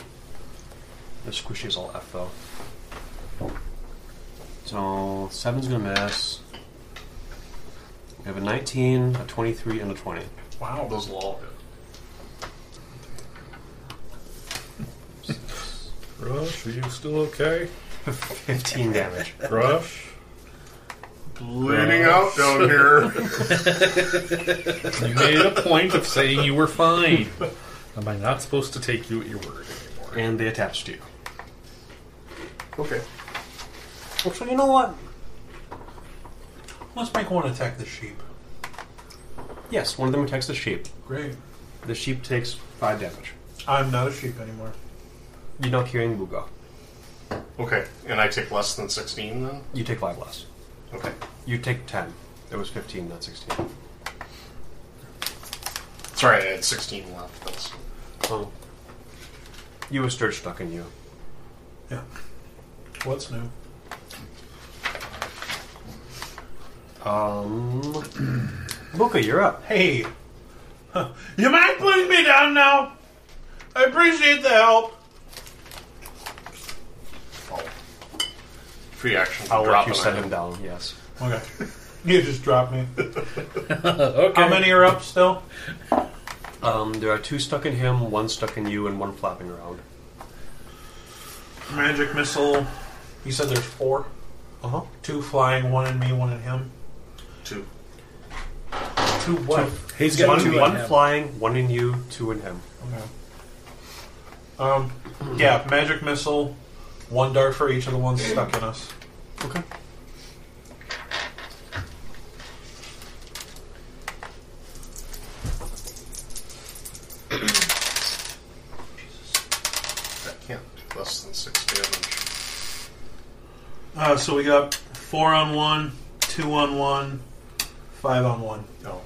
C: The squishy is all F though. So seven's gonna miss. We have a nineteen, a twenty-three, and a twenty.
H: wow, those will all hit.
F: Rush, are you still okay?
B: *laughs*
C: Fifteen damage.
F: Rush?
H: Bleeding out down here.
F: You made a point of saying you were fine. Am I not supposed to take you at your word anymore?
C: And they attach to you.
H: *laughs* okay.
C: Actually, you know what?
E: Let's make one attack the sheep.
C: Yes, one of them attacks the sheep.
E: Great.
C: The sheep takes five damage.
E: I'm not a sheep anymore.
C: You're not carrying Buga.
H: Okay, and I take less than sixteen then.
C: You take five less.
H: Okay.
C: You take ten. It was fifteen, not sixteen.
H: Sorry, I had sixteen left. That's
C: Oh. You were sturge stuck in you.
E: Yeah. What's new?
C: Um, Luca, you're up.
E: Hey. Huh. You mind putting me down now? I appreciate the help.
H: free action.
C: I'll
H: Drop
C: let you
H: an
C: set
H: item.
C: him down. Yes.
E: Okay. You just dropped me.
B: Okay.
E: How many are up still?
C: Um, there are two stuck in him, one stuck in you, and one flapping around.
E: Magic missile. You said there's four.
C: Uh huh.
E: Two flying, one in me, one in him.
H: Two.
E: Two what?
B: He's got
C: one,
B: two in
C: one
B: him.
C: flying, one in you, two in him.
E: Okay. Um, yeah, magic missile. One dart for each of the ones stuck in us.
C: Okay.
H: can't do less than six damage.
E: Uh, so we got four on one, two on one, five on one.
C: Oh.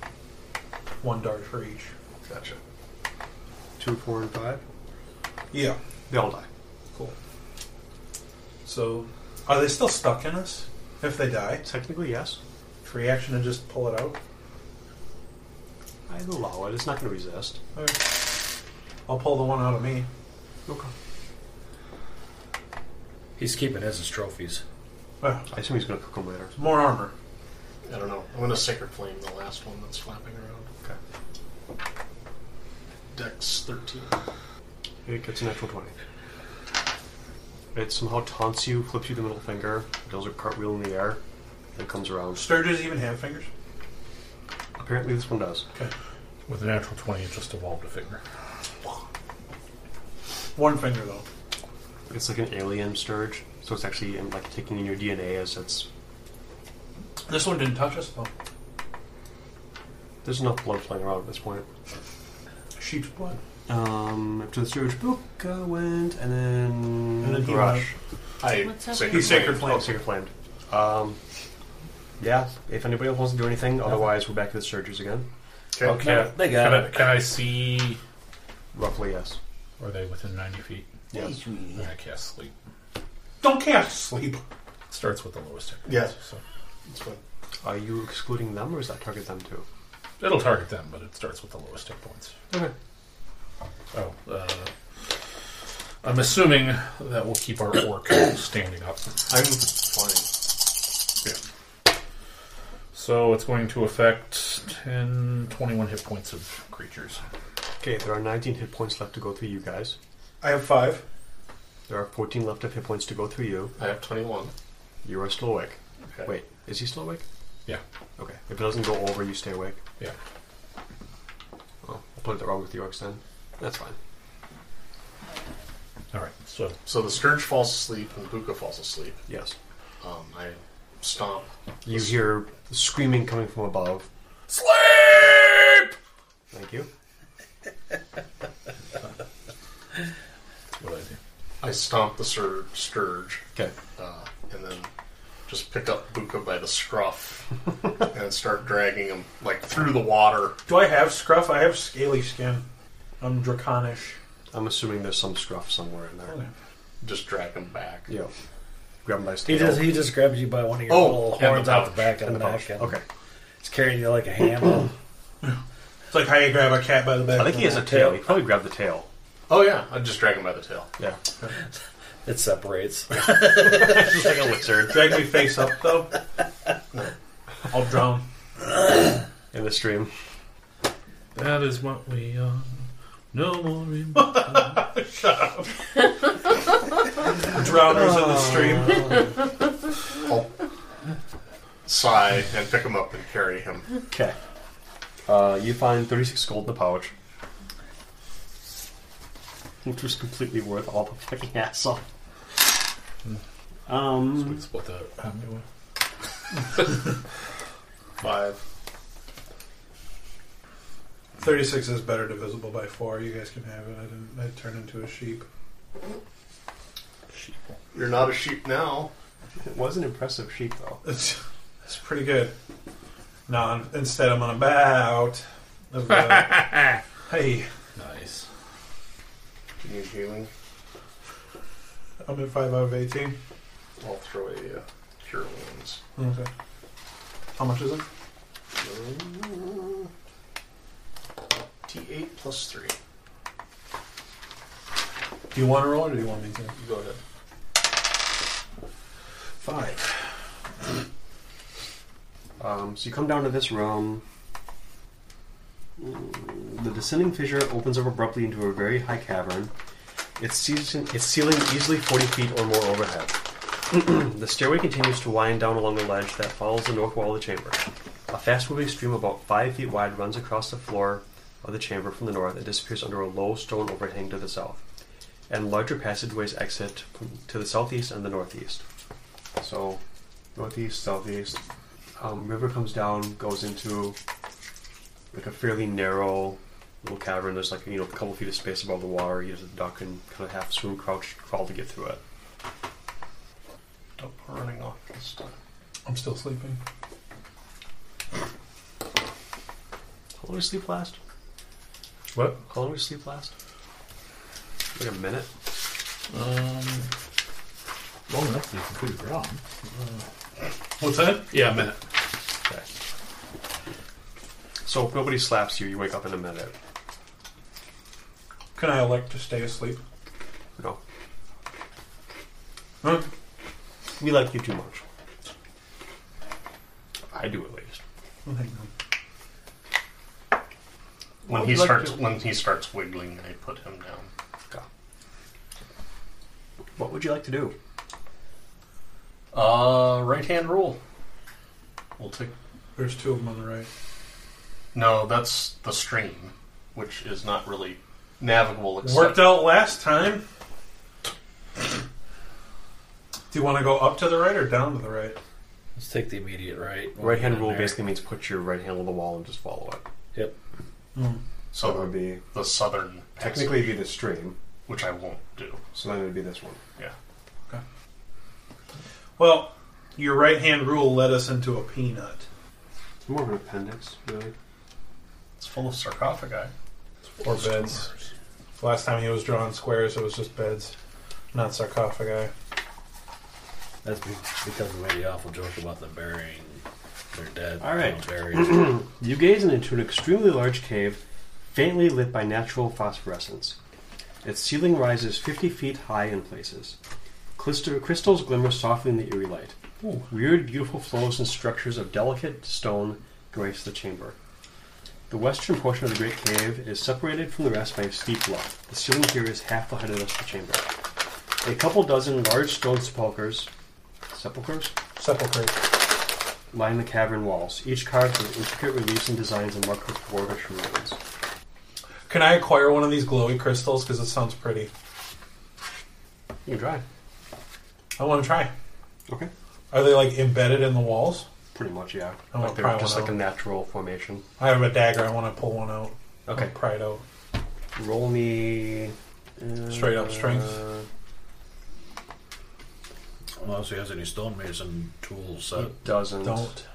E: No. One dart for each.
H: Gotcha.
C: Two, four, and five.
E: Yeah.
C: They all die.
E: Cool. So, are they still stuck in us? If they die,
C: technically yes.
E: Free action to just pull it out.
C: I allow it. It's not going to resist.
E: I'll pull the one out of me.
C: Okay.
B: He's keeping his as trophies.
E: Well,
C: I assume he's going to cook them later.
E: Uh, more armor.
H: I don't know. I'm gonna sacred flame the last one that's flapping around.
C: Okay.
H: Dex thirteen.
C: It gets a natural 20. It somehow taunts you, flips you the middle finger, does a cartwheel in the air, and it comes around.
E: Sturges even have fingers.
C: Apparently, this one does.
F: With a natural 20, it just evolved a finger.
E: One finger though.
C: It's like an alien sturge, so it's actually um, like taking in your DNA as it's.
E: This one didn't touch us Oh, though.
C: There's enough blood flying around at this point.
E: Sheep's blood.
C: Um, after the sturge, Buka went, and then.
E: And then he
C: Rush.
H: I
M: What's up
H: sacred
E: He's sacred
C: Oh,
E: flame.
C: Sacred Flamed. Um, yeah, if anybody else wants to do anything, otherwise, we're back to the sturges again.
B: Okay. they got
F: Can I,
B: it.
F: can I see?
C: Roughly, yes.
F: Are they within 90 feet?
C: Yes.
F: I'm going to cast sleep.
E: Don't cast sleep.
F: Starts with the lowest tier.
H: Yes.
F: So
H: That's fine.
C: Are you excluding them, or does that target them too?
F: it'll target them, but it starts with the lowest hit points.
C: Okay.
F: Oh, uh, I'm assuming that will keep our orc standing up.
H: I'm fine.
F: So it's going to affect 10, 21 hit points of creatures.
C: Okay, there are 19 hit points left to go through you guys.
E: I have five.
C: There are 14 left of hit points to go through you.
H: I have twenty-one.
C: You are still awake.
F: Okay.
C: Wait, is he still awake?
F: Yeah.
C: Okay. If it doesn't go over, you stay awake.
F: Yeah.
C: Oh, I put it wrong with the orcs then. That's fine.
F: All right. So
H: So the scourge falls asleep and Buka falls asleep.
C: Yes.
H: Um, I stomp.
C: You hear screaming coming from above. Sleep! Thank you.
F: what do I do?
H: I stomp the sur- scourge,
C: Okay.
H: uh, and then just pick up Buka by the *laughs* scruff and start dragging him like through the water.
E: Do I have scruff? I have scaly skin. I'm draconish.
C: I'm assuming there's some scruff somewhere in
B: Oh,
C: there.
H: Just drag him back.
C: Yeah. Grab him by his
B: He
C: tail.
B: just he just grabs you by one of your
H: Oh,
B: little
H: and the
B: horns out the
H: pouch.
B: back of
C: And
B: the
C: the pouch.
B: neck, and
C: Okay.
B: it's carrying you like
C: *clears throat*
B: a ham.
E: It's like how you grab a cat by the back.
C: I think he has a tail. He probably grabbed the tail.
H: Oh yeah, I just drag him by the tail.
C: Yeah.
B: it separates.
C: Just like a lizard
E: Drag me face up though. I'll drown.
C: in the stream.
F: That is what we are. No more. Rem-
E: Drowners in the
C: Oh.
E: stream.
H: I'll sigh and pick him up and carry him.
C: Okay. Uh, you find 36 gold in the pouch. Which was completely worth all the fucking hassle. Um,
F: split that. How many?
H: Five.
E: Thirty-six is better divisible by four. You guys can have it. I didn't. I turned into a sheep.
H: You're not a sheep now.
C: it was an impressive sheep, though.
E: It's, it's pretty good. No, I'm- instead I'm on a bout. Of, uh, hey,
F: Nice.
H: Do you need healing?
E: I'm at five out of eighteen.
H: I'll throw a uh, cure wounds.
E: Okay. How much is it?
H: T8 plus three.
E: Do you want to roll or do you want me to?
H: You go ahead.
E: Five.
C: Um, so you come down to this room. Mm, The descending fissure opens up abruptly into a very high cavern. Its ceiling, its ceiling easily 40 feet or more overhead. *clears throat* the stairway continues to wind down along a ledge that follows the north wall of the chamber. A fast moving stream about 5 feet wide runs across the floor of the chamber from the north and disappears under a low stone overhang to the south. And larger passageways exit from- to the southeast and the northeast. So, northeast, southeast, um, river comes down, goes into like a fairly narrow little cavern. There's like you know a couple feet of space above the water. You just duck and kind of half swim, crouch, crawl to get through it.
H: Don't running off this stuff.
E: I'm still sleeping.
C: How long did we sleep last?
F: What?
C: How long did we sleep last? Like a minute.
F: Um, long enough to be completely wrong.
E: What's that?
F: Yeah, a minute.
C: Okay. So if nobody slaps you, you wake up in a minute.
E: Can I elect to stay asleep?
C: No,
E: Huh?
C: we like you too much. I do at least.
E: Oh, hang
H: When
C: Well,
H: he
C: like
H: starts
C: to-
H: when he starts wiggling, I put him down.
C: What would you like to do?
H: Uh, right hand rule. We'll take.
E: on. There's two of them on the right.
H: No, that's the stream, which is not really navigable. Except
E: Worked out last time. Do you want to go up to the right or down to the right?
B: Let's take the immediate right.
C: Right hand rule
B: There.
C: basically means put your right hand on the wall and just follow it.
B: Yep.
C: So it
H: so
C: would be
H: the southern
C: Oh. technically it'd be the stream,
H: exit, which I won't do.
C: so then it'd be this one.
H: Yeah.
E: Well, your right hand rule led us into a peanut.
C: It's more of an appendix, really.
H: It's full of sarcophagi.
E: Or beds. Last time he was drawing squares, it was just beds, not sarcophagi.
B: That's be- because we made the awful joke about them burying their dead.
C: All right.
B: Don't
H: *clears throat*
B: bury it.
C: *clears throat* You gaze into an extremely large cave, faintly lit by natural phosphorescence. Its ceiling rises 50 feet high in places. Clister- crystals glimmer softly in the eerie light. Weird, beautiful flows and structures of delicate stone grace the chamber. The western portion of the great cave is separated from the rest by a steep bluff. The ceiling here is half the height of the rest of the chamber. A couple dozen large stone sepulchres, sepulchres
E: Sepulchre.
C: line the cavern walls, each carved with intricate reliefs and designs and marked with dwarvish runes.
E: Can I acquire one of these glowy crystals? Because it sounds pretty.
C: You can try.
E: I want to try.
C: Okay.
E: Are they like embedded in the walls?
C: Pretty much, yeah.
E: Oh, I wanna
C: like they're
E: pry
C: just
E: one
C: like a natural formation.
E: I have a dagger. I want to pull one out.
C: Okay.
E: I'll Pry it out.
C: Roll me. uh,
E: Straight up strength?
B: Unless he has any stonemason tools set.
C: It doesn't.
E: Don't.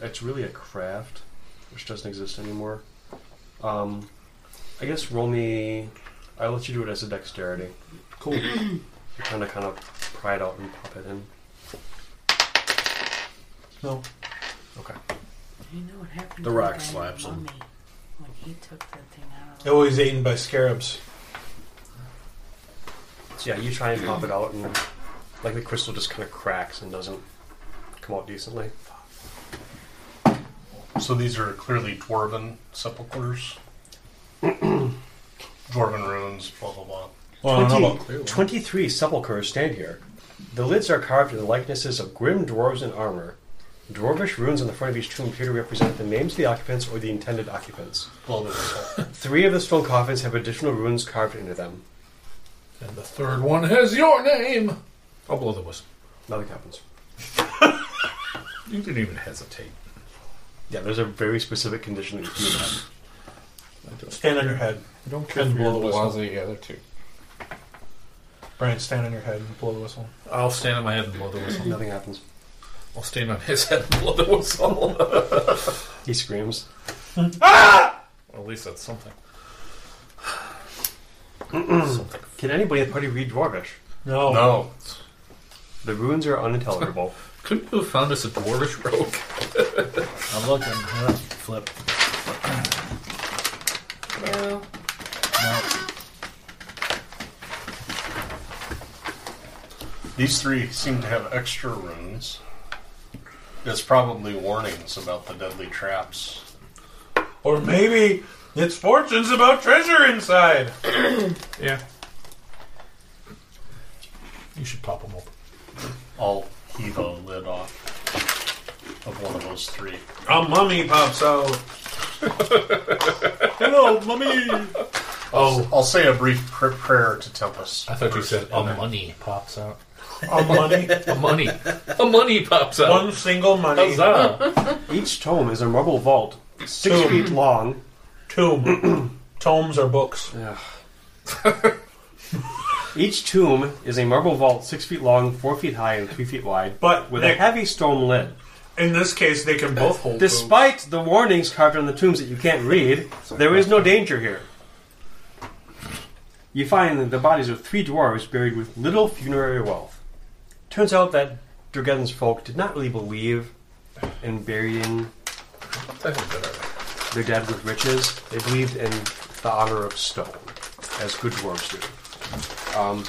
C: It's really a craft, which doesn't exist anymore. Um, I guess roll me. I let you do it as a dexterity. Cool. *coughs* You're trying to kind of pry it out and pop it in.
E: No.
C: Okay.
G: You know what happened
B: The
G: to
B: rock
G: guy in
B: slaps him.
G: Mummy When he took that thing out of the
E: It was eaten by scarabs.
C: So yeah, you try and pop it out, and like the crystal just kind of cracks and doesn't come out decently.
H: So these are clearly dwarven sepulchres. dwarven ruins, blah blah blah.
E: Well, I don't know about
C: 20 Twenty-three sepulchres stand here. The lids are carved in the likenesses of grim dwarves in armor. Dwarvish runes on the front of each tomb appear to represent the names of the occupants or the intended occupants.
H: Blah blah blah.
C: Three of the stone coffins have additional runes carved into them.
F: And the third one has your name. I'll blow the whistle.
C: Nothing happens.
F: You didn't even hesitate.
C: Yeah, there's a very specific condition that you can do that.
E: Stand on your head.
F: I don't care
E: And
F: for
E: blow
F: your
E: the whistle.
F: lousy other two.
E: Brian, stand on your head and blow the whistle.
F: I'll stand on my head and blow the whistle.
C: Nothing happens.
F: I'll stand on his head and blow the whistle. *laughs* well,
C: He screams.
F: at least that's something.
C: Can anybody at the party read Dwarvish?
E: No.
H: No,
C: The runes are unintelligible.
F: Couldn't you have found us a dwarvish rogue?
B: I'm looking. Huh? Flip.
G: No.
H: These three seem to have extra runes. It's probably warnings about the deadly traps.
E: Or maybe it's fortunes about treasure inside.
F: Yeah. You should pop them open.
H: I'll heave a lid off of one of those three.
E: A mummy pops
F: *laughs*
E: out. Hello, mummy.
F: Oh,
H: I'll say a brief pr- prayer to Tempest.
F: I thought you said a
H: And then-
F: money pops out.
E: A money.
F: A money. a money pops out.
E: One single money.
F: Huzzah.
C: Each tome is a marble vault, six
E: Boom.
C: feet long,
F: *clears throat*
E: Tomb. Tomes are books.
C: Each tomb is a marble vault six feet long, four feet high, and three feet wide,
E: But
C: with
E: they-
C: a heavy stone lid.
E: In this case, they can both hold books.
C: Despite the warnings carved on the tombs that you can't read, there is no danger here. You find that the bodies of three dwarves buried with little funerary wealth. Turns out that Dragon's folk did not really believe in burying their dead with riches. They believed in the honor of stone, as good dwarves do. Um,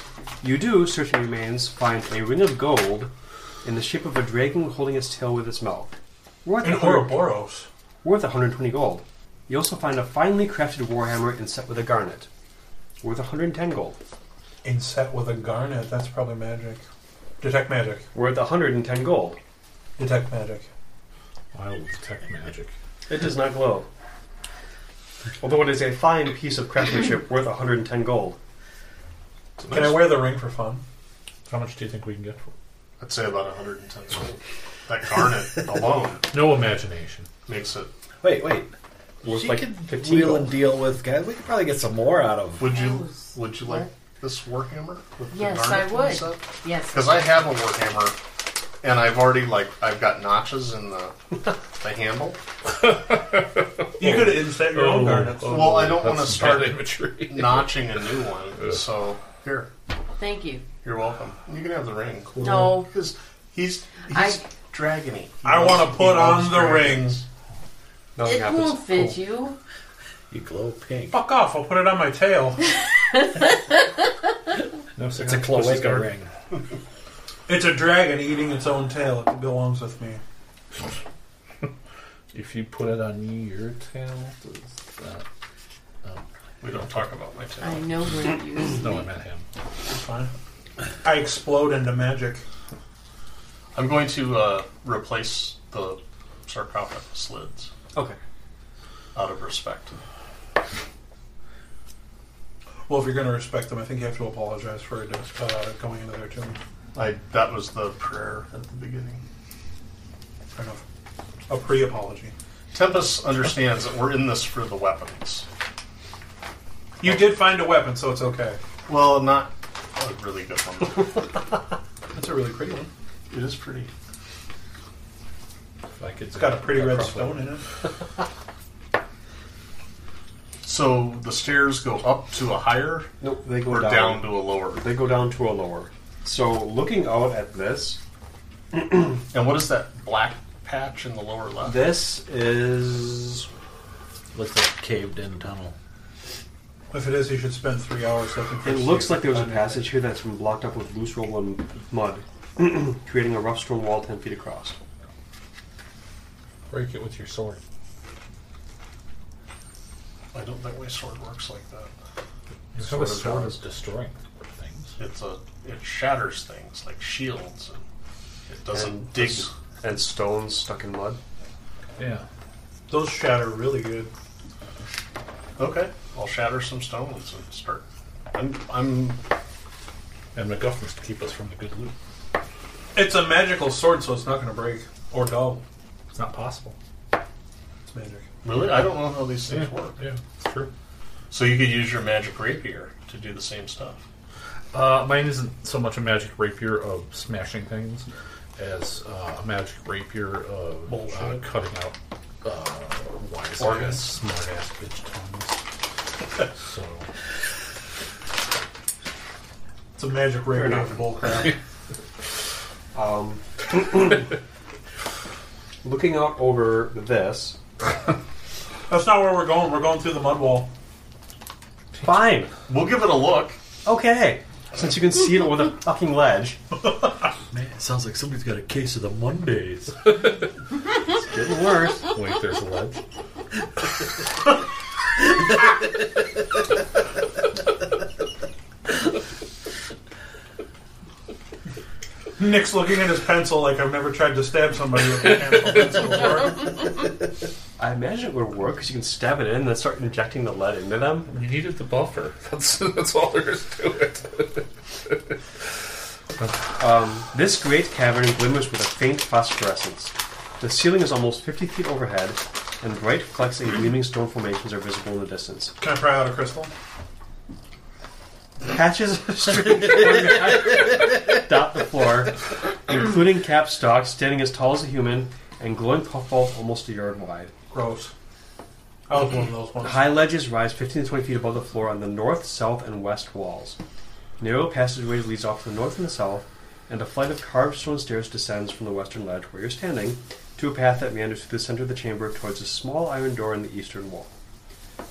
C: you do, searching remains, find a ring of gold in the shape of a dragon holding its tail with its mouth. Worth
E: In
C: 100
E: Ouroboros.
C: Worth 120 gold. You also find a finely crafted warhammer inset with a garnet. Worth 110 gold.
E: Inset with a garnet. That's probably magic. Detect magic.
C: Worth 110 gold.
E: Detect magic.
F: I will detect magic.
C: It does not glow. Although it is a fine piece of craftsmanship worth 110 gold.
E: Can I wear the ring for fun?
F: How much do you think we can get for it?
H: I'd say about 110 gold. That garnet
G: *laughs*
H: alone
F: No imagination.
H: makes it.
B: Wait, wait.
C: Worth
B: she
C: like
B: could
C: 15
B: wheel
C: gold.
B: and deal with guys. We could probably get some more out of.
H: Would you Would you like this warhammer with the
G: Yes, I
H: garnet
G: would.
H: inset?
G: Yes.
H: Because I have a warhammer, and I've already like I've got notches in
G: *laughs*
H: the the handle.
E: You could inset your own
F: Oh.
E: garnets.
H: well, I don't
F: that's
H: want to
F: *laughs*
H: start
F: bad imagery.
H: notching a new one. So here,
G: Thank you.
H: you're welcome. You can have the ring.
G: No.
H: because he's he's
G: I-
H: dragony.
E: I
H: He
E: wanna
H: loves-
E: put
H: he loves
E: on the
H: dragons.
C: Nothing
G: It won't fit you.
B: You glow pink.
E: Fuck off. I'll put it on my tail.
F: No,
B: It's a cloaca ring.
E: It's a dragon eating its own tail. It belongs with me.
F: If you put it on your tail, does that...
H: We don't talk about my tail.
G: I know where you
F: No, I meant him.
E: It's fine. I explode into magic.
H: I'm going to uh, replace the sarcophagus lids
C: Okay.
H: out of respect.
E: Well, if you're going to respect them, I think you have to apologize for it, uh, going into their tomb.
H: I that was the prayer at the beginning.
E: Fair enough. A pre-apology.
H: Tempest understands that we're in this for the weapons.
E: You did find a weapon, so it's okay.
H: Well, not a really good
C: *laughs*
H: one.
E: That's a really pretty one.
H: it is pretty.
F: If I could
E: It's got a pretty red stone in it.
H: So the stairs go up to a higher
C: Nope, they go
H: or
C: down.
H: down to a lower.
C: They go down to a lower. So looking out at this,
H: And what is that black patch in the lower left?
C: this is
B: Looks like a caved in tunnel.
E: If it is, you should spend three hours looking for
C: It
E: the
C: looks
E: stairs.
C: like there was a passage here that's been blocked up with loose rubble and mud, *clears throat* creating a rough stone wall ten feet across.
F: Break it with your sword.
H: I don't think my sword works like that.
F: You
H: Sort
F: have a
H: of
F: sword
H: down.
F: is destroying things.
H: It's a it shatters things like shields. And it doesn't
C: And
H: dig.
C: s- and stones stuck in mud.
F: Yeah.
E: Those shatter really good.
H: Okay, I'll shatter some stones and start. I'm I'm
F: And MacGuffin's to keep us from the good loot.
E: It's a magical sword, so it's not going to break or dull.
F: It's not possible.
E: It's magic.
H: really I don't know how these things work.
F: Yeah, it's true.
H: So you could use your magic rapier to do the same stuff.
F: Uh, mine isn't so much a magic rapier of smashing things as uh, a magic rapier of uh,
H: Bullshit.
F: cutting out uh, wise
H: Organs.
F: ass, smart ass bitch tongues. so,
E: It's a magic ring of bullcrap.
C: Um, looking out over this,
E: That's not where we're going. We're going through the mud wall.
C: fine,
H: We'll give it a look.
C: okay. Since you can see it over the fucking ledge,
B: Man, it sounds like somebody's got a case of
H: *laughs*
B: the Mondays.
C: it's getting worse.
F: wait, there's a ledge.
E: Nick's looking at his pencil like I've never tried to stab somebody with a mechanical pencil before.
C: I imagine it would work because you can stab it in and then start injecting the lead into them.
F: You needed the buffer. *laughs* That's that's all there is to it.
C: Um, this great cavern glimmers with a faint phosphorescence. The ceiling is almost 50 feet overhead, and bright, flexing, gleaming stone formations are visible in the distance.
E: Can I pry out a crystal?
C: Patches of *laughs* string dot the floor, including cap stalks standing as tall as a human and glowing puffballs almost a yard wide.
E: Gross. I was one of those ones.
C: High ledges rise 15 to 20 feet above the floor on the north, south, and west walls. Narrow passageways leads off to the north and the south, and a flight of carved stone stairs descends from the western ledge where you're standing to a path that meanders through the center of the chamber towards a small iron door in the eastern wall.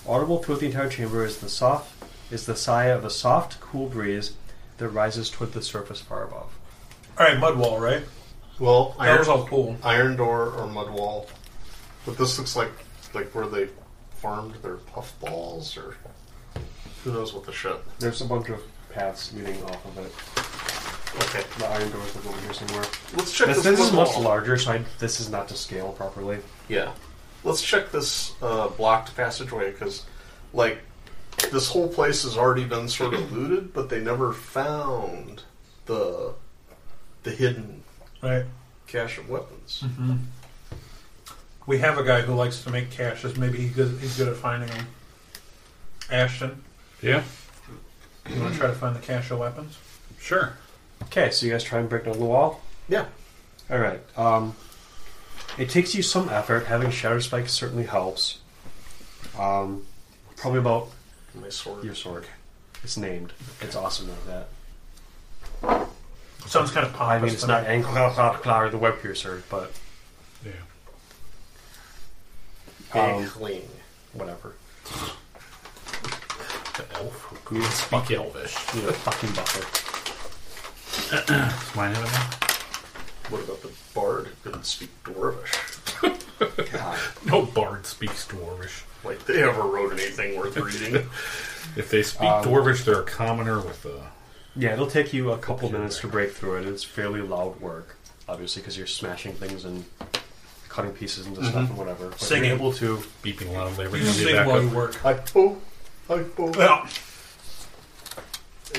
C: Audible throughout the entire chamber is the soft is the sigh of a soft, cool breeze that rises toward the surface far above.
E: All right, mud wall, right?
H: Well,
E: That was all cool.
H: iron door or mud wall, but this looks like like where they farmed their puff balls or who knows what the shit.
C: There's a bunch of paths leading off of it.
H: Okay,
C: The iron doors look over here somewhere.
H: let's check
C: This,
H: this.
C: this is
H: mud
C: much
H: wall.
C: larger, so I, this is not to scale properly.
H: Yeah, let's check this uh, blocked passageway because, like, this whole place has already been sort of looted, but they never found the the hidden
E: Right.
H: cache of weapons.
C: Mm-hmm.
E: We have a guy who likes to make caches. Maybe he good, he's good at finding them. Ashton,
F: Yeah,
E: you want to try to find the cache of weapons?
F: sure.
C: Okay, so you guys try and break down the wall.
H: Yeah.
C: All right. Um, it takes you some effort. Having shatter spike certainly helps. Um, probably about
H: My sword.
C: your sword. It's named. It's awesome like that.
E: Sounds kind of
C: I
E: pompous.
C: mean, it's
E: to
C: not
E: me.
C: Anklar the web piercer, but
F: Yeah.
C: um,
H: clean.
C: whatever.
F: Elf who could speak Elvish.
C: You know, fucking buffer.
F: Does mine have an
H: What about the bard who couldn't speak Dwarvish?
F: elf? No bard speaks Dwarvish.
H: Like they ever wrote anything
C: *laughs*
H: worth reading?
F: If they speak
E: Uh,
F: Dwarvish, they're a commoner with a.
C: Yeah, it'll take you a couple minutes to break through it. It's fairly loud work, obviously, because you're smashing things and cutting pieces into stuff and whatever. But
E: Singing.
C: you're able to.
F: beeping loudly. We're
E: You
F: gonna
E: just
F: be
E: sing
F: back
E: while
F: up.
E: you work.
H: I oh, I oh.
E: Well,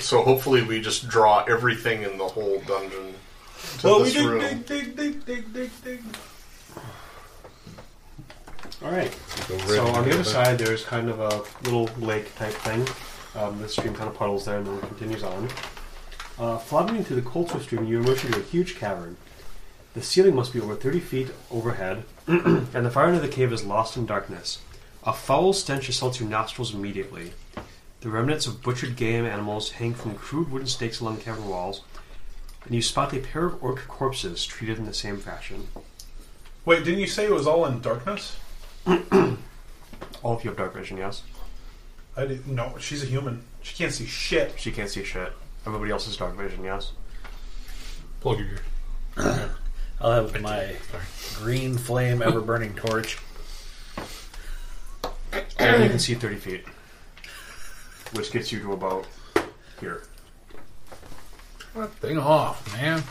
H: So hopefully we just draw everything in the whole dungeon to
E: well we
H: this
E: dig,
H: room.
E: dig, dig, dig, dig, dig, dig.
C: All right.
F: Go red
C: So
F: and
C: on the
F: go
C: other
F: back.
C: side, there's kind of a little lake type thing. Um, the stream kind of puddles there and then continues on. Uh, floundering through the cold swift stream, you emerge into a huge cavern. The ceiling must be over 30 feet overhead, *clears throat* and the fire under the cave is lost in darkness. A foul stench assaults your nostrils immediately. The remnants of butchered game animals hang from crude wooden stakes along the cavern walls, and you spot a pair of orc corpses treated in the same fashion.
E: Wait, didn't you say it was all in darkness?
C: All of you have dark vision, yes?
E: I didn't. No, she's a human. She can't see shit.
C: She can't see shit. Everybody else has dark vision, yes?
F: Plug your ear.
B: I'll have my green
H: *laughs*
B: flame ever burning torch.
C: And you can see 30 feet, which gets you to about here.
F: Thing off, man.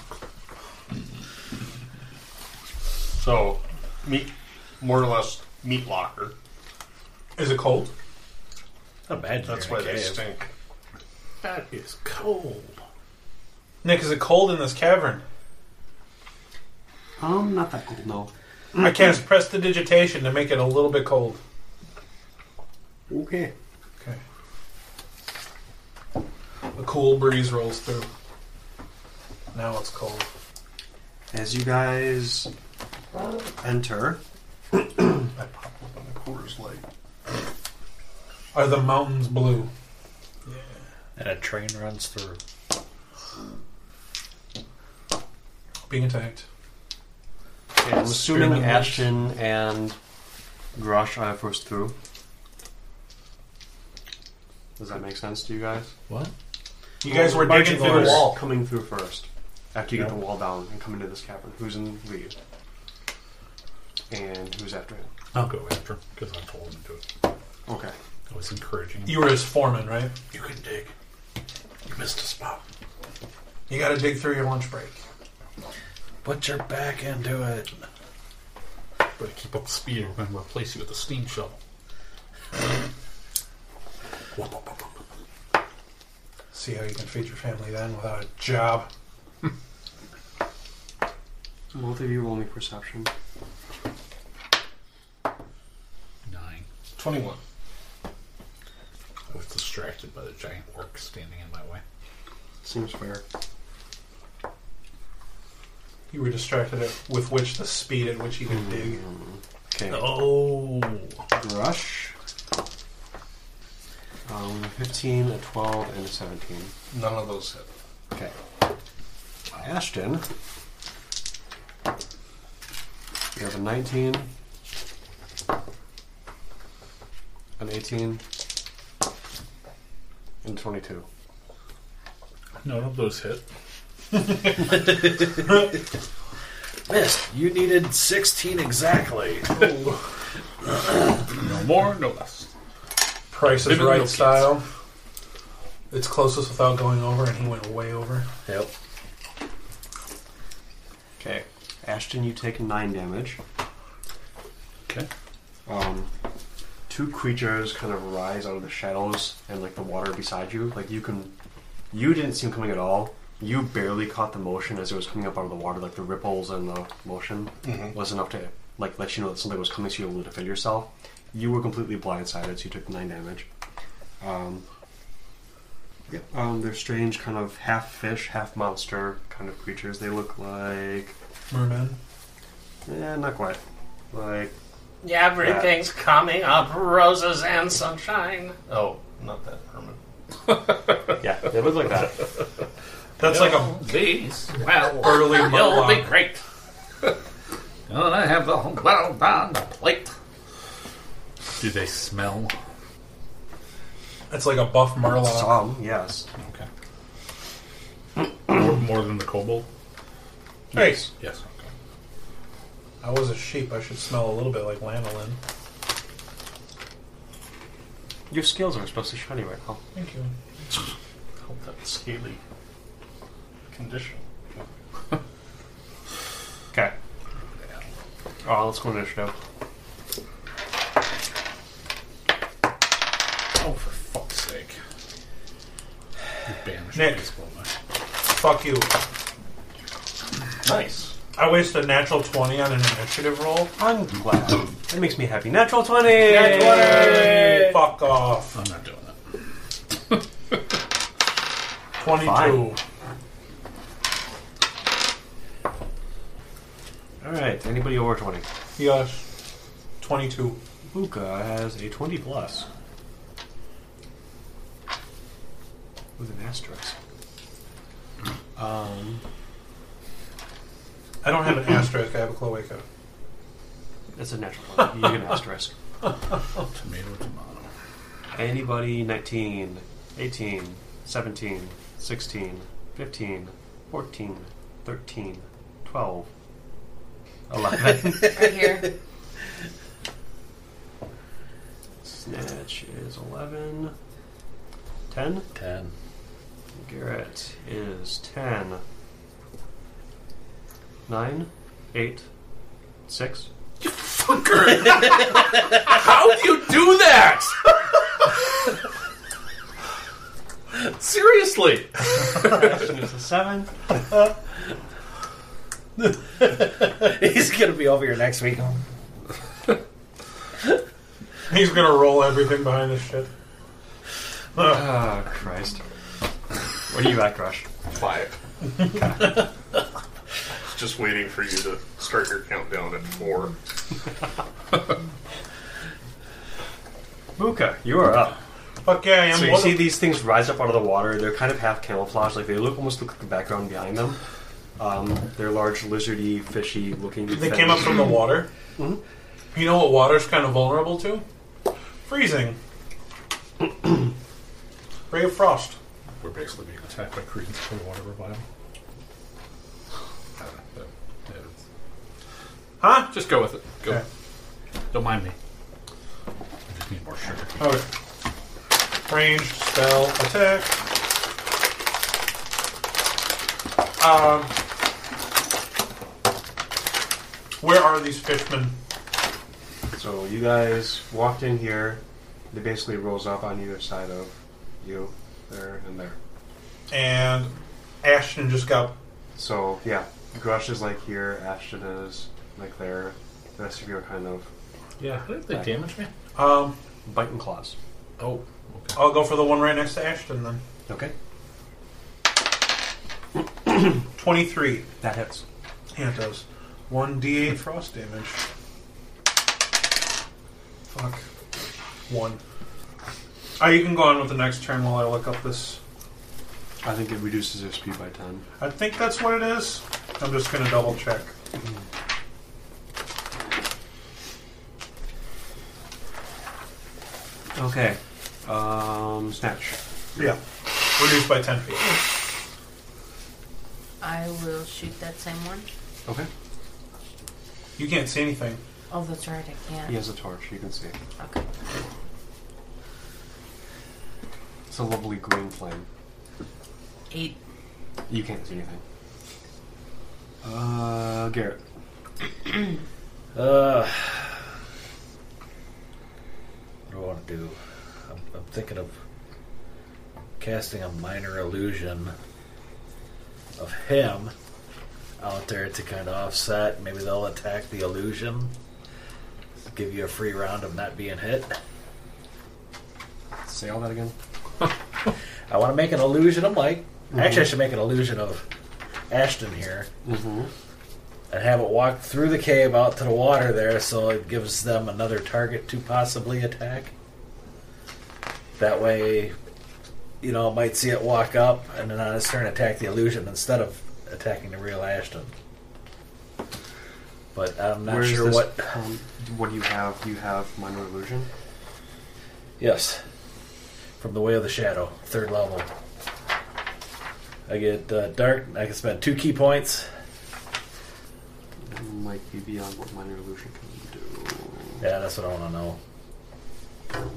H: So meat, more or less meat locker.
E: Is it cold?
B: Not bad.
H: That's why they stink.
F: That is cold.
E: Nick, is it cold in this cavern?
C: Um, not that cold, no.
E: I cast press the digitation to make it a little bit cold.
C: Okay.
E: Okay. A cool breeze rolls through. Now it's cold.
C: As you guys enter,
H: I pop open the Coors Light.
E: Are the mountains blue?
B: And a train runs through.
E: Being attacked.
C: I'm assuming
E: Spearman
C: Ashton and Grush are first through. Does that make sense to you guys?
F: What?
E: You
C: Oh,
E: guys were digging through the
C: Who's
E: wall.
C: Coming through first. After you get the wall down and come into this cavern, who's in lead? And who's after him?
F: I'll go after him because I told him to.
C: Okay.
F: I was encouraging him.
E: You were his foreman, right?
F: You can dig. You missed a spot.
E: You gotta dig through your lunch break.
B: Put your back into it.
F: Better keep up the speed or we're going to replace you with a steam shovel.
E: See how you can feed your family then without a job.
C: Both of you roll me perception.
N: 21.
F: I was distracted by the giant orc standing in my way.
C: Seems fair.
E: You were distracted at, with which the speed at which he
F: Hmm.
E: could dig.
C: Okay.
F: Oh.
C: Rush. Um, 15, a 12, and a 17.
N: None of those hit.
C: Okay. Ashton. You have a 19, an 18, and 22.
F: None of those hit.
B: Missed. You needed 16 exactly.
F: No more, no less.
E: Price is
F: Maybe
E: right
F: no kids.
E: style. It's closest without going over, and he went way over.
B: Yep.
C: Okay. Ashton, you take 9 damage.
F: Okay.
C: um, two creatures kind of rise out of the shadows and like the water beside you. Like you can, you didn't see them coming at all. You barely caught the motion as it was coming up out of the water. Like the ripples and the motion was enough to like let you know that something was coming, so you were able to defend yourself. You were completely blindsided, so you took nine damage. Um, yep. Um, they're strange, kind of half fish, half monster kind of creatures. They look like,
E: Merman.
C: eh, not quite. Like
O: Everything's coming up, roses and sunshine.
N: Oh, not that hermit.
O: *laughs*
C: yeah, they look like that.
E: That's like a
F: These, well,
E: Early
F: will be
E: Murloc.
F: *laughs* great. and I have the whole world on the plate. Do they smell?
E: that's like a buff Marlowe.
C: Some, yes.
F: Okay. more, more than the kobold?
E: Hey,
F: Yes.
E: I was a sheep. I should smell a little bit like lanolin.
C: Your scales are supposed to shiny right now.
E: Thank you.
N: Hope that scaly condition.
C: *laughs* Okay. Oh, let's go initiative.
F: Oh, for fuck's sake. You banished
E: Nick.
F: baseball, man.
E: Fuck you.
N: Nice.
E: I wasted a natural 20 on an initiative roll.
C: I'm glad. that makes me happy. Natural 20!
E: Fuck off.
F: I'm not doing
E: *laughs*
F: that.
E: 22.
C: Fine. Alright, anybody over 20?
E: Yes. 22.
C: Luca has a 20 plus. With an asterisk. Um,
E: I don't have an asterisk. I have a cloaca.
C: it's a natural one. You get an asterisk.
F: *laughs* Tomato, tomato.
C: Anybody 19, 18, 17, 16, 15, 14, 13, 12,
F: *laughs*
C: 11.
G: Right here.
C: Snatch is 11. 10.
B: 10.
C: Garrett is 10. 9, 8, 6.
F: How do you do that? Seriously.
C: It's a 7.
B: *laughs* He's going to be over here next week.
E: He's gonna roll everything behind this shit.
C: Ah, Christ. What do you got, Crush?
H: *laughs* Five. Just waiting for you to start your countdown at four.
C: Buka, you are up.
E: Fuck yeah, I am.
C: So you
E: What
C: see
E: the-
C: these things rise up out of the water. They're kind of half camouflage, like they look almost look like the background behind them. Um, they're large, lizardy, fishy looking.
E: they came up from the water. You know what water's kind of vulnerable to? Freezing. *clears throat* Ray of frost.
F: We're basically being attacked by Credence for the water revival. Uh, but, yeah, it's-
E: Huh?
F: Just go with it. Go.
E: Okay.
F: Don't mind me. I just need more sugar.
E: Okay. Ranged spell attack. Um, where are these fishmen?
C: So you guys walked in here. They basically rose up on either side of you, there and there.
E: And Ashton just got.
C: So yeah, Grush is like here. Ashton is like there. The rest of you are kind of
F: Yeah, how did they damage me?
E: Um,
C: Biting claws.
F: Oh,
E: I'll go for the one right next to Ashton then.
C: Okay.
E: 23.
C: That hits.
E: Yeah, it does. 1d8 frost damage. Fuck. 1. Oh, you can go on with the next turn while I look up this.
C: I think it reduces their speed by 10.
E: I think that's what it is. I'm just going to double check.
C: Okay. Um, snatch.
E: Yeah. Reduced by 10 feet.
G: I will shoot that same one.
C: Okay.
E: You can't see anything.
G: Oh, that's right. I can't.
C: He has a torch, you can see.
G: Okay.
C: It's a lovely green flame.
G: Eight.
C: You can't see anything. Uh, Garrett.
B: Uh, what do I want to do? I'm, I'm thinking of casting a minor illusion of him out there to kind of offset. Maybe they'll attack the illusion. Give you a free round of not being hit.
C: Say all that again.
B: I want to make an illusion of Mike. Actually, I should make an illusion of Ashton here.
C: Mm-hmm.
B: and have it walk through the cave out to the water there, so it gives them another target to possibly attack. That way, you know, might see it walk up and then on its turn attack the illusion instead of attacking the real Ashton. But I'm not sure what.
C: Um, what do you have? You have minor illusion.
B: Yes, from the way of the shadow, third level. I get uh, dark. I can spend two key points.
C: It might be beyond what minor illusion can do.
B: Yeah, that's what I want to know.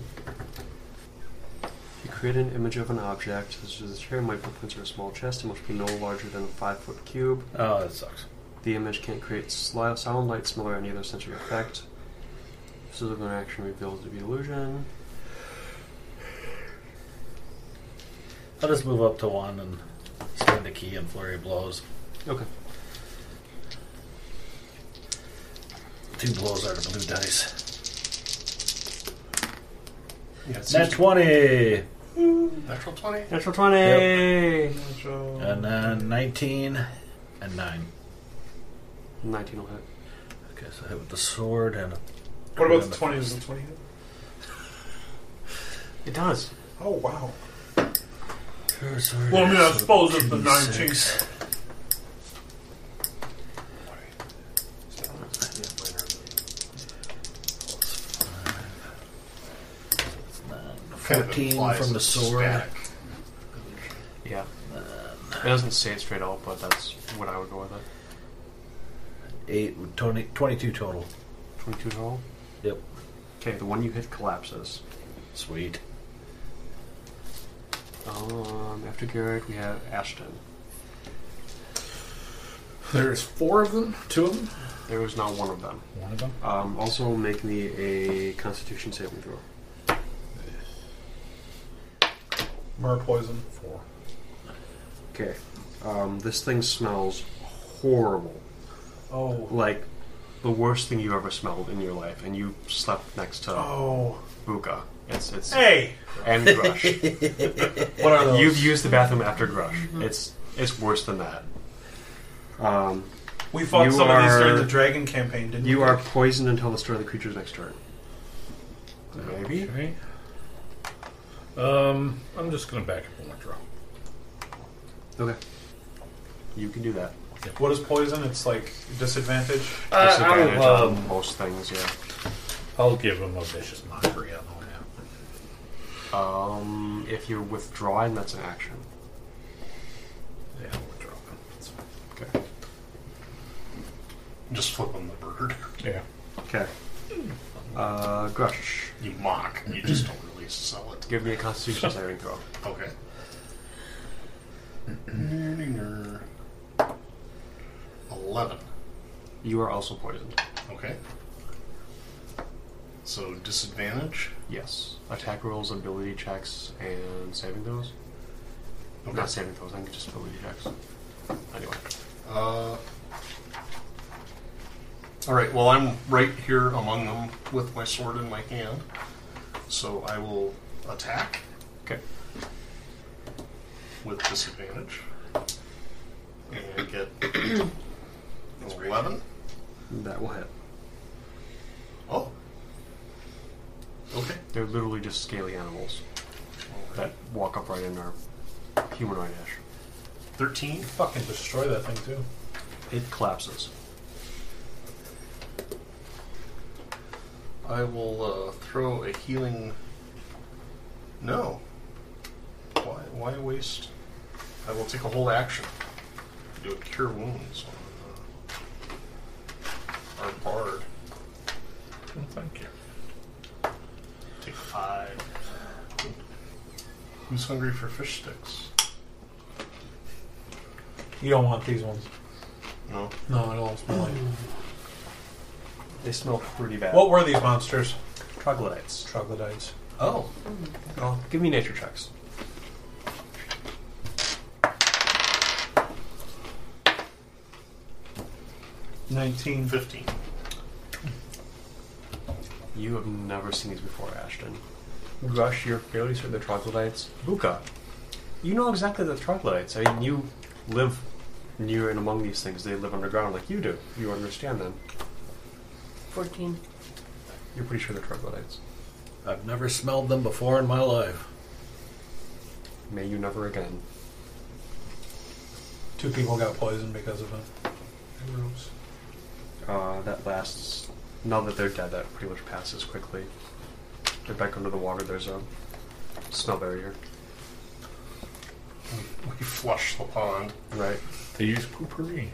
C: You create an image of an object, such as a chair, microprints, or a small chest, and must be no larger than a five-foot cube.
B: Oh, that sucks.
C: The image can't create sli- sound, light, smell, or any other sensory effect. This is an action revealed to be illusion.
B: I'll just move up to one and spend the key and flurry of blows.
C: Okay.
B: Two blows are the blue dice.
C: Yeah, it's
B: Net 20!
H: Natural 20?
C: natural twenty.
B: And then 19 and 9.
C: Nineteen will hit.
B: Okay, so I hit with the sword and.
E: What about the 20? Is the 20 hit?
C: It does.
E: Oh, wow.
B: Sword
E: Well, I mean, I
B: So
E: suppose if the
B: 2d6.
E: 19
B: 14 from the sword.
C: Yeah. It doesn't say it straight out, but that's what I would go with it.
B: Eight, 20, 22 total.
C: Twenty-two total.
B: Yep.
C: Okay, the one you hit collapses.
B: Sweet.
C: Um, after Garrett, we have Ashton.
F: there's four of them, two of them.
C: There was not one of them.
F: One of them.
C: Um, also, make me a Constitution saving throw.
E: Myrrh poison. 4.
C: Okay. Um, this thing smells horrible.
E: Oh.
C: Like the worst thing you've ever smelled in your life, and you slept next to
E: Oh.
C: Buka. It's it's
E: Hey!
C: and Grush.
F: *laughs*
E: What are those?
C: You've used the bathroom after Grush. It's it's worse than that. Um,
E: we fought
C: you
E: some of these during
C: are-
E: the dragon campaign, didn't
C: you
E: we?
C: are poisoned until the start of the creature's next turn. Maybe.
F: Okay. Um, I'm just gonna back up on my draw.
C: Okay. You can do that.
E: What is poison? It's like disadvantage.
C: Disadvantage
F: I'll,
C: on most things, yeah.
F: I'll give him a vicious mockery on all that.
C: Um, if you're withdrawing, that's an action.
F: Yeah, I'll withdraw him. It's fine.
C: Okay.
H: Just flip him the bird.
F: Yeah.
C: Okay. Uh, Grush,
H: You mock. You just don't really sell it.
C: give me a Constitution saving throw.
H: Okay. Eleven.
C: You are also poisoned.
H: Okay. So disadvantage.
C: Yes. Attack rolls, ability checks, and saving throws.
H: Okay.
C: Not saving throws. I think just ability checks. Anyway,
H: Uh, All right. Well, I'm right here among them with my sword in my hand, so I will attack.
C: Okay.
H: With disadvantage, and I get an eleven.
C: That will hit.
H: Oh. Okay.
C: They're literally just scaly animals that walk up right in our humanoid ash.
H: Thirteen.
E: Fucking destroy that thing too.
C: It collapses.
H: I will uh, throw a healing. No. Why? Why waste? I will take a whole action. Do a cure wounds on uh, our bard.
F: Thank you.
H: Take five. Who's hungry for fish sticks?
E: You don't want these ones.
H: No.
E: No, it'll all smell like.
C: They smell pretty bad.
E: What were these monsters?
C: Troglodytes.
E: Troglodytes.
H: Oh.
C: Oh, give me nature checks.
E: Nineteen.
H: Fifteen.
C: You have never seen these before, Ashton. Rush, you're fairly certain they're troglodytes. Luca, you know exactly the troglodytes. I mean, you live near and among these things. They live underground like you do. You understand them.
G: 14.
C: You're pretty sure they're troglodytes.
B: I've never smelled them before in my life.
C: May you never again.
E: Two people got poisoned because of it. Gross.
C: Uh, that lasts. Now that they're dead, that pretty much passes quickly. They're back under the water. There's a smell barrier.
H: We flush the pond.
C: Right.
F: They use poopery.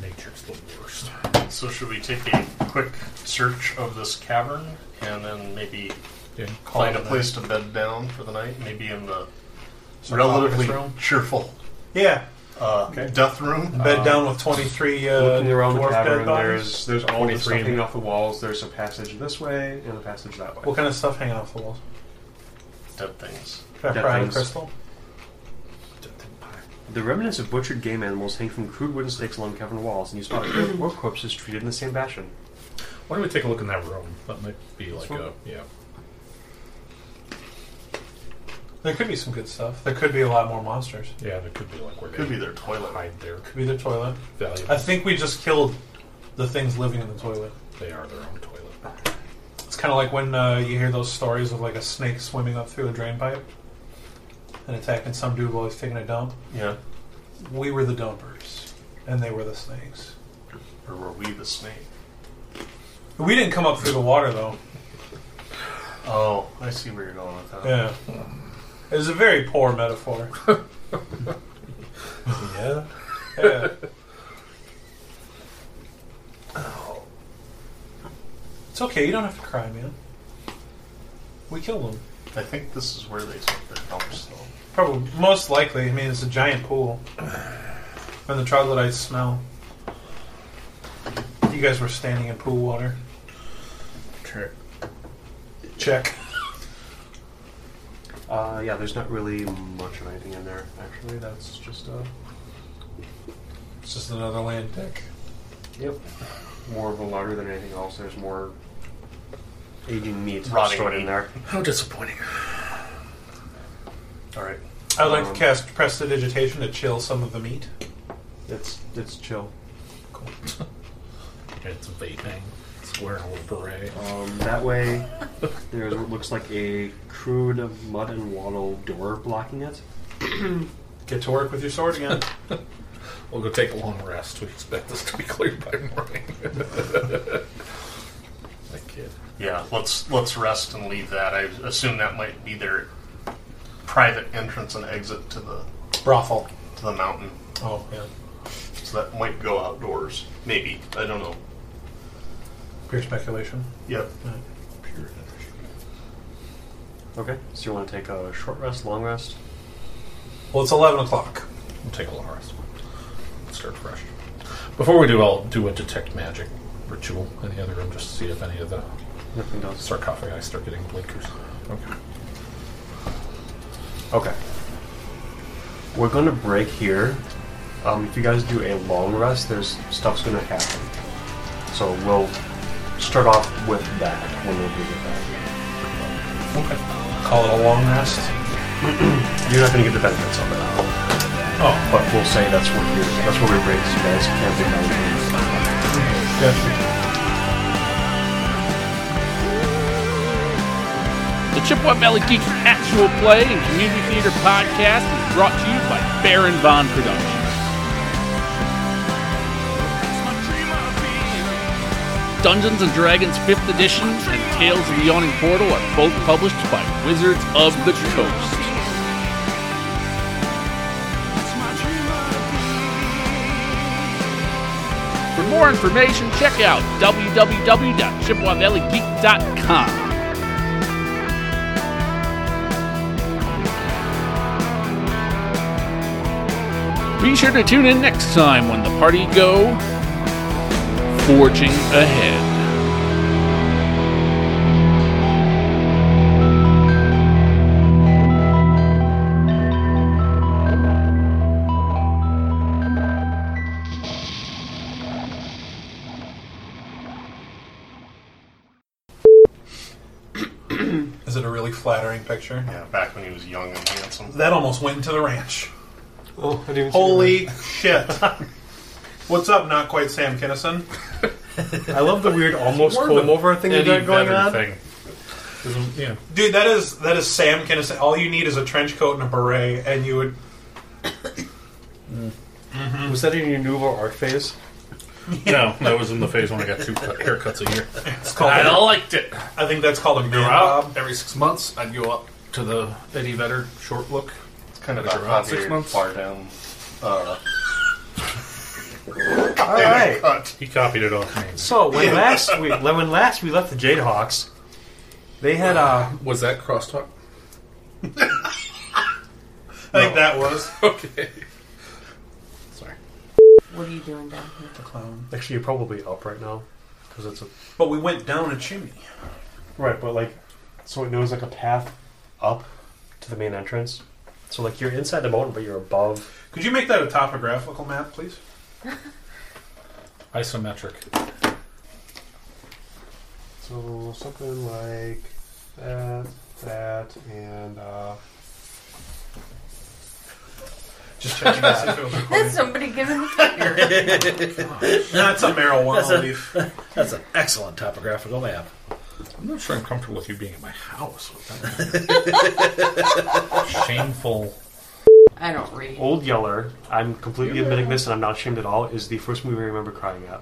F: Nature's the worst.
H: So should we take a quick search of this cavern and then maybe
F: Yeah.
H: find a place to bed down for the night? Maybe in the
E: Sarcophagus
H: relatively
E: room?
H: cheerful
E: Yeah.
H: uh, death room.
E: Bed down with twenty-three uh,
C: Looking around the
E: dwarf
C: cavern,
E: dead
C: there's
E: bodies.
C: there's all this
E: 23.
C: stuff hanging off the walls. There's a passage this way and a passage that way.
E: What kind of stuff hanging off the walls?
H: Dead things.
E: Pepperine
C: things.
E: crystal.
C: The remnants of butchered game animals hang from crude wooden stakes along cavern walls, and you spot a group of orc corpses treated in the same fashion.
F: Why don't we take a look in that room? That might be like
C: one?
F: a yeah.
E: There could be some good stuff. There could be a lot more monsters.
F: Yeah, there could be like where
H: Could
F: they
H: be their toilet.
F: hide their
E: Could be the toilet.
F: valuables.
E: I think we just killed the things living in the toilet.
F: they are their own toilet.
E: It's kind of like when uh, you hear those stories of like a snake swimming up through a drain pipe and attacking some dude while he's taking a dump.
H: Yeah.
E: We were the dumpers, and they were the snakes.
H: Or were we the snake?
E: We didn't come up through the water though.
H: Oh, I see where you're going with that.
E: Yeah, it was a very poor metaphor.
F: Yeah.
E: *laughs* Yeah. It's okay. You don't have to cry, man. We killed them.
H: I think this is where they took their dumps, though.
E: Probably, most likely. I mean, it's a giant pool, and the troglodytes smell. You guys were standing in pool water.
F: Check.
E: Check.
C: Uh, yeah, there's not really much of anything in there, actually. That's just uh, a.
E: It's just another land pick.
C: Yep. More of a larder than anything else. There's more aging meat
H: Rotting
C: stored
H: meat.
C: in there.
F: How disappointing.
H: All right.
E: I would like
C: Um,
E: to cast prestidigitation to chill some of the meat.
C: It's it's chill.
F: It's vaping. It's wearing a little beret.
C: Um, that way, there's what looks like a crude mud and wattle door blocking it.
E: Get to work with your sword again.
F: We'll go take a long rest. We expect this to be *laughs* cleared by morning. that kid.
H: Yeah, let's let's rest and leave that. I assume that might be their private entrance and exit to the
E: *laughs* Brothel.
H: to the mountain.
E: Oh yeah.
H: So that might go outdoors. Maybe. I don't know.
E: Pure speculation.
H: Yep.
C: Okay. So you want to take a short rest, long rest?
E: Well, it's eleven o'clock.
F: We'll take a long rest. Start fresh. Before we do, I'll do a detect magic ritual in the other room just to see if any of the
C: Nothing does.
F: sarcophagi start getting blinkers. Okay.
C: Okay. We're going to break here Um, if you guys do a long rest, there's stuff's going to happen. So we'll start off with that when we do get back.
E: Okay. Call it a long rest.
C: You're not going to get the benefits of it.
E: Oh.
C: But we'll say that's what we that's what we raise. You guys can't be mad.
A: The Chippewa Valley Geeks Actual Play and Community Theater Podcast is brought to you by Baron Bond Productions. Dungeons and Dragons 5th Edition and Tales of the Yawning Portal are both published by Wizards of the Coast. For more information, check out www.chippewavalleygeek.com. Be sure to tune in next time when the party go forging ahead.
E: Is it a really flattering picture?
H: Yeah, back when he was young and handsome.
E: That almost went into the ranch.
C: Oh, I didn't
E: Holy *laughs* shit. What's up, not quite Sam Kinnison?
C: I love the weird almost
F: More
C: comb
F: than
C: over thing you
F: Eddie
C: got going
F: Vedder
C: on.
F: Thing. Isn't- Yeah.
E: Dude, that is that is Sam Kinnison. All you need is a trench coat and a beret, and you would.
C: Was that in your nouveau art phase?
F: No, that was in the phase when I got two cut- haircuts a year.
E: It's called.
F: I
E: I
F: liked it.
E: think that's called a
F: Go
E: man bob.
F: out every six months. I'd go up to the Eddie Vedder short look.
H: It's kind of
F: Like
H: that
F: around
H: hot
F: six
H: beard,
F: months?
H: far down. Uh,
C: All right.
F: He copied it off me.
P: So when last we when last we left the Jadehawks, they had uh
F: Was that crosstalk?
E: I think that was.
F: Okay. Sorry.
G: What are you doing down here?
C: Actually, you're probably up right now because it's a
E: But we went down a chimney.
C: Right, but like, so it knows like a path up to the main entrance. So like you're inside the mountain, but you're above.
E: Could you make that a topographical map, please?
F: Isometric.
C: So something like that, that, and uh,
E: Just checking to see if it was recording.
G: That's *laughs* somebody giving the finger.
E: That's a marijuana leaf.
B: That's an excellent topographical map.
F: I'm not sure I'm comfortable with you being in my house. With that. Shameful.
G: I don't read.
C: Old Yeller. I'm completely admitting this, and I'm not ashamed at all. Is the first movie I remember crying at.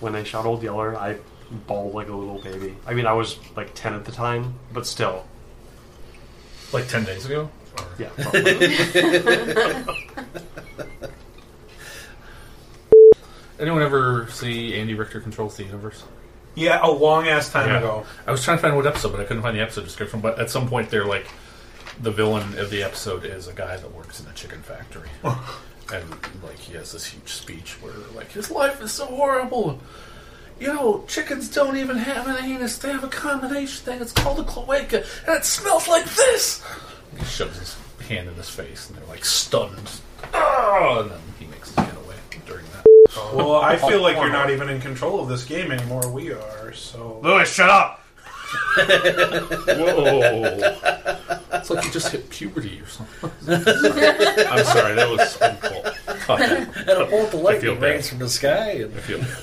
C: When they shot Old Yeller, I bawled like a little baby. I mean, I was like ten at the time, but still,
F: Like ten days ago.
C: *laughs* yeah. probably.
F: Anyone ever see Andy Richter controls the universe?
E: Yeah, a long ass time ago.
F: I was trying to find what episode, but I couldn't find the episode description. But at some point, they're like, the villain of the episode is a guy that works in a chicken factory, and like he has this huge speech where like his life is so horrible. You know, chickens don't even have an anus; they have a combination thing. It's called a cloaca, and it smells like this. He shoves his hand in his face, and they're like stunned. Oh, and then he makes his getaway during that.
E: Well, I feel like you're not even in control of this game anymore. We are, so.
C: Louis, shut up.
F: Whoa! it's like you just hit puberty or something. *laughs* I'm sorry, that was uncool. Fuck,
B: And a bolt of
F: feel
B: lightning
F: bad.
B: rains from the sky. And
F: I feel bad.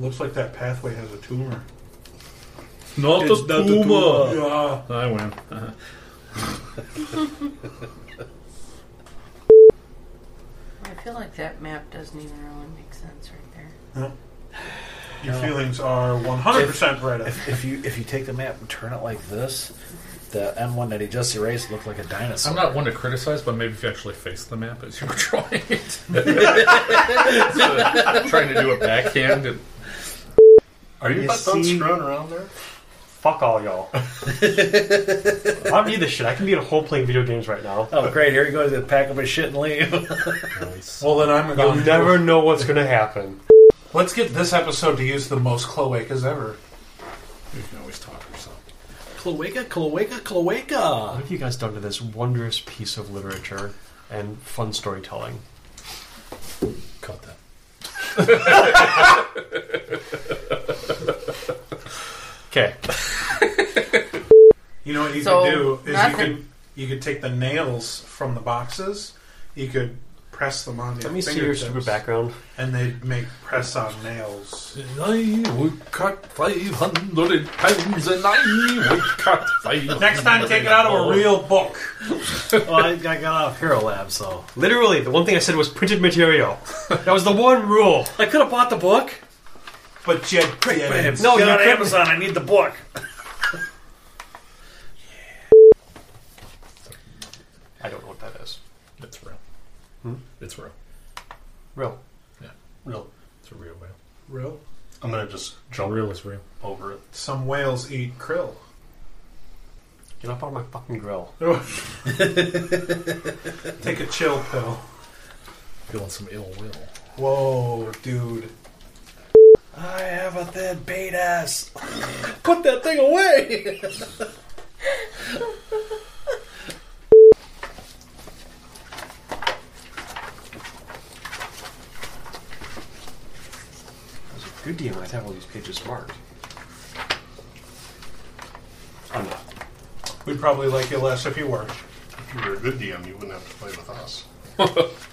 E: Looks like that pathway has a tumor.
F: *laughs* Not a tumor.
E: Yeah.
F: I win. Uh-huh.
G: I feel like that map doesn't even really make sense right there.
E: Your feelings are 100% right.
B: if, if you if you take the map and turn it like this, the M one that he just erased looked like a dinosaur.
F: I'm not one to criticize, but maybe if you actually face the map as you were drawing *laughs* it, trying to do a backhand. And,
H: are you,
C: You
H: about done
C: see-
H: screwing around there?
C: Fuck all *laughs* y'all. I don't need this shit. I can be at home playing video games right now.
B: Oh great! Here he goes to pack up his shit and leave. *laughs*
E: Well, then I'm
C: You'll
E: going
C: never know what's going to happen.
E: Let's get this episode to use the most cloacas ever.
F: you can always talk yourself.
B: cloaca, cloaca, cloaca.
C: What have you guys done to this wondrous piece of literature? and fun storytelling.
F: Caught that.
C: Okay.
E: You know what you
G: So,
E: could do is
G: nothing.
E: you could you could take the nails from the boxes, you could press them on your
C: Let me see your
E: fingertips,
C: stupid background.
E: and they'd make press on nails.
F: I would cut 500 pounds and I would cut 500
E: Next time, take it out of a real book.
Q: Oh. *laughs* well, I, I got out of Hero Lab, so
C: Literally, the one thing I said was printed material. That was the one rule.
Q: I could have bought the book.
E: But Jed, Jed
C: No,
Q: Get
C: you
Q: on
C: couldn't.
Q: Amazon. I need the book.
C: I don't know what that is.
F: It's real. It's real.
C: Real.
H: Real.
F: It's a real whale.
E: real.
H: I'm gonna just
F: The
H: jump
F: real is real.
H: over it.
E: Some whales eat krill.
C: Get up on my fucking grill.
E: Take a chill pill.
F: Feeling some ill will.
E: Whoa, dude.
Q: I have a thin penis. Put that thing away.
C: Good deal. I'd have all these pages marked. I'm not.
E: We'd probably like you less if you were.
H: If you were a good DM, you wouldn't have to play with us.